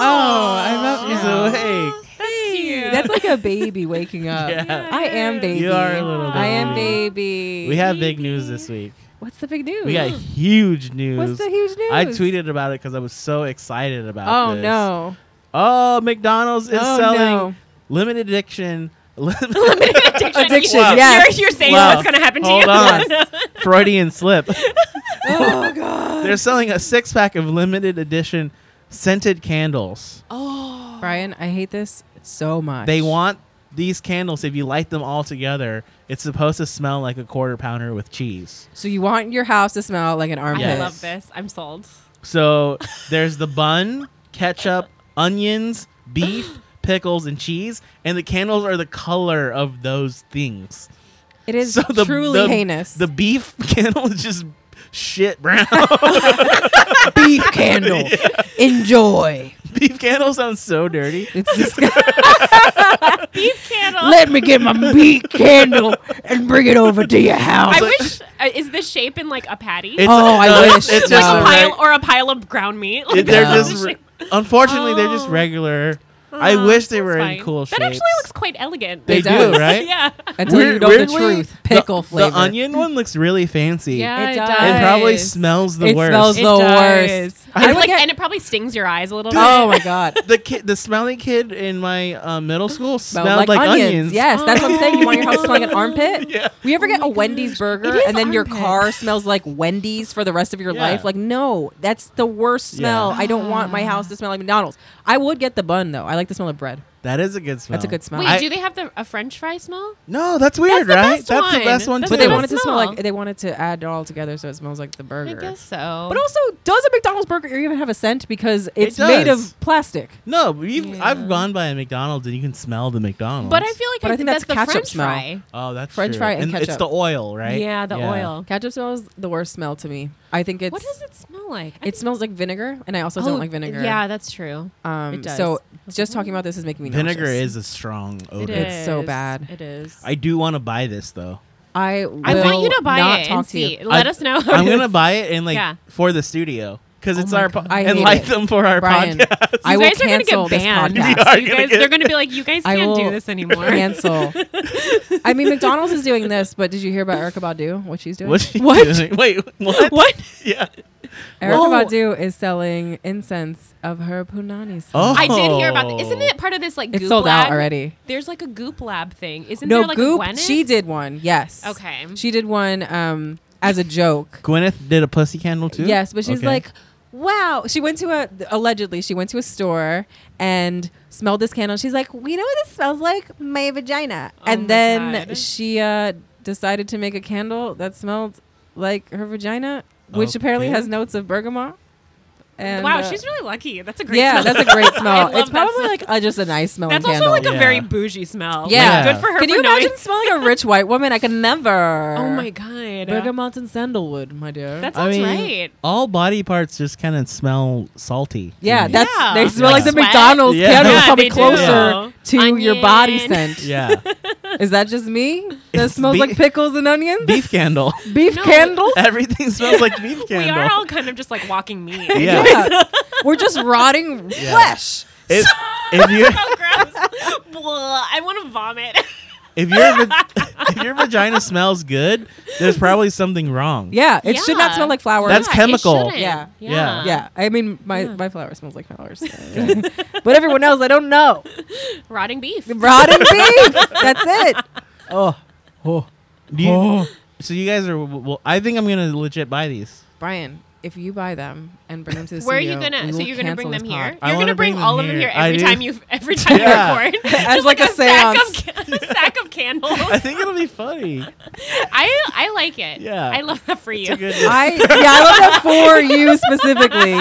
[SPEAKER 2] Oh, I'm up
[SPEAKER 1] She's
[SPEAKER 2] now.
[SPEAKER 1] awake.
[SPEAKER 3] cute.
[SPEAKER 2] That's like a baby waking up.
[SPEAKER 1] Yeah.
[SPEAKER 2] I am baby.
[SPEAKER 1] You are a little
[SPEAKER 2] I am
[SPEAKER 1] baby.
[SPEAKER 2] baby.
[SPEAKER 1] We have big news this week.
[SPEAKER 2] What's the big news?
[SPEAKER 1] We got huge news.
[SPEAKER 2] What's the huge news?
[SPEAKER 1] I tweeted about it because I was so excited about
[SPEAKER 2] Oh
[SPEAKER 1] this.
[SPEAKER 2] no!
[SPEAKER 1] Oh, McDonald's is
[SPEAKER 2] oh
[SPEAKER 1] selling
[SPEAKER 2] no!
[SPEAKER 1] limited edition.
[SPEAKER 3] addiction.
[SPEAKER 2] Addiction,
[SPEAKER 3] Wow.
[SPEAKER 2] yes.
[SPEAKER 3] You're, you're saying
[SPEAKER 1] Wow.
[SPEAKER 3] what's going to happen to
[SPEAKER 1] Hold
[SPEAKER 3] you.
[SPEAKER 1] on. Freudian slip.
[SPEAKER 2] Oh god!
[SPEAKER 1] They're selling a six pack of limited edition scented candles.
[SPEAKER 3] oh.
[SPEAKER 2] Brian, I hate this so much.
[SPEAKER 1] They want these candles, if you light them all together, it's supposed to smell like a quarter pounder with cheese.
[SPEAKER 2] So you want your house to smell like an armpit?
[SPEAKER 3] I
[SPEAKER 1] Yes.
[SPEAKER 3] love this. I'm sold.
[SPEAKER 1] So there's the bun, ketchup, onions, beef, pickles, and cheese, and the candles are the color of those things.
[SPEAKER 2] It is
[SPEAKER 1] So the-
[SPEAKER 2] truly
[SPEAKER 1] the-
[SPEAKER 2] heinous.
[SPEAKER 1] The beef candle is just shit brown.
[SPEAKER 2] beef candle. Enjoy.
[SPEAKER 1] beef candle sounds so dirty.
[SPEAKER 2] It's disgusting.
[SPEAKER 3] Candle.
[SPEAKER 2] Let me get my beef candle and bring it over to your house.
[SPEAKER 3] I wish. Uh, is this shape in like a patty?
[SPEAKER 1] It's-
[SPEAKER 2] Oh, I
[SPEAKER 1] no,
[SPEAKER 2] wish.
[SPEAKER 1] It's, it's
[SPEAKER 2] Like
[SPEAKER 1] just
[SPEAKER 2] a
[SPEAKER 1] a
[SPEAKER 3] pile,
[SPEAKER 1] reg-
[SPEAKER 3] or a pile of ground meat. Like,
[SPEAKER 1] they're
[SPEAKER 3] that's
[SPEAKER 1] just
[SPEAKER 3] the
[SPEAKER 1] re-
[SPEAKER 3] shape.
[SPEAKER 1] unfortunately they're just
[SPEAKER 3] Oh.
[SPEAKER 1] regular. I
[SPEAKER 3] Oh,
[SPEAKER 1] wish they
[SPEAKER 3] that's
[SPEAKER 1] were in
[SPEAKER 3] fine.
[SPEAKER 1] cool shapes.
[SPEAKER 3] That actually looks quite elegant.
[SPEAKER 1] They
[SPEAKER 2] It
[SPEAKER 1] do,
[SPEAKER 2] does.
[SPEAKER 1] right?
[SPEAKER 3] Yeah.
[SPEAKER 2] I tell you,
[SPEAKER 1] Weird-
[SPEAKER 2] you know the
[SPEAKER 1] weirdly,
[SPEAKER 2] truth. Pickle
[SPEAKER 1] the,
[SPEAKER 2] flavor.
[SPEAKER 1] The onion one looks really fancy. It
[SPEAKER 2] it
[SPEAKER 1] probably
[SPEAKER 2] does.
[SPEAKER 1] smells the
[SPEAKER 2] It
[SPEAKER 1] worst.
[SPEAKER 2] smells
[SPEAKER 3] It
[SPEAKER 2] the
[SPEAKER 3] does.
[SPEAKER 2] worst.
[SPEAKER 3] And,
[SPEAKER 2] I would
[SPEAKER 3] like,
[SPEAKER 2] get-
[SPEAKER 3] and it probably stings your eyes a little bit.
[SPEAKER 2] oh my god.
[SPEAKER 1] the kid, the smelly kid in my uh, middle school
[SPEAKER 2] Smell
[SPEAKER 1] smelled like, onions.
[SPEAKER 2] Yes, that's what I'm saying. You want your house to smell like an
[SPEAKER 3] Oh.
[SPEAKER 2] armpit?
[SPEAKER 1] Yeah.
[SPEAKER 2] We ever get a Wendy's burger
[SPEAKER 3] is
[SPEAKER 2] and then your
[SPEAKER 3] armpit.
[SPEAKER 2] car smells like Wendy's for the rest of your
[SPEAKER 1] Yeah.
[SPEAKER 2] life? Like, no, that's the worst
[SPEAKER 1] Yeah.
[SPEAKER 2] smell. I don't want my house to smell like McDonald's. I would get the bun though. I like the smell of bread.
[SPEAKER 1] That is a good smell.
[SPEAKER 2] That's a good smell.
[SPEAKER 3] Wait,
[SPEAKER 1] I-
[SPEAKER 3] do they have the, a French fry smell?
[SPEAKER 1] No, that's weird,
[SPEAKER 3] the
[SPEAKER 1] right?
[SPEAKER 3] best
[SPEAKER 1] that's the
[SPEAKER 3] one.
[SPEAKER 1] best one
[SPEAKER 3] That's
[SPEAKER 1] too.
[SPEAKER 3] the
[SPEAKER 2] but they
[SPEAKER 3] best
[SPEAKER 2] wanted to smell
[SPEAKER 3] smell.
[SPEAKER 2] like they wanted to add it all together so it smells like the burger.
[SPEAKER 3] I guess so.
[SPEAKER 2] But also, does a McDonald's burger even have a scent because it's made
[SPEAKER 1] does.
[SPEAKER 2] of plastic?
[SPEAKER 1] No, we've,
[SPEAKER 3] Yeah.
[SPEAKER 1] I've gone by a McDonald's and you can smell the McDonald's.
[SPEAKER 3] But I feel like
[SPEAKER 2] But
[SPEAKER 3] I,
[SPEAKER 2] I
[SPEAKER 3] think
[SPEAKER 2] think
[SPEAKER 3] that's,
[SPEAKER 2] that's
[SPEAKER 3] the
[SPEAKER 2] ketchup
[SPEAKER 3] French
[SPEAKER 2] smell.
[SPEAKER 3] fry.
[SPEAKER 1] oh, that's
[SPEAKER 2] French
[SPEAKER 1] true.
[SPEAKER 2] fry and
[SPEAKER 1] It's
[SPEAKER 2] ketchup.
[SPEAKER 1] the oil, right?
[SPEAKER 3] Yeah, the oil.
[SPEAKER 2] Ketchup smells the worst smell to me. I think it's
[SPEAKER 3] What does it smell like? I
[SPEAKER 2] it smells like vinegar, and I also
[SPEAKER 3] Oh,
[SPEAKER 2] don't like vinegar.
[SPEAKER 3] Yeah, that's true.
[SPEAKER 2] Um,
[SPEAKER 3] It does.
[SPEAKER 2] So just talking about this is making me
[SPEAKER 1] Vinegar
[SPEAKER 2] nauseous.
[SPEAKER 1] is a strong
[SPEAKER 3] It
[SPEAKER 1] odor.
[SPEAKER 2] It's
[SPEAKER 3] is.
[SPEAKER 2] so bad.
[SPEAKER 3] It is.
[SPEAKER 1] I do want to buy this though.
[SPEAKER 2] I will
[SPEAKER 3] I want you to buy
[SPEAKER 2] not
[SPEAKER 3] it
[SPEAKER 2] talk
[SPEAKER 3] and
[SPEAKER 2] to you.
[SPEAKER 3] see. Let
[SPEAKER 1] I-
[SPEAKER 3] us know.
[SPEAKER 1] I'm gonna buy it and like
[SPEAKER 3] Yeah. Oh
[SPEAKER 1] for the studio because it's
[SPEAKER 2] my
[SPEAKER 1] our po-
[SPEAKER 2] God. I
[SPEAKER 1] and
[SPEAKER 2] hate
[SPEAKER 1] like
[SPEAKER 2] it.
[SPEAKER 1] them for our
[SPEAKER 2] Brian,
[SPEAKER 1] podcast.
[SPEAKER 2] I
[SPEAKER 3] you
[SPEAKER 2] will
[SPEAKER 3] guys are gonna
[SPEAKER 2] cancel
[SPEAKER 3] get
[SPEAKER 2] this
[SPEAKER 3] banned.
[SPEAKER 2] podcast.
[SPEAKER 1] are
[SPEAKER 3] You
[SPEAKER 1] gonna
[SPEAKER 3] guys,
[SPEAKER 1] get-
[SPEAKER 3] they're gonna be like, you guys
[SPEAKER 2] I
[SPEAKER 3] can't do
[SPEAKER 2] will
[SPEAKER 3] this anymore.
[SPEAKER 2] Cancel. I mean, McDonald's is doing this, but did you hear about Erica Badu? What she's doing?
[SPEAKER 1] What's she
[SPEAKER 3] What?
[SPEAKER 1] doing? Wait, what?
[SPEAKER 3] What?
[SPEAKER 1] Yeah.
[SPEAKER 2] Erica
[SPEAKER 3] Oh.
[SPEAKER 2] Badu is selling incense of her punani. scent.
[SPEAKER 1] Oh.
[SPEAKER 3] I did hear about. Th- isn't it part of this like?
[SPEAKER 2] it's
[SPEAKER 3] goop
[SPEAKER 2] sold out
[SPEAKER 3] lab?
[SPEAKER 2] already.
[SPEAKER 3] There's like a goop lab thing. Isn't
[SPEAKER 2] no
[SPEAKER 3] there like
[SPEAKER 2] goop.
[SPEAKER 3] a Gwyneth?
[SPEAKER 2] she did one. Yes.
[SPEAKER 3] Okay.
[SPEAKER 2] She did one um, as a joke.
[SPEAKER 1] Gwyneth did a pussy candle too.
[SPEAKER 2] Yes, but she's
[SPEAKER 1] Okay.
[SPEAKER 2] like, wow. She went to a allegedly she went to a store and smelled this candle. She's like,
[SPEAKER 4] You know what this smells like? My vagina.
[SPEAKER 3] Oh my
[SPEAKER 2] and then
[SPEAKER 3] God.
[SPEAKER 2] she uh, decided to make a candle that smelled like her vagina, which apparently
[SPEAKER 1] Okay.
[SPEAKER 2] has notes of bergamot. And,
[SPEAKER 3] wow,
[SPEAKER 2] uh,
[SPEAKER 3] she's really lucky. That's a great.
[SPEAKER 2] yeah,
[SPEAKER 3] smell.
[SPEAKER 2] that's a great
[SPEAKER 3] I
[SPEAKER 2] smell.
[SPEAKER 3] love
[SPEAKER 2] it's
[SPEAKER 3] that
[SPEAKER 2] probably
[SPEAKER 3] smell.
[SPEAKER 2] like uh, just a nice smelling
[SPEAKER 3] That's
[SPEAKER 2] candle.
[SPEAKER 3] also like a
[SPEAKER 1] Yeah.
[SPEAKER 3] very bougie smell. Like,
[SPEAKER 2] Yeah.
[SPEAKER 3] good for her.
[SPEAKER 2] Can
[SPEAKER 3] for
[SPEAKER 2] you
[SPEAKER 3] knowing-
[SPEAKER 2] imagine smelling a rich white woman? I can never.
[SPEAKER 3] Oh my god.
[SPEAKER 2] Bergamot and sandalwood, my dear.
[SPEAKER 3] That
[SPEAKER 1] I
[SPEAKER 3] sounds
[SPEAKER 1] mean,
[SPEAKER 3] right.
[SPEAKER 1] all body parts just kind of smell salty. to
[SPEAKER 2] Yeah,
[SPEAKER 1] me.
[SPEAKER 2] that's
[SPEAKER 3] Yeah.
[SPEAKER 2] they smell like the
[SPEAKER 3] Sweat.
[SPEAKER 2] McDonald's
[SPEAKER 1] Mm-hmm. Yeah.
[SPEAKER 2] candles
[SPEAKER 1] Yeah,
[SPEAKER 2] probably
[SPEAKER 3] they
[SPEAKER 2] closer
[SPEAKER 3] do.
[SPEAKER 2] to your body
[SPEAKER 3] Onion.
[SPEAKER 2] scent.
[SPEAKER 1] yeah.
[SPEAKER 2] Is that just me? That
[SPEAKER 1] It's
[SPEAKER 2] smells
[SPEAKER 1] be-
[SPEAKER 2] like pickles and onions? Beef,
[SPEAKER 1] beef candle.
[SPEAKER 3] No.
[SPEAKER 2] candle?
[SPEAKER 1] Everything smells like beef candle.
[SPEAKER 3] We are all kind of just like walking meat.
[SPEAKER 1] yeah.
[SPEAKER 2] Yeah. We're just rotting flesh.
[SPEAKER 1] If, if you
[SPEAKER 3] so gross. Blah, I want to vomit.
[SPEAKER 1] if your va- if your vagina smells good, there's probably something wrong.
[SPEAKER 2] Yeah, it should not
[SPEAKER 3] Yeah.
[SPEAKER 2] smell like flowers.
[SPEAKER 1] That's
[SPEAKER 3] Yeah, it
[SPEAKER 1] chemical.
[SPEAKER 3] shouldn't.
[SPEAKER 2] Yeah.
[SPEAKER 1] Yeah.
[SPEAKER 2] yeah, I mean, my, my flower smells like flowers. but everyone else, I don't know.
[SPEAKER 3] Rotting beef.
[SPEAKER 2] Rotten beef. That's it.
[SPEAKER 1] Oh, oh, Do you, So you guys are. Well, I think I'm gonna legit buy these.
[SPEAKER 2] Brian, if you buy them and bring them to the
[SPEAKER 3] Where are you
[SPEAKER 2] studio, we
[SPEAKER 3] gonna? So
[SPEAKER 2] will
[SPEAKER 3] you're gonna bring
[SPEAKER 2] cancel
[SPEAKER 3] them
[SPEAKER 2] this
[SPEAKER 3] here?
[SPEAKER 2] pod.
[SPEAKER 1] I
[SPEAKER 3] You're
[SPEAKER 1] wanna
[SPEAKER 3] gonna bring,
[SPEAKER 1] bring them
[SPEAKER 3] all of them
[SPEAKER 1] here.
[SPEAKER 3] here
[SPEAKER 1] I
[SPEAKER 3] every
[SPEAKER 1] do.
[SPEAKER 3] time you every time
[SPEAKER 1] Yeah.
[SPEAKER 3] you record.
[SPEAKER 2] As like a seance.
[SPEAKER 3] sack of, a sack of candles.
[SPEAKER 1] I think it'll be funny.
[SPEAKER 3] I I like it.
[SPEAKER 1] Yeah.
[SPEAKER 3] I love that for you.
[SPEAKER 1] It's a good.
[SPEAKER 2] I yeah, I love that for you specifically.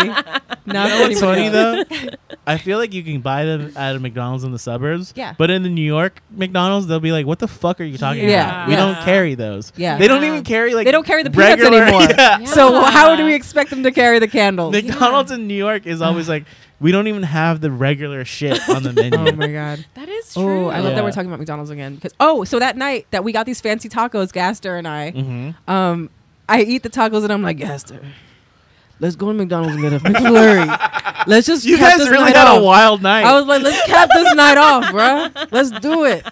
[SPEAKER 2] Not for
[SPEAKER 1] It's
[SPEAKER 2] anybody
[SPEAKER 1] funny
[SPEAKER 2] else.
[SPEAKER 1] though. I feel like you can buy them at a McDonald's in the suburbs.
[SPEAKER 2] Yeah.
[SPEAKER 1] But in the New York McDonald's, they'll be like, "What the fuck are you talking
[SPEAKER 2] Yeah.
[SPEAKER 1] about?
[SPEAKER 2] Yeah.
[SPEAKER 1] We
[SPEAKER 3] Yeah.
[SPEAKER 1] don't carry those.
[SPEAKER 2] Yeah.
[SPEAKER 1] They don't
[SPEAKER 3] Yeah.
[SPEAKER 1] even carry like
[SPEAKER 2] They don't carry the peanuts
[SPEAKER 1] regular-
[SPEAKER 2] anymore.
[SPEAKER 1] Yeah.
[SPEAKER 2] So how do we expect them to carry the candles?
[SPEAKER 1] McDonald's in New York is always like, we don't even have the regular shit on the menu.
[SPEAKER 2] oh my god.
[SPEAKER 3] That is
[SPEAKER 2] Oh,
[SPEAKER 3] true.
[SPEAKER 2] I love that
[SPEAKER 1] Yeah.
[SPEAKER 2] we're talking about McDonald's again. 'Cause- oh, so that night that we got these fancy tacos, Gaster and I,
[SPEAKER 1] Mhm.
[SPEAKER 2] um, I eat the tacos and I'm like, Gaster, let's go to McDonald's and get a McFlurry. let's just
[SPEAKER 1] You
[SPEAKER 2] cap
[SPEAKER 1] guys
[SPEAKER 2] this
[SPEAKER 1] really
[SPEAKER 2] night
[SPEAKER 1] had
[SPEAKER 2] off.
[SPEAKER 1] a wild night.
[SPEAKER 2] I was like, let's cap this night off, bruh. Let's do it.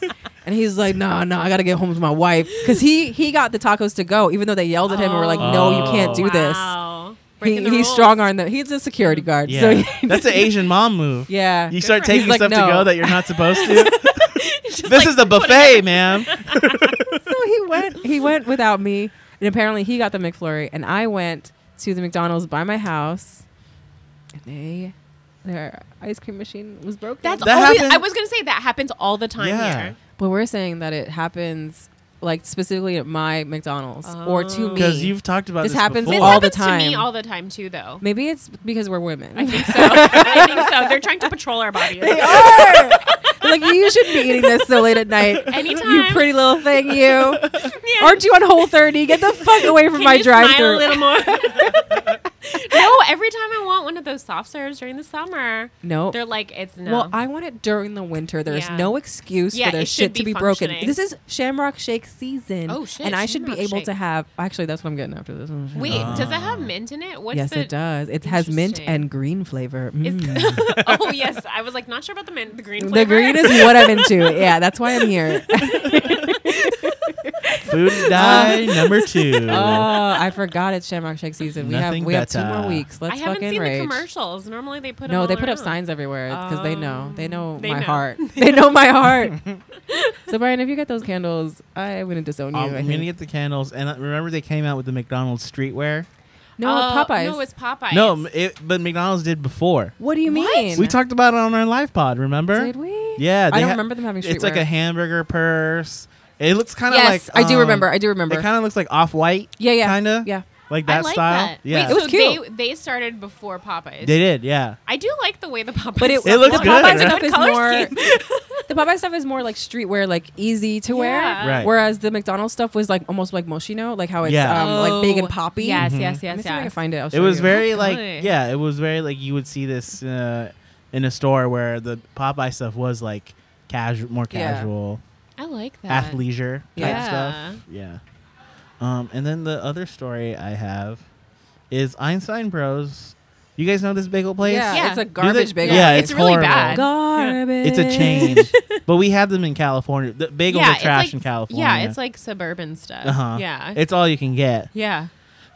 [SPEAKER 2] And he's like, nah, nah, I gotta get home to my wife because he he got the tacos to go, even though they yelled at him and were like, no, you can't do this.
[SPEAKER 3] Wow.
[SPEAKER 2] He,
[SPEAKER 3] Breaking the
[SPEAKER 2] he's
[SPEAKER 3] rules.
[SPEAKER 2] strong armed them. He's a security guard,
[SPEAKER 1] yeah.
[SPEAKER 2] so he-
[SPEAKER 1] That's an Asian mom move.
[SPEAKER 2] yeah.
[SPEAKER 1] You start
[SPEAKER 3] for him.
[SPEAKER 1] taking
[SPEAKER 2] He's
[SPEAKER 1] stuff
[SPEAKER 2] like,
[SPEAKER 1] to
[SPEAKER 2] "No."
[SPEAKER 1] go that you're not supposed to.
[SPEAKER 3] Just
[SPEAKER 1] this
[SPEAKER 3] like
[SPEAKER 1] is the
[SPEAKER 3] putting
[SPEAKER 1] buffet, ma'am.
[SPEAKER 2] so he went he went without me and apparently he got the mcflurry and i went to the mcdonald's by my house and they their ice cream machine was broken
[SPEAKER 3] That's
[SPEAKER 1] That
[SPEAKER 3] always,
[SPEAKER 1] happens-
[SPEAKER 3] I was gonna say that happens all the time
[SPEAKER 1] Yeah.
[SPEAKER 3] here.
[SPEAKER 2] but we're saying that it happens like specifically at my mcdonald's or
[SPEAKER 3] Oh.
[SPEAKER 2] to me
[SPEAKER 1] Because you've talked about
[SPEAKER 2] This
[SPEAKER 1] this,
[SPEAKER 2] happens
[SPEAKER 1] before.
[SPEAKER 3] This
[SPEAKER 2] Oh, all the
[SPEAKER 3] happens to me
[SPEAKER 2] time.
[SPEAKER 3] all the time too, though.
[SPEAKER 2] maybe it's because we're women
[SPEAKER 3] I think so. I think so. They're trying to patrol our bodies.
[SPEAKER 2] like you shouldn't be eating this so late at night
[SPEAKER 3] Anytime.
[SPEAKER 2] you pretty little thing you
[SPEAKER 3] Yeah.
[SPEAKER 2] aren't you on whole 30 get the fuck away from
[SPEAKER 3] Can
[SPEAKER 2] my
[SPEAKER 3] you smile
[SPEAKER 2] drive
[SPEAKER 3] a
[SPEAKER 2] through
[SPEAKER 3] little more? no, every time I want one of those soft serves during the summer,
[SPEAKER 2] no
[SPEAKER 3] they're like, it's no.
[SPEAKER 2] Well, I want it during the winter. There's
[SPEAKER 3] Yeah.
[SPEAKER 2] no excuse
[SPEAKER 3] Yeah,
[SPEAKER 2] for their
[SPEAKER 3] it should
[SPEAKER 2] shit to
[SPEAKER 3] be
[SPEAKER 2] be broken.
[SPEAKER 3] functioning.
[SPEAKER 2] This is Shamrock Shake season.
[SPEAKER 3] Oh, shit,
[SPEAKER 2] And I should be
[SPEAKER 3] Shamrock
[SPEAKER 2] able to
[SPEAKER 3] Shake.
[SPEAKER 2] have. Actually, that's what I'm getting after this. one.
[SPEAKER 3] Wait, does that have mint in it? What's
[SPEAKER 2] Ah. yes,
[SPEAKER 3] the,
[SPEAKER 2] it does. It has mint
[SPEAKER 3] Interesting.
[SPEAKER 2] and green flavor.
[SPEAKER 3] Is,
[SPEAKER 2] Mm.
[SPEAKER 3] oh yes, I was like not sure about the mint, the green.
[SPEAKER 2] The
[SPEAKER 3] flavor.
[SPEAKER 2] green is what I'm into. Yeah, that's why I'm here.
[SPEAKER 1] Food and die number two. Um,
[SPEAKER 2] oh, I forgot it's Shamrock Shake season. We
[SPEAKER 1] Nothing
[SPEAKER 2] have we have two
[SPEAKER 1] better.
[SPEAKER 2] more weeks. Let's
[SPEAKER 3] I haven't
[SPEAKER 2] fucking
[SPEAKER 3] seen
[SPEAKER 2] rage.
[SPEAKER 3] the commercials. Normally they put 'em
[SPEAKER 2] No, they
[SPEAKER 3] all
[SPEAKER 2] put up
[SPEAKER 3] around. Um,
[SPEAKER 2] signs everywhere because they know. They know
[SPEAKER 3] They
[SPEAKER 2] my
[SPEAKER 3] know.
[SPEAKER 2] heart. They know my heart. so Brian, if you get those candles, I'm gonna disown you.
[SPEAKER 1] I'm
[SPEAKER 2] I
[SPEAKER 1] gonna
[SPEAKER 2] think.
[SPEAKER 1] get the candles, and uh, remember they came out with the McDonald's streetwear.
[SPEAKER 2] no,
[SPEAKER 3] Oh,
[SPEAKER 2] Popeyes.
[SPEAKER 3] No, it's Popeyes.
[SPEAKER 1] No, m- it, but McDonald's did before.
[SPEAKER 2] What do you
[SPEAKER 3] What?
[SPEAKER 2] mean?
[SPEAKER 1] We talked about it on our live pod. Remember?
[SPEAKER 2] Did we?
[SPEAKER 1] Yeah,
[SPEAKER 2] I
[SPEAKER 1] they
[SPEAKER 2] don't
[SPEAKER 1] ha-
[SPEAKER 2] remember them having streetwear.
[SPEAKER 1] It's like a hamburger purse. It looks kind of
[SPEAKER 2] yes,
[SPEAKER 1] like
[SPEAKER 2] I do
[SPEAKER 1] um,
[SPEAKER 2] remember. I do
[SPEAKER 1] It
[SPEAKER 2] remember.
[SPEAKER 1] kind of looks like off white.
[SPEAKER 2] yeah, yeah,
[SPEAKER 1] Kind of.
[SPEAKER 2] Yeah.
[SPEAKER 1] Like
[SPEAKER 3] I
[SPEAKER 1] that
[SPEAKER 3] like
[SPEAKER 1] style.
[SPEAKER 3] that.
[SPEAKER 1] Yeah.
[SPEAKER 3] Wait,
[SPEAKER 2] It was
[SPEAKER 3] so
[SPEAKER 2] cute.
[SPEAKER 3] They, they started before Popeyes.
[SPEAKER 1] they did. Yeah.
[SPEAKER 3] I do like the way the Popeyes.
[SPEAKER 2] But it,
[SPEAKER 1] It looks
[SPEAKER 2] the
[SPEAKER 1] good,
[SPEAKER 2] Popeye
[SPEAKER 1] right?
[SPEAKER 2] stuff is
[SPEAKER 3] Color
[SPEAKER 2] more.
[SPEAKER 3] scheme.
[SPEAKER 2] the Popeye stuff is more like streetwear, like easy to
[SPEAKER 3] Yeah.
[SPEAKER 2] wear.
[SPEAKER 1] Right.
[SPEAKER 2] Whereas the McDonald's stuff was like almost like moschino, like how it's
[SPEAKER 1] Yeah.
[SPEAKER 2] um, like big and poppy.
[SPEAKER 3] Oh, Yes,
[SPEAKER 1] Mhm.
[SPEAKER 2] Let me
[SPEAKER 3] yes, yes,
[SPEAKER 2] see if I can
[SPEAKER 3] yes.
[SPEAKER 2] find it. I'll
[SPEAKER 1] It
[SPEAKER 2] show
[SPEAKER 1] was
[SPEAKER 2] you.
[SPEAKER 1] very like
[SPEAKER 3] funny.
[SPEAKER 1] yeah. It was very like you would see this uh, in a store where the Popeye stuff was like casual, more
[SPEAKER 2] Yeah.
[SPEAKER 1] casual,
[SPEAKER 3] I like that.
[SPEAKER 1] athleisure type
[SPEAKER 2] Yeah.
[SPEAKER 1] stuff. Yeah. Um, and then the other story I have is Einstein Bros. You guys know this bagel place?
[SPEAKER 2] Yeah,
[SPEAKER 3] Yeah.
[SPEAKER 2] it's a
[SPEAKER 3] Do
[SPEAKER 2] garbage
[SPEAKER 1] they-
[SPEAKER 2] bagel.
[SPEAKER 1] Yeah,
[SPEAKER 3] it's
[SPEAKER 1] it's
[SPEAKER 3] really
[SPEAKER 1] horrible.
[SPEAKER 3] bad.
[SPEAKER 2] Garbage.
[SPEAKER 1] It's a change, but we have them in California. The bagels
[SPEAKER 3] yeah,
[SPEAKER 1] are trash
[SPEAKER 3] it's like,
[SPEAKER 1] in California.
[SPEAKER 3] Yeah, it's like suburban stuff.
[SPEAKER 1] Uh-huh.
[SPEAKER 3] Yeah.
[SPEAKER 1] it's all you can get.
[SPEAKER 3] yeah.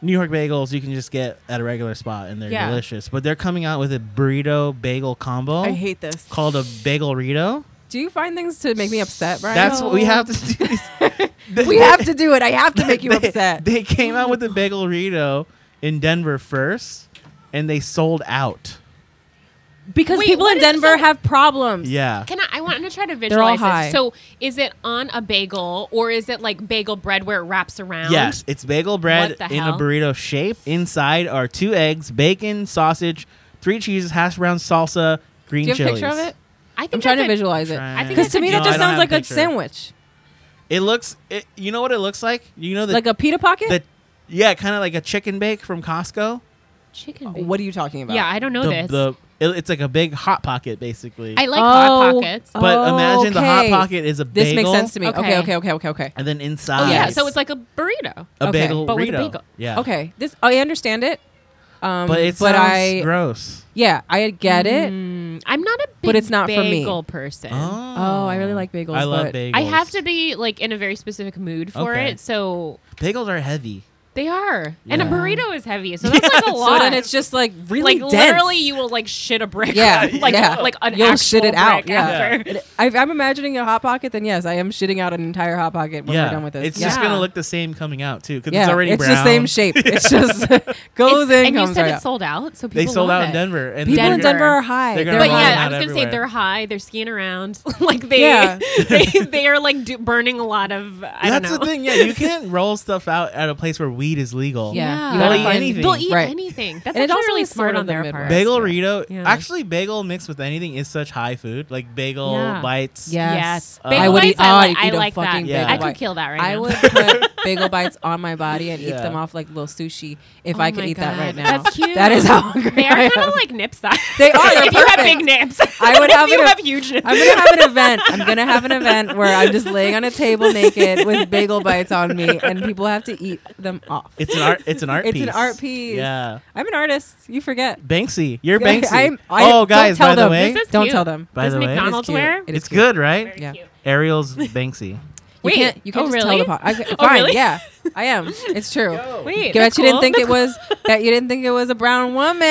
[SPEAKER 1] New York bagels you can just get at a regular spot and they're
[SPEAKER 3] Yeah.
[SPEAKER 1] delicious. But they're coming out with a burrito bagel combo
[SPEAKER 2] I hate this.
[SPEAKER 1] called a bagel rito.
[SPEAKER 2] Do you find things to make me upset, Brian?
[SPEAKER 1] That's what we have to do. They-
[SPEAKER 2] We have to do it. I have to make you
[SPEAKER 1] they-
[SPEAKER 2] upset.
[SPEAKER 1] They came out with the bagel rito in Denver first and they sold out.
[SPEAKER 2] Because
[SPEAKER 3] Wait,
[SPEAKER 2] people
[SPEAKER 3] what
[SPEAKER 2] in
[SPEAKER 3] is-
[SPEAKER 2] Denver
[SPEAKER 3] so-
[SPEAKER 2] have problems.
[SPEAKER 1] Yeah.
[SPEAKER 3] Can I? I want to try to visualize
[SPEAKER 2] They're all high.
[SPEAKER 3] this. So, is it on a bagel or is it like bagel bread where it wraps around?
[SPEAKER 1] Yes, it's bagel bread
[SPEAKER 3] What the
[SPEAKER 1] in a
[SPEAKER 3] hell?
[SPEAKER 1] burrito shape. Inside are two eggs, bacon, sausage, three cheeses, hash brown salsa, green
[SPEAKER 2] Do you have a
[SPEAKER 1] chilies.
[SPEAKER 2] picture of it?
[SPEAKER 3] I think
[SPEAKER 2] I'm trying
[SPEAKER 3] I
[SPEAKER 2] to
[SPEAKER 3] could-
[SPEAKER 2] visualize it.
[SPEAKER 1] Try
[SPEAKER 3] I think
[SPEAKER 2] Because
[SPEAKER 3] I
[SPEAKER 2] to
[SPEAKER 3] could
[SPEAKER 2] me,
[SPEAKER 3] do
[SPEAKER 2] that
[SPEAKER 1] No, I
[SPEAKER 2] just
[SPEAKER 1] don't
[SPEAKER 2] sounds
[SPEAKER 1] have
[SPEAKER 2] like
[SPEAKER 1] a
[SPEAKER 2] a,
[SPEAKER 1] picture.
[SPEAKER 2] sandwich,
[SPEAKER 1] It looks. It, you know what it looks like? You know the
[SPEAKER 2] like a pita pocket.
[SPEAKER 1] the yeah, kind of like a chicken bake from Costco.
[SPEAKER 3] chicken. bake.
[SPEAKER 2] what are you talking about?
[SPEAKER 3] Yeah, I don't know
[SPEAKER 1] Uh, the,
[SPEAKER 3] this.
[SPEAKER 1] the it, it's like a big hot pocket basically.
[SPEAKER 3] I like hot
[SPEAKER 2] Oh.
[SPEAKER 3] pockets.
[SPEAKER 1] but imagine the hot
[SPEAKER 2] Okay.
[SPEAKER 1] pocket is a
[SPEAKER 2] this
[SPEAKER 1] bagel.
[SPEAKER 2] makes sense to me. Okay, okay,
[SPEAKER 3] Okay.
[SPEAKER 2] okay, okay, okay. Okay,
[SPEAKER 1] And then inside,
[SPEAKER 3] Oh yeah,
[SPEAKER 2] Yes.
[SPEAKER 3] so it's like a burrito.
[SPEAKER 1] a
[SPEAKER 2] okay,
[SPEAKER 1] bagel
[SPEAKER 3] but with a
[SPEAKER 1] burrito.
[SPEAKER 3] bagel.
[SPEAKER 1] Yeah,
[SPEAKER 2] This I understand it. Um,
[SPEAKER 1] but it
[SPEAKER 2] but
[SPEAKER 1] sounds
[SPEAKER 2] I
[SPEAKER 1] gross.
[SPEAKER 2] yeah, I get it.
[SPEAKER 3] Mm, I'm not a big
[SPEAKER 2] But it's not for me.
[SPEAKER 3] bagel person.
[SPEAKER 2] Oh, I really like bagels,
[SPEAKER 1] I love
[SPEAKER 2] but-
[SPEAKER 1] bagels.
[SPEAKER 3] I have to be like in a very specific mood for
[SPEAKER 1] Okay.
[SPEAKER 3] it. So
[SPEAKER 1] Bagels are heavy.
[SPEAKER 3] They are. And a
[SPEAKER 1] Yeah.
[SPEAKER 3] burrito is heavy, so that's like a
[SPEAKER 2] So
[SPEAKER 3] lot.
[SPEAKER 2] then it's just like really
[SPEAKER 3] like
[SPEAKER 2] dense.
[SPEAKER 3] literally you will like shit a brick.
[SPEAKER 2] Yeah,
[SPEAKER 3] like
[SPEAKER 2] yeah.
[SPEAKER 3] like an
[SPEAKER 2] You'll
[SPEAKER 3] actual
[SPEAKER 2] shit it out,
[SPEAKER 3] brick
[SPEAKER 2] yeah.
[SPEAKER 3] after.
[SPEAKER 2] I, I'm imagining a hot pocket. Then yes, I am shitting out an entire hot pocket when we're done with this.
[SPEAKER 1] It's
[SPEAKER 2] yeah.
[SPEAKER 1] just
[SPEAKER 3] Yeah.
[SPEAKER 1] gonna look the same coming out too, because
[SPEAKER 2] yeah,
[SPEAKER 1] it's already brown.
[SPEAKER 2] the same shape. It's just goes
[SPEAKER 3] It's-
[SPEAKER 2] in,
[SPEAKER 3] and you
[SPEAKER 2] comes
[SPEAKER 3] said
[SPEAKER 2] right
[SPEAKER 3] it
[SPEAKER 2] out.
[SPEAKER 3] sold out, so people
[SPEAKER 1] They sold
[SPEAKER 3] love
[SPEAKER 1] out in
[SPEAKER 3] it.
[SPEAKER 1] Denver, and
[SPEAKER 2] People
[SPEAKER 1] they're
[SPEAKER 2] in
[SPEAKER 1] gonna-
[SPEAKER 2] Denver are high.
[SPEAKER 1] They're gonna
[SPEAKER 2] They're
[SPEAKER 1] They're
[SPEAKER 3] But
[SPEAKER 2] wild.
[SPEAKER 1] rolling
[SPEAKER 3] yeah, I
[SPEAKER 1] out
[SPEAKER 3] was gonna say
[SPEAKER 1] everywhere.
[SPEAKER 3] they're high. They're skiing around, like they
[SPEAKER 2] Yeah.
[SPEAKER 3] they they are like do, burning a lot of. I
[SPEAKER 1] That's
[SPEAKER 3] don't know.
[SPEAKER 1] the thing. Yeah, you can't roll stuff out at a place where weed is legal.
[SPEAKER 2] Yeah.
[SPEAKER 3] Yeah.
[SPEAKER 2] You
[SPEAKER 1] They'll
[SPEAKER 2] gotta
[SPEAKER 1] eat
[SPEAKER 2] find-
[SPEAKER 1] anything.
[SPEAKER 3] They'll eat
[SPEAKER 2] Right.
[SPEAKER 3] anything. That's
[SPEAKER 2] And it
[SPEAKER 3] actually
[SPEAKER 2] also
[SPEAKER 3] really
[SPEAKER 2] is
[SPEAKER 3] smart
[SPEAKER 2] sort of
[SPEAKER 3] on
[SPEAKER 2] the
[SPEAKER 3] their
[SPEAKER 2] Midwest.
[SPEAKER 3] part.
[SPEAKER 1] Bagel burrito.
[SPEAKER 3] Yeah.
[SPEAKER 1] Actually, bagel mixed with anything is such high food. Like bagel
[SPEAKER 3] Yeah.
[SPEAKER 1] bites.
[SPEAKER 2] Yes.
[SPEAKER 1] Uh,
[SPEAKER 3] Bagel
[SPEAKER 2] I would
[SPEAKER 3] bites,
[SPEAKER 2] eat.
[SPEAKER 3] I,
[SPEAKER 2] oh,
[SPEAKER 3] like,
[SPEAKER 2] I'd
[SPEAKER 3] I
[SPEAKER 2] eat a
[SPEAKER 3] like that.
[SPEAKER 2] fucking
[SPEAKER 1] Yeah.
[SPEAKER 2] bagel
[SPEAKER 3] I could
[SPEAKER 2] bite.
[SPEAKER 3] kill that right
[SPEAKER 2] I
[SPEAKER 3] now.
[SPEAKER 2] would put bagel bites on my body and eat
[SPEAKER 1] Yeah.
[SPEAKER 2] them off like little sushi if
[SPEAKER 3] Oh
[SPEAKER 2] I could
[SPEAKER 3] my
[SPEAKER 2] eat that right
[SPEAKER 3] God.
[SPEAKER 2] now.
[SPEAKER 3] That's cute.
[SPEAKER 2] That is how hungry
[SPEAKER 3] They
[SPEAKER 2] I
[SPEAKER 3] are
[SPEAKER 2] am.
[SPEAKER 3] kind of like nip size.
[SPEAKER 2] They are, they're
[SPEAKER 3] if you have
[SPEAKER 2] perfect.
[SPEAKER 3] big nips,
[SPEAKER 2] I would have
[SPEAKER 3] if you
[SPEAKER 2] it-
[SPEAKER 3] have huge nips.
[SPEAKER 2] I'm gonna have an event. I'm gonna have an event where I'm just laying on a table naked with bagel bites on me, and people have to eat them off.
[SPEAKER 1] It's an art. It's an art
[SPEAKER 2] It's
[SPEAKER 1] piece.
[SPEAKER 2] an art piece.
[SPEAKER 1] Yeah.
[SPEAKER 2] I'm an artist. You forget.
[SPEAKER 1] Banksy. You're
[SPEAKER 2] Yeah,
[SPEAKER 1] Banksy.
[SPEAKER 2] I'm- I-
[SPEAKER 1] oh,
[SPEAKER 2] don't
[SPEAKER 1] guys,
[SPEAKER 2] tell
[SPEAKER 1] by the
[SPEAKER 2] them.
[SPEAKER 1] way,
[SPEAKER 3] This is
[SPEAKER 2] Don't
[SPEAKER 3] cute.
[SPEAKER 2] tell them.
[SPEAKER 1] By
[SPEAKER 3] Does
[SPEAKER 1] the way, it is
[SPEAKER 3] McDonald's
[SPEAKER 2] cute.
[SPEAKER 3] wear?
[SPEAKER 2] It is
[SPEAKER 1] it's good, right?
[SPEAKER 3] Very
[SPEAKER 2] Yeah.
[SPEAKER 3] cute.
[SPEAKER 1] Ariel's Banksy.
[SPEAKER 3] Wait.
[SPEAKER 2] you can't, you can't
[SPEAKER 3] oh,
[SPEAKER 2] just
[SPEAKER 3] really?
[SPEAKER 2] tell the pot. I, fine,
[SPEAKER 3] Oh, really?
[SPEAKER 2] yeah, I am. It's true.
[SPEAKER 3] Wait,
[SPEAKER 2] Bet
[SPEAKER 3] that's
[SPEAKER 2] you didn't
[SPEAKER 3] cool.
[SPEAKER 2] think
[SPEAKER 3] That's
[SPEAKER 2] it was that you didn't think it was a brown woman.
[SPEAKER 3] No,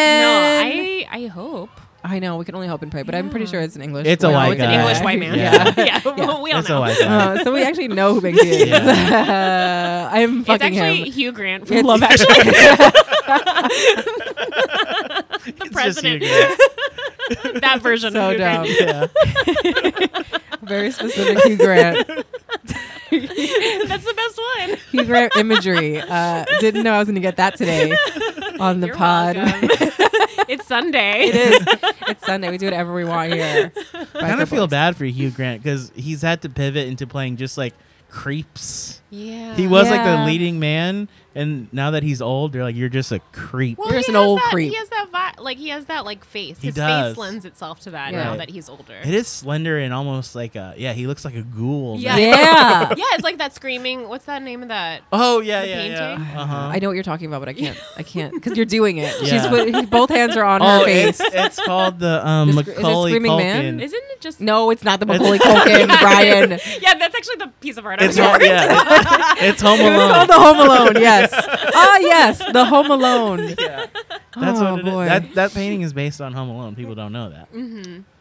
[SPEAKER 3] I I hope
[SPEAKER 2] I know we can only hope and pray, but I'm pretty
[SPEAKER 3] Yeah.
[SPEAKER 2] sure it's an English.
[SPEAKER 1] It's a
[SPEAKER 2] white
[SPEAKER 1] white
[SPEAKER 3] it's an
[SPEAKER 1] guy.
[SPEAKER 3] English white man.
[SPEAKER 1] Yeah.
[SPEAKER 3] Yeah, yeah. well, we all
[SPEAKER 1] That's
[SPEAKER 3] know.
[SPEAKER 1] a white guy.
[SPEAKER 2] Uh, so we actually know who Banksy is. Uh, I'm
[SPEAKER 3] It's
[SPEAKER 2] fucking
[SPEAKER 3] actually
[SPEAKER 2] him.
[SPEAKER 3] Hugh Grant from
[SPEAKER 2] It's-
[SPEAKER 3] Love Actually.
[SPEAKER 1] It's just
[SPEAKER 3] president.
[SPEAKER 1] you guys.
[SPEAKER 3] that version
[SPEAKER 2] So
[SPEAKER 3] of Hugh Grant.
[SPEAKER 2] dumb.
[SPEAKER 1] yeah.
[SPEAKER 2] Very specific Hugh Grant.
[SPEAKER 3] That's the best one.
[SPEAKER 2] Hugh Grant imagery. Uh, didn't know I was going to get that today on the
[SPEAKER 3] You're
[SPEAKER 2] pod.
[SPEAKER 3] welcome. it's Sunday.
[SPEAKER 2] It is. It's Sunday. We do whatever we want here.
[SPEAKER 1] I kind of feel bad for Hugh Grant because he's had to pivot into playing just like creeps.
[SPEAKER 3] Yeah.
[SPEAKER 1] He was like the
[SPEAKER 2] Uh, Yeah.
[SPEAKER 1] leading man, and now that he's old, they're like, "You're just a creep."
[SPEAKER 3] Well,
[SPEAKER 2] You're
[SPEAKER 3] he
[SPEAKER 2] just an
[SPEAKER 3] has
[SPEAKER 2] old
[SPEAKER 3] that,
[SPEAKER 2] creep.
[SPEAKER 3] He has that vi- like he has that like face.
[SPEAKER 1] He
[SPEAKER 3] His
[SPEAKER 1] does.
[SPEAKER 3] face lends itself to that
[SPEAKER 2] Yeah.
[SPEAKER 3] now
[SPEAKER 1] Right.
[SPEAKER 3] that he's older.
[SPEAKER 1] It is slender and almost like a yeah. He looks like a ghoul.
[SPEAKER 3] Yeah.
[SPEAKER 1] man.
[SPEAKER 2] Yeah.
[SPEAKER 3] Yeah, it's like that screaming. What's that name of that?
[SPEAKER 1] Oh yeah,
[SPEAKER 3] The
[SPEAKER 1] yeah,
[SPEAKER 3] painting?
[SPEAKER 1] yeah.
[SPEAKER 2] I
[SPEAKER 1] Uh-huh.
[SPEAKER 2] know what you're talking about, but I can't. I can't because you're doing it. She's
[SPEAKER 1] Yeah.
[SPEAKER 2] put, both hands are on
[SPEAKER 1] Oh,
[SPEAKER 2] her
[SPEAKER 1] it's,
[SPEAKER 2] face.
[SPEAKER 1] it's called the um,
[SPEAKER 2] Is it Scre- is it
[SPEAKER 1] Macaulay
[SPEAKER 2] Screaming
[SPEAKER 1] Culkin.
[SPEAKER 2] Man?
[SPEAKER 3] Isn't it just
[SPEAKER 2] No, it's not the Macaulay Culkin, Brian. It's
[SPEAKER 3] yeah, that's actually the piece of art. I
[SPEAKER 1] It's
[SPEAKER 3] was referring
[SPEAKER 1] not, yeah. it- it's Home Alone.
[SPEAKER 2] called the Home Alone. Yes. Ah, yes, the Home Alone.
[SPEAKER 1] That's
[SPEAKER 2] oh
[SPEAKER 1] what it is.
[SPEAKER 2] boy.
[SPEAKER 1] That that painting is based on Home Alone. People don't know that.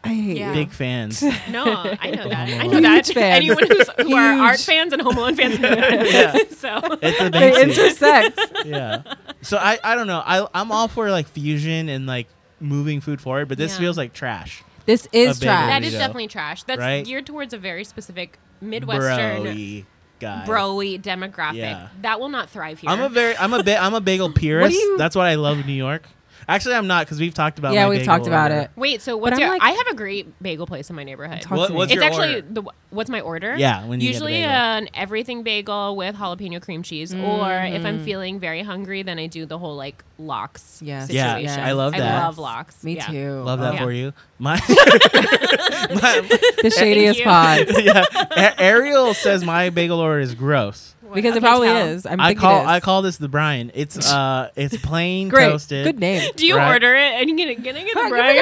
[SPEAKER 2] I hate
[SPEAKER 3] Yeah.
[SPEAKER 2] you.
[SPEAKER 1] Big fans.
[SPEAKER 3] No, I know that. I
[SPEAKER 1] Home
[SPEAKER 3] know
[SPEAKER 1] Alone.
[SPEAKER 3] that.
[SPEAKER 2] Huge fans.
[SPEAKER 3] Anyone who's, who are
[SPEAKER 2] Huge.
[SPEAKER 3] art fans and Home Alone fans know that.
[SPEAKER 1] Yeah.
[SPEAKER 3] So
[SPEAKER 1] It's a
[SPEAKER 2] They
[SPEAKER 1] Banksy.
[SPEAKER 2] intersect.
[SPEAKER 1] yeah. So I I don't know. I I'm all for like fusion and like moving food forward, but this
[SPEAKER 3] Yeah.
[SPEAKER 1] feels like trash.
[SPEAKER 2] This is
[SPEAKER 1] A baby.
[SPEAKER 2] trash.
[SPEAKER 3] that is
[SPEAKER 1] burrito.
[SPEAKER 3] definitely trash. That's
[SPEAKER 1] Right?
[SPEAKER 3] geared towards a very specific Midwestern
[SPEAKER 1] Bro-y guy.
[SPEAKER 3] broy demographic.
[SPEAKER 1] Yeah.
[SPEAKER 3] That will not thrive here.
[SPEAKER 1] I'm a very I'm a ba- I'm a bagel purist.
[SPEAKER 2] you-
[SPEAKER 1] That's what I love in New York. Actually, I'm not because we've talked about
[SPEAKER 2] yeah,
[SPEAKER 1] my
[SPEAKER 2] we've
[SPEAKER 1] bagel
[SPEAKER 2] talked about
[SPEAKER 1] order.
[SPEAKER 2] it.
[SPEAKER 3] Wait, so what's
[SPEAKER 2] I'm
[SPEAKER 3] your?
[SPEAKER 2] like-
[SPEAKER 3] I have a great bagel place in my neighborhood.
[SPEAKER 2] Talk-
[SPEAKER 1] What,
[SPEAKER 2] to
[SPEAKER 1] what's
[SPEAKER 2] me.
[SPEAKER 1] your
[SPEAKER 3] it's actually
[SPEAKER 1] order?
[SPEAKER 3] the what's my order?
[SPEAKER 1] Yeah, when you get the
[SPEAKER 3] usually
[SPEAKER 1] bagel.
[SPEAKER 3] an everything bagel with jalapeno cream cheese, or if I'm feeling very hungry, then I do the whole like lox.
[SPEAKER 2] Yes.
[SPEAKER 1] Yeah,
[SPEAKER 3] situation.
[SPEAKER 2] I
[SPEAKER 1] love that.
[SPEAKER 3] I love lox.
[SPEAKER 2] Me
[SPEAKER 3] yeah.
[SPEAKER 2] too.
[SPEAKER 1] Love that
[SPEAKER 3] Yeah.
[SPEAKER 1] for you. My, my
[SPEAKER 2] The shadiest
[SPEAKER 3] you.
[SPEAKER 2] pod.
[SPEAKER 1] yeah. A- Ariel says my bagel order is gross.
[SPEAKER 3] What-
[SPEAKER 2] Because
[SPEAKER 3] I
[SPEAKER 2] it
[SPEAKER 3] can
[SPEAKER 2] probably
[SPEAKER 3] tell.
[SPEAKER 2] is. I'm
[SPEAKER 1] i
[SPEAKER 2] thinking
[SPEAKER 1] call
[SPEAKER 2] it is.
[SPEAKER 1] I call this the Brian. It's uh it's plain
[SPEAKER 2] Great.
[SPEAKER 1] toasted.
[SPEAKER 2] Good name.
[SPEAKER 3] Do you
[SPEAKER 1] Right.
[SPEAKER 3] order it and you get it? Can I get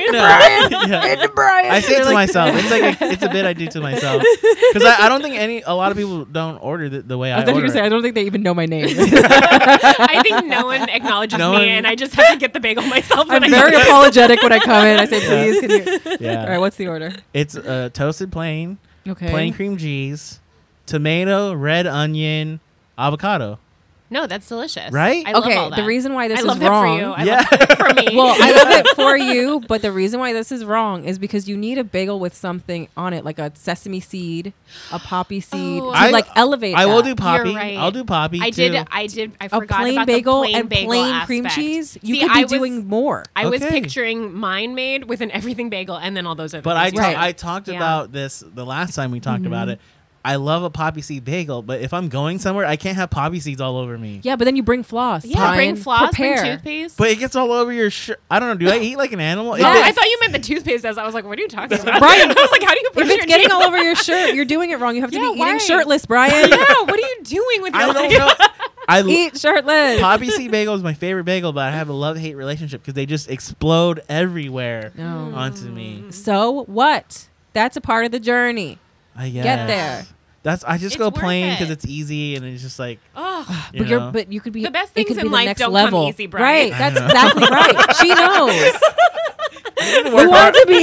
[SPEAKER 3] it,
[SPEAKER 1] No.
[SPEAKER 3] Brian?
[SPEAKER 1] Yeah.
[SPEAKER 2] Brian.
[SPEAKER 1] I say it to myself. It's like a, it's a bit I do to myself because I, I don't think any a lot of people don't order the, the way
[SPEAKER 2] I
[SPEAKER 1] I,
[SPEAKER 2] was going
[SPEAKER 1] order.
[SPEAKER 2] to say, I
[SPEAKER 1] it.
[SPEAKER 2] don't think they even know my name.
[SPEAKER 3] I think no one acknowledges
[SPEAKER 1] No
[SPEAKER 3] me,
[SPEAKER 1] one-
[SPEAKER 3] and I just have to get the bagel myself. when
[SPEAKER 2] I'm
[SPEAKER 3] I
[SPEAKER 2] very
[SPEAKER 3] go.
[SPEAKER 2] apologetic when I come in. I say, please, can you? All right,
[SPEAKER 1] Yeah,
[SPEAKER 2] what's the order?
[SPEAKER 1] it's uh, toasted plain,
[SPEAKER 2] Okay.
[SPEAKER 1] plain cream cheese, tomato, red onion, avocado.
[SPEAKER 3] No, that's delicious.
[SPEAKER 1] Right?
[SPEAKER 3] I love
[SPEAKER 2] okay,
[SPEAKER 3] all
[SPEAKER 2] the
[SPEAKER 3] that.
[SPEAKER 2] reason why this
[SPEAKER 3] I love
[SPEAKER 2] is
[SPEAKER 3] that
[SPEAKER 2] wrong.
[SPEAKER 3] for you. I
[SPEAKER 1] yeah,
[SPEAKER 3] love that for me.
[SPEAKER 2] Well, I love it for you, but the reason why this is wrong is because you need a bagel with something on it, like a sesame seed, a poppy seed,
[SPEAKER 3] Oh.
[SPEAKER 2] to
[SPEAKER 1] I-
[SPEAKER 2] like elevate.
[SPEAKER 1] I will do
[SPEAKER 2] that.
[SPEAKER 1] poppy.
[SPEAKER 3] right.
[SPEAKER 1] I'll do poppy.
[SPEAKER 3] I
[SPEAKER 1] too.
[SPEAKER 3] did. I did. I
[SPEAKER 2] a
[SPEAKER 3] forgot
[SPEAKER 2] plain
[SPEAKER 3] about
[SPEAKER 2] bagel
[SPEAKER 3] the plain
[SPEAKER 2] and
[SPEAKER 3] bagel
[SPEAKER 2] plain cream
[SPEAKER 3] aspect.
[SPEAKER 2] cheese. You
[SPEAKER 3] See,
[SPEAKER 2] could
[SPEAKER 3] I
[SPEAKER 2] be
[SPEAKER 3] was-
[SPEAKER 2] doing more.
[SPEAKER 3] I was
[SPEAKER 1] Okay.
[SPEAKER 3] picturing mine made with an everything bagel and then all those other.
[SPEAKER 1] But I,
[SPEAKER 3] things.
[SPEAKER 1] ta-
[SPEAKER 2] Right.
[SPEAKER 1] I talked
[SPEAKER 3] Yeah.
[SPEAKER 1] about this the last time we talked about it. I love a poppy seed bagel, but if I'm going somewhere, I can't have poppy seeds all over me.
[SPEAKER 2] Yeah, but then you bring floss.
[SPEAKER 3] yeah,
[SPEAKER 2] Brian.
[SPEAKER 3] bring floss,
[SPEAKER 2] Prepare.
[SPEAKER 3] bring toothpaste.
[SPEAKER 1] But it gets all over your shirt. I don't know. Do I eat like an animal? If
[SPEAKER 3] oh,
[SPEAKER 1] it-
[SPEAKER 3] I thought you meant the toothpaste. As I was like, what are you talking about?
[SPEAKER 2] Brian,
[SPEAKER 3] I was like, how do you put
[SPEAKER 2] If
[SPEAKER 3] your
[SPEAKER 2] it's getting
[SPEAKER 3] teeth-
[SPEAKER 2] all over your shirt, you're doing it wrong. You have to
[SPEAKER 3] Yeah,
[SPEAKER 2] be
[SPEAKER 3] why?
[SPEAKER 2] eating shirtless, Brian.
[SPEAKER 3] Yeah, what are you doing with your
[SPEAKER 1] I don't
[SPEAKER 3] life?
[SPEAKER 1] know. I l-
[SPEAKER 2] Eat shirtless.
[SPEAKER 1] poppy seed bagel is my favorite bagel, but I have a love hate relationship because they just explode everywhere
[SPEAKER 2] No.
[SPEAKER 1] onto me.
[SPEAKER 2] So what? That's a part of the journey.
[SPEAKER 1] I guess.
[SPEAKER 2] there.
[SPEAKER 1] That's I just
[SPEAKER 3] It's
[SPEAKER 1] go
[SPEAKER 3] worth
[SPEAKER 1] playing because
[SPEAKER 3] it.
[SPEAKER 1] it's easy and it's just like
[SPEAKER 3] Oh,
[SPEAKER 1] you
[SPEAKER 2] but you're
[SPEAKER 1] know.
[SPEAKER 2] but you could be
[SPEAKER 3] The best
[SPEAKER 2] it
[SPEAKER 3] things
[SPEAKER 2] could
[SPEAKER 3] in
[SPEAKER 2] be the
[SPEAKER 3] life
[SPEAKER 2] next
[SPEAKER 3] don't come
[SPEAKER 2] level.
[SPEAKER 3] easy, Brian.
[SPEAKER 2] Right. That's exactly right. She knows.
[SPEAKER 1] Work
[SPEAKER 2] We want
[SPEAKER 1] hard-
[SPEAKER 2] it to be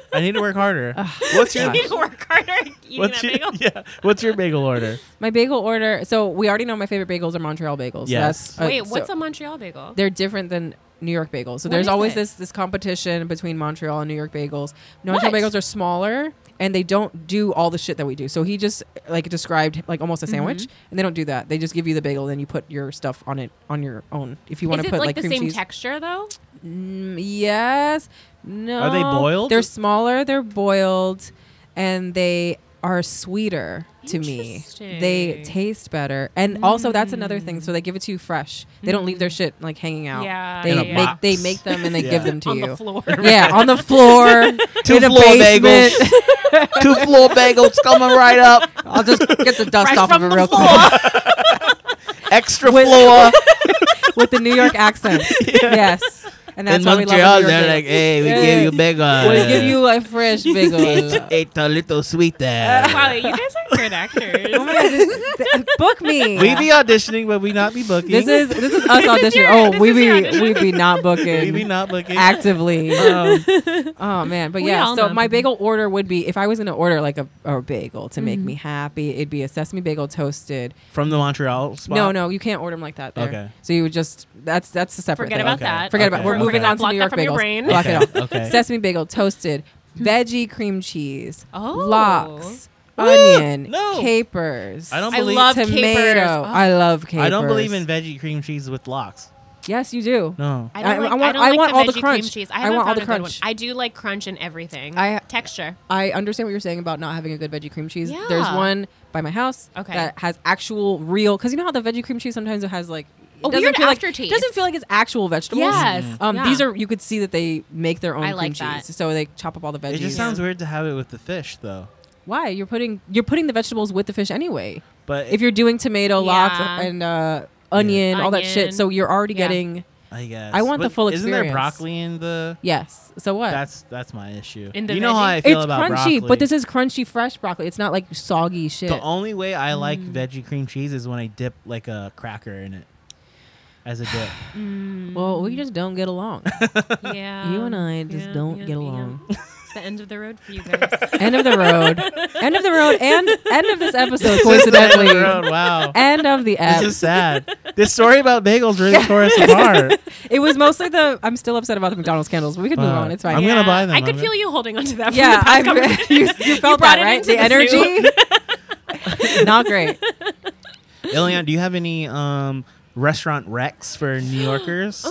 [SPEAKER 2] easy.
[SPEAKER 1] I need to work harder. What's your
[SPEAKER 3] you need to work harder at eating
[SPEAKER 1] what's
[SPEAKER 3] that
[SPEAKER 1] your
[SPEAKER 3] bagel.
[SPEAKER 1] yeah? What's your bagel order?
[SPEAKER 2] My bagel order. So we already know my favorite bagels are Montreal bagels.
[SPEAKER 1] Yes.
[SPEAKER 2] So that's, uh,
[SPEAKER 3] Wait, what's
[SPEAKER 2] so
[SPEAKER 3] a Montreal bagel?
[SPEAKER 2] They're different than New York bagels. So
[SPEAKER 3] What
[SPEAKER 2] there's
[SPEAKER 3] is
[SPEAKER 2] always
[SPEAKER 3] it?
[SPEAKER 2] this this competition between Montreal and New York bagels. Montreal
[SPEAKER 3] What?
[SPEAKER 2] bagels are smaller and they don't do all the shit that we do. So he just like described like almost
[SPEAKER 3] Mm-hmm.
[SPEAKER 2] a sandwich, and they don't do that. They just give you the bagel, then you put your stuff on it on your own. If you want
[SPEAKER 3] Is
[SPEAKER 2] to
[SPEAKER 3] it
[SPEAKER 2] put
[SPEAKER 3] like,
[SPEAKER 2] like,
[SPEAKER 3] the
[SPEAKER 2] cream
[SPEAKER 3] same
[SPEAKER 2] cheese,
[SPEAKER 3] texture though?
[SPEAKER 2] Mm, yes. No.
[SPEAKER 1] they boiled?
[SPEAKER 2] They're smaller. They're boiled, and they are sweeter to me. They
[SPEAKER 3] Interesting. Mm.
[SPEAKER 2] taste better, and also that's another thing. So they give it to you fresh. They don't leave their shit like hanging out.
[SPEAKER 3] Yeah,
[SPEAKER 2] They
[SPEAKER 3] In a
[SPEAKER 2] make
[SPEAKER 1] box.
[SPEAKER 2] they make them and they
[SPEAKER 1] Yeah.
[SPEAKER 2] give them to
[SPEAKER 3] On
[SPEAKER 2] you.
[SPEAKER 3] the floor.
[SPEAKER 2] Yeah, on the floor.
[SPEAKER 1] Two
[SPEAKER 2] in a
[SPEAKER 1] floor bagels.
[SPEAKER 2] basement.
[SPEAKER 1] Two floor bagels coming right up.
[SPEAKER 2] I'll just get the dust
[SPEAKER 3] Right
[SPEAKER 2] off of
[SPEAKER 3] from
[SPEAKER 2] it
[SPEAKER 3] the
[SPEAKER 2] real
[SPEAKER 3] floor.
[SPEAKER 2] quick
[SPEAKER 1] Extra floor.
[SPEAKER 2] with the New York accent. Yes, and that's
[SPEAKER 1] In
[SPEAKER 2] why we
[SPEAKER 1] Montreal,
[SPEAKER 2] love the New York
[SPEAKER 1] they're
[SPEAKER 2] bagel.
[SPEAKER 1] like, "Hey, we
[SPEAKER 2] Yeah.
[SPEAKER 1] give you bagel.
[SPEAKER 2] We'll give you a fresh bagel.
[SPEAKER 1] it's, it's a little sweet there."
[SPEAKER 3] wow, you guys are good actors.
[SPEAKER 2] Book me.
[SPEAKER 1] We be auditioning, but we not be booking.
[SPEAKER 2] This is this is us auditioning.
[SPEAKER 3] your-
[SPEAKER 2] oh,
[SPEAKER 3] this
[SPEAKER 2] we
[SPEAKER 3] is your
[SPEAKER 2] be
[SPEAKER 3] audition.
[SPEAKER 2] we be not
[SPEAKER 1] we
[SPEAKER 2] booking
[SPEAKER 1] be not booking.
[SPEAKER 2] actively. Uh,
[SPEAKER 1] Um,
[SPEAKER 2] oh man, but
[SPEAKER 3] We
[SPEAKER 2] yeah.
[SPEAKER 3] all
[SPEAKER 2] So
[SPEAKER 3] know
[SPEAKER 2] my
[SPEAKER 3] them.
[SPEAKER 2] bagel order would be if I was gonna order like a, a bagel to make me happy, it'd be a sesame bagel toasted.
[SPEAKER 1] from the Montreal spot.
[SPEAKER 2] No, no, you can't order them like that. There.
[SPEAKER 1] Okay.
[SPEAKER 2] So you would just that's that's a separate.
[SPEAKER 3] Forget
[SPEAKER 2] thing.
[SPEAKER 3] about
[SPEAKER 1] Okay.
[SPEAKER 3] that.
[SPEAKER 2] Forget
[SPEAKER 1] Okay.
[SPEAKER 2] about. We're
[SPEAKER 1] Okay.
[SPEAKER 2] moving on to
[SPEAKER 3] Block
[SPEAKER 2] New
[SPEAKER 3] that
[SPEAKER 2] York
[SPEAKER 3] from your
[SPEAKER 2] bagels.
[SPEAKER 3] brain.
[SPEAKER 2] Block it off.
[SPEAKER 1] Okay.
[SPEAKER 2] Sesame bagel toasted, veggie cream cheese,
[SPEAKER 3] Hmm. Oh.
[SPEAKER 2] locks, onion,
[SPEAKER 1] No.
[SPEAKER 2] capers.
[SPEAKER 1] I don't
[SPEAKER 3] I
[SPEAKER 1] believe.
[SPEAKER 3] love-
[SPEAKER 2] tomato.
[SPEAKER 3] capers. Oh.
[SPEAKER 2] I love capers.
[SPEAKER 1] I don't believe in veggie cream cheese with locks.
[SPEAKER 2] Yes, you do.
[SPEAKER 1] No.
[SPEAKER 3] I, don't
[SPEAKER 2] I- I
[SPEAKER 3] like, I
[SPEAKER 2] want-
[SPEAKER 3] don't
[SPEAKER 2] I
[SPEAKER 3] like
[SPEAKER 2] want
[SPEAKER 3] the
[SPEAKER 2] all the
[SPEAKER 3] veggie cream
[SPEAKER 2] crunch.
[SPEAKER 3] cheese.
[SPEAKER 2] I
[SPEAKER 3] I, haven't
[SPEAKER 2] want all
[SPEAKER 3] found
[SPEAKER 2] the
[SPEAKER 3] a good one.
[SPEAKER 2] crunch.
[SPEAKER 3] I do like crunch in everything.
[SPEAKER 2] I-
[SPEAKER 3] Texture.
[SPEAKER 2] I understand what you're saying about not having a good veggie cream cheese. There's
[SPEAKER 3] Yeah.
[SPEAKER 2] one by my house
[SPEAKER 3] Okay.
[SPEAKER 2] that has actual real because you know how the veggie cream cheese sometimes it has like
[SPEAKER 3] A
[SPEAKER 2] it doesn't
[SPEAKER 3] Oh, weird
[SPEAKER 2] feel like-
[SPEAKER 3] aftertaste.
[SPEAKER 2] doesn't feel like it's actual vegetables.
[SPEAKER 3] Yes.
[SPEAKER 1] Mm-hmm.
[SPEAKER 2] Um,
[SPEAKER 3] Yeah.
[SPEAKER 2] These are you could see that they make their own
[SPEAKER 3] I
[SPEAKER 2] cream
[SPEAKER 3] like that.
[SPEAKER 2] cheese, so they chop up all the veggies.
[SPEAKER 1] It just sounds weird to have it with the fish, though.
[SPEAKER 2] Why you're putting you're putting the vegetables with the fish anyway?
[SPEAKER 1] But
[SPEAKER 2] If you're doing tomato, locks,
[SPEAKER 3] Yeah.
[SPEAKER 2] and uh, onion, all that shit,
[SPEAKER 3] Onion.
[SPEAKER 2] so you're already
[SPEAKER 3] Yeah.
[SPEAKER 2] getting
[SPEAKER 1] I guess
[SPEAKER 2] I want the full
[SPEAKER 1] isn't
[SPEAKER 2] experience.
[SPEAKER 1] there broccoli in the?
[SPEAKER 2] yes. So what?
[SPEAKER 1] That's that's my issue.
[SPEAKER 3] In the
[SPEAKER 1] you know how I
[SPEAKER 3] veggie?
[SPEAKER 1] feel
[SPEAKER 2] it's
[SPEAKER 1] about
[SPEAKER 2] crunchy,
[SPEAKER 1] broccoli.
[SPEAKER 2] but this is crunchy fresh broccoli. It's not like soggy shit.
[SPEAKER 1] the only way I like
[SPEAKER 3] Mm.
[SPEAKER 1] veggie cream cheese is when I dip like a cracker in it as a dip.
[SPEAKER 2] well, we just don't get along.
[SPEAKER 3] yeah.
[SPEAKER 2] You and I just
[SPEAKER 3] yeah,
[SPEAKER 2] don't
[SPEAKER 3] yeah,
[SPEAKER 2] get
[SPEAKER 3] yeah.
[SPEAKER 2] along.
[SPEAKER 3] It's the end of the road for you guys.
[SPEAKER 2] end of the road. End of the road. And end of this episode,
[SPEAKER 1] This is the end of the
[SPEAKER 2] coincidentally.
[SPEAKER 1] road, wow.
[SPEAKER 2] End of the
[SPEAKER 1] This
[SPEAKER 2] app.
[SPEAKER 1] is sad. This story about bagels really tore us apart.
[SPEAKER 2] It was mostly the. I'm still upset about the McDonald's candles, but we can move
[SPEAKER 1] Fuck.
[SPEAKER 2] on. It's fine.
[SPEAKER 1] I'm
[SPEAKER 3] Yeah,
[SPEAKER 1] gonna buy them.
[SPEAKER 3] I
[SPEAKER 1] I'm
[SPEAKER 3] could
[SPEAKER 1] gonna-
[SPEAKER 3] feel you holding onto that.
[SPEAKER 2] yeah,
[SPEAKER 3] from the past
[SPEAKER 2] I,
[SPEAKER 3] conversation.
[SPEAKER 2] you, you felt
[SPEAKER 3] brought
[SPEAKER 2] that
[SPEAKER 3] it
[SPEAKER 2] right.
[SPEAKER 3] into
[SPEAKER 2] The
[SPEAKER 3] the
[SPEAKER 2] energy. Not great.
[SPEAKER 1] Ilian, do you have any um, restaurant recs for New Yorkers?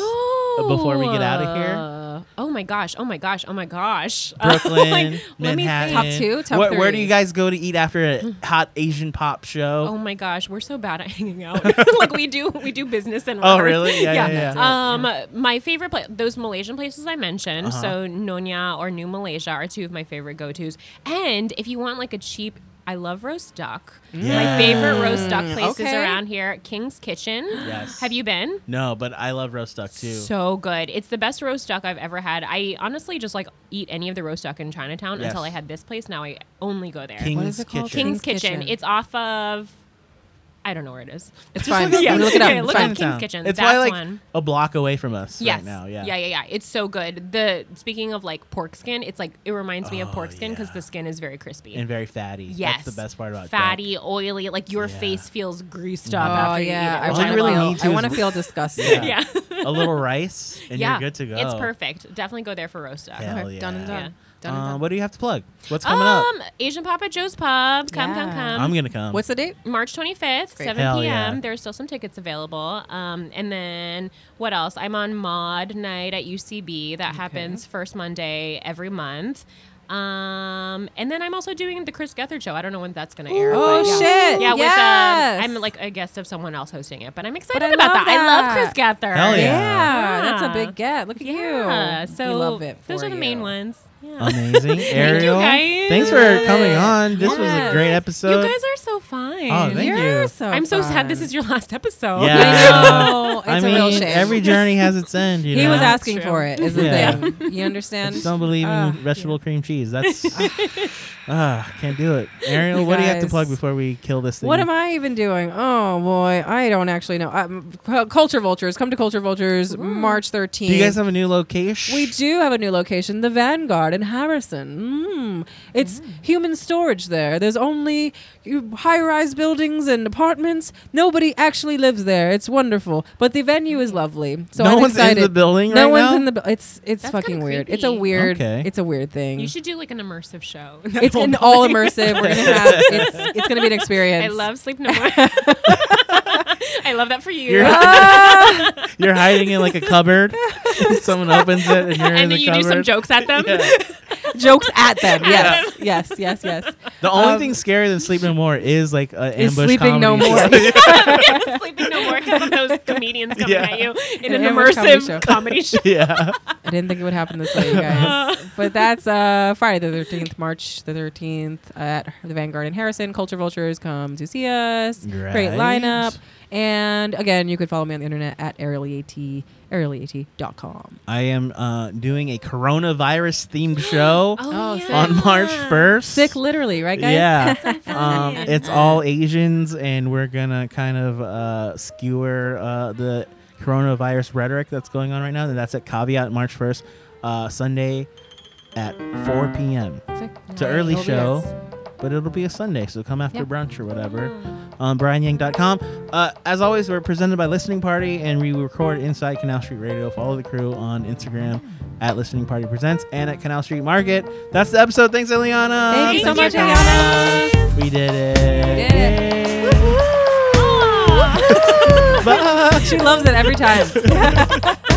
[SPEAKER 3] Oh.
[SPEAKER 1] before we get outta here?
[SPEAKER 3] Oh my gosh! Oh my gosh! Oh my gosh! Uh,
[SPEAKER 1] Brooklyn,
[SPEAKER 3] like, let me
[SPEAKER 1] Manhattan.
[SPEAKER 3] think.
[SPEAKER 2] Top two, top
[SPEAKER 1] where, Where do
[SPEAKER 2] three.
[SPEAKER 1] you guys go to eat after a hot Asian pop
[SPEAKER 3] Oh
[SPEAKER 1] show?
[SPEAKER 3] my gosh, we're so bad at hanging out. like we do, we do business and.
[SPEAKER 1] Oh,
[SPEAKER 3] records.
[SPEAKER 1] really? Yeah, yeah, yeah. Uh-huh.
[SPEAKER 3] Um, my favorite place, those Malaysian places I mentioned, so Nyonya or New Malaysia are two of my favorite go tos. And if you want like a cheap. I love roast duck. My favorite roast duck places
[SPEAKER 2] okay.
[SPEAKER 3] around here. King's Kitchen.
[SPEAKER 1] Yes.
[SPEAKER 3] Have you been?
[SPEAKER 1] No, but I love roast duck too.
[SPEAKER 3] So good. It's the best roast duck I've ever had. I honestly just like eat any of the roast duck in Chinatown
[SPEAKER 1] Yes.
[SPEAKER 3] until I had this place. Now I only go there.
[SPEAKER 1] King's
[SPEAKER 2] What is it called?
[SPEAKER 1] Kitchen.
[SPEAKER 3] King's
[SPEAKER 2] King's
[SPEAKER 3] Kitchen.
[SPEAKER 2] Kitchen.
[SPEAKER 3] It's off of I don't know where it is.
[SPEAKER 2] It's fine.
[SPEAKER 1] look up-
[SPEAKER 2] I'm gonna look it up.
[SPEAKER 3] okay,
[SPEAKER 2] It's
[SPEAKER 3] look
[SPEAKER 2] fine.
[SPEAKER 3] up King's Kitchen.
[SPEAKER 1] It's
[SPEAKER 3] That's
[SPEAKER 1] probably like
[SPEAKER 3] one.
[SPEAKER 1] a block away from us
[SPEAKER 3] Yes.
[SPEAKER 1] right now. Yeah.
[SPEAKER 3] yeah, yeah, yeah. It's so good. The speaking of like pork skin, it's like it reminds me of
[SPEAKER 1] Oh,
[SPEAKER 3] pork skin because
[SPEAKER 1] yeah.
[SPEAKER 3] the skin is very crispy.
[SPEAKER 1] And very fatty.
[SPEAKER 3] yes,
[SPEAKER 1] That's the best part about duck.
[SPEAKER 3] fatty, oily. Like your
[SPEAKER 1] Yeah.
[SPEAKER 3] face feels greased up.
[SPEAKER 2] Oh
[SPEAKER 3] after you
[SPEAKER 2] yeah,
[SPEAKER 3] eat it,
[SPEAKER 2] I
[SPEAKER 1] All
[SPEAKER 3] which
[SPEAKER 1] you
[SPEAKER 2] want
[SPEAKER 3] I
[SPEAKER 2] to
[SPEAKER 1] really
[SPEAKER 3] love.
[SPEAKER 2] feel.
[SPEAKER 1] need to
[SPEAKER 2] I
[SPEAKER 1] is
[SPEAKER 2] want to
[SPEAKER 1] l-
[SPEAKER 2] feel disgusted.
[SPEAKER 1] Yeah.
[SPEAKER 3] Yeah,
[SPEAKER 1] a little rice and
[SPEAKER 3] yeah.
[SPEAKER 1] you're good to go.
[SPEAKER 3] It's perfect. Definitely go there for roast duck.
[SPEAKER 1] Hell yeah.
[SPEAKER 2] Done and done.
[SPEAKER 3] Yeah.
[SPEAKER 2] Done and
[SPEAKER 1] Um,
[SPEAKER 2] done.
[SPEAKER 1] what do you have to plug? What's coming up?
[SPEAKER 3] um, Asian Papa Joe's Pub. Come, come,
[SPEAKER 2] Yeah.
[SPEAKER 3] come.
[SPEAKER 1] I'm gonna come.
[SPEAKER 2] What's the date?
[SPEAKER 3] March 25th,
[SPEAKER 2] Great.
[SPEAKER 3] 7
[SPEAKER 1] Hell
[SPEAKER 3] p.m.
[SPEAKER 1] yeah.
[SPEAKER 3] There are still some tickets available. Um, and then what else? I'm on Mod Night at UCB. That happens first Monday every month. Um, and then I'm also doing the Chris Gethard show. I don't know when that's going to air.
[SPEAKER 2] Oh,
[SPEAKER 3] but-
[SPEAKER 2] shit.
[SPEAKER 3] Yeah,
[SPEAKER 2] Yes.
[SPEAKER 3] with um, I'm like a guest of someone else hosting it, but I'm excited
[SPEAKER 2] I
[SPEAKER 3] about
[SPEAKER 2] love
[SPEAKER 3] that. I love Chris
[SPEAKER 2] that.
[SPEAKER 3] Gethard.
[SPEAKER 1] Hell
[SPEAKER 2] Yeah,
[SPEAKER 1] Yeah.
[SPEAKER 2] that's a
[SPEAKER 3] Yeah.
[SPEAKER 2] big get. Look at
[SPEAKER 3] Yeah.
[SPEAKER 2] you.
[SPEAKER 3] So
[SPEAKER 2] we love it.
[SPEAKER 3] those
[SPEAKER 2] for
[SPEAKER 3] are the
[SPEAKER 2] you.
[SPEAKER 3] main ones.
[SPEAKER 1] Uh,
[SPEAKER 3] Yeah.
[SPEAKER 1] Amazing, Ariel.
[SPEAKER 3] guys.
[SPEAKER 1] Thanks for
[SPEAKER 2] Love
[SPEAKER 1] coming
[SPEAKER 2] it.
[SPEAKER 1] on. This was a
[SPEAKER 3] Yes.
[SPEAKER 1] great episode.
[SPEAKER 3] You guys are so fun.
[SPEAKER 5] amazing.
[SPEAKER 1] Oh, thank you.
[SPEAKER 2] You're so
[SPEAKER 3] I'm so
[SPEAKER 2] fun.
[SPEAKER 3] sad this is your last episode.
[SPEAKER 1] Yeah.
[SPEAKER 2] I know. It's
[SPEAKER 1] I
[SPEAKER 2] a
[SPEAKER 1] mean,
[SPEAKER 2] real shame.
[SPEAKER 1] every journey has its end. You
[SPEAKER 2] he
[SPEAKER 1] know?
[SPEAKER 2] was
[SPEAKER 3] That's
[SPEAKER 2] asking
[SPEAKER 3] true.
[SPEAKER 2] for it. Is the
[SPEAKER 1] Yeah.
[SPEAKER 2] thing. You understand?
[SPEAKER 1] I just don't believe in
[SPEAKER 2] Ah,
[SPEAKER 1] vegetable cream cheese. That's ah, can't do it. Ariel,
[SPEAKER 2] You
[SPEAKER 1] what do you have to
[SPEAKER 2] guys.
[SPEAKER 1] plug before we kill this thing?
[SPEAKER 2] What am I even doing? Oh boy, I don't actually know. Um, cu- Culture Vultures, come to Culture Vultures, March 13th.
[SPEAKER 1] Do you guys have a new location?
[SPEAKER 2] we do have a new location, the Vanguard in Harrison. Mm. It's human storage there. There's only high rise buildings and apartments. Nobody actually lives there. It's wonderful. But the venue is lovely. So
[SPEAKER 1] no
[SPEAKER 2] I'm
[SPEAKER 1] one's
[SPEAKER 2] excited.
[SPEAKER 1] in the building
[SPEAKER 2] no
[SPEAKER 1] right
[SPEAKER 2] one's
[SPEAKER 1] now.
[SPEAKER 2] in the bu- it's it's
[SPEAKER 3] That's
[SPEAKER 2] fucking
[SPEAKER 3] kinda
[SPEAKER 2] weird.
[SPEAKER 3] creepy.
[SPEAKER 2] It's a weird
[SPEAKER 1] Okay.
[SPEAKER 2] it's a weird thing.
[SPEAKER 5] You should do like an immersive show.
[SPEAKER 2] it's an all immersive. We're gonna have it's, it's gonna be an experience.
[SPEAKER 5] I love sleep no more. I love that for you.
[SPEAKER 1] You're-
[SPEAKER 2] Ah!
[SPEAKER 1] You're hiding in like a cupboard. Someone opens it, and you're in
[SPEAKER 5] and
[SPEAKER 1] the
[SPEAKER 5] then you
[SPEAKER 1] cupboard.
[SPEAKER 5] do some jokes at them.
[SPEAKER 2] Ah! jokes at them. Yes, yes, yes, yes.
[SPEAKER 1] The only
[SPEAKER 2] Um,
[SPEAKER 1] thing scarier than Sleep No More is like an
[SPEAKER 2] Is
[SPEAKER 1] ambush
[SPEAKER 2] Sleeping No
[SPEAKER 1] comedy
[SPEAKER 2] More.
[SPEAKER 1] show.
[SPEAKER 5] Sleeping no more because of those comedians coming
[SPEAKER 1] Yeah.
[SPEAKER 5] at you in
[SPEAKER 2] An
[SPEAKER 5] an,
[SPEAKER 2] ambush comedy show.
[SPEAKER 5] immersive comedy show.
[SPEAKER 1] yeah.
[SPEAKER 2] I didn't think it would happen this way, you guys. but that's uh, Friday the thirteenth, March the thirteenth at the Vanguard in Harrison. Culture Vultures come to see us. Great
[SPEAKER 1] Right.
[SPEAKER 2] lineup. And again, you could follow me on the internet at aerialyat, aerialyat.com.
[SPEAKER 1] I am uh, doing a coronavirus themed show
[SPEAKER 2] Oh,
[SPEAKER 1] on March 1st.
[SPEAKER 2] Sick, literally, right, guys?
[SPEAKER 1] Yeah. um, it's all Asians, and we're going to kind of uh, skewer uh, the coronavirus rhetoric that's going on right now. And that's at Caveat March 1st, uh, Sunday at 4 p.m.
[SPEAKER 2] Sick.
[SPEAKER 1] It's an early
[SPEAKER 2] Nice.
[SPEAKER 1] show, but it'll be a Sunday, so come after
[SPEAKER 2] Yeah.
[SPEAKER 1] brunch or whatever
[SPEAKER 2] Mm.
[SPEAKER 1] Um, on brianyang.com. Uh, as always, we're presented by Listening Party, and we record inside Canal Street Radio. Follow the crew on Instagram at Listening Party Presents and at Canal Street Market. That's the episode. Thanks, Eliana.
[SPEAKER 2] Thank you so much,
[SPEAKER 5] Thank you,
[SPEAKER 2] Ariana.
[SPEAKER 1] We did it.
[SPEAKER 2] We did
[SPEAKER 1] Yay. Bye.
[SPEAKER 2] She loves it every time.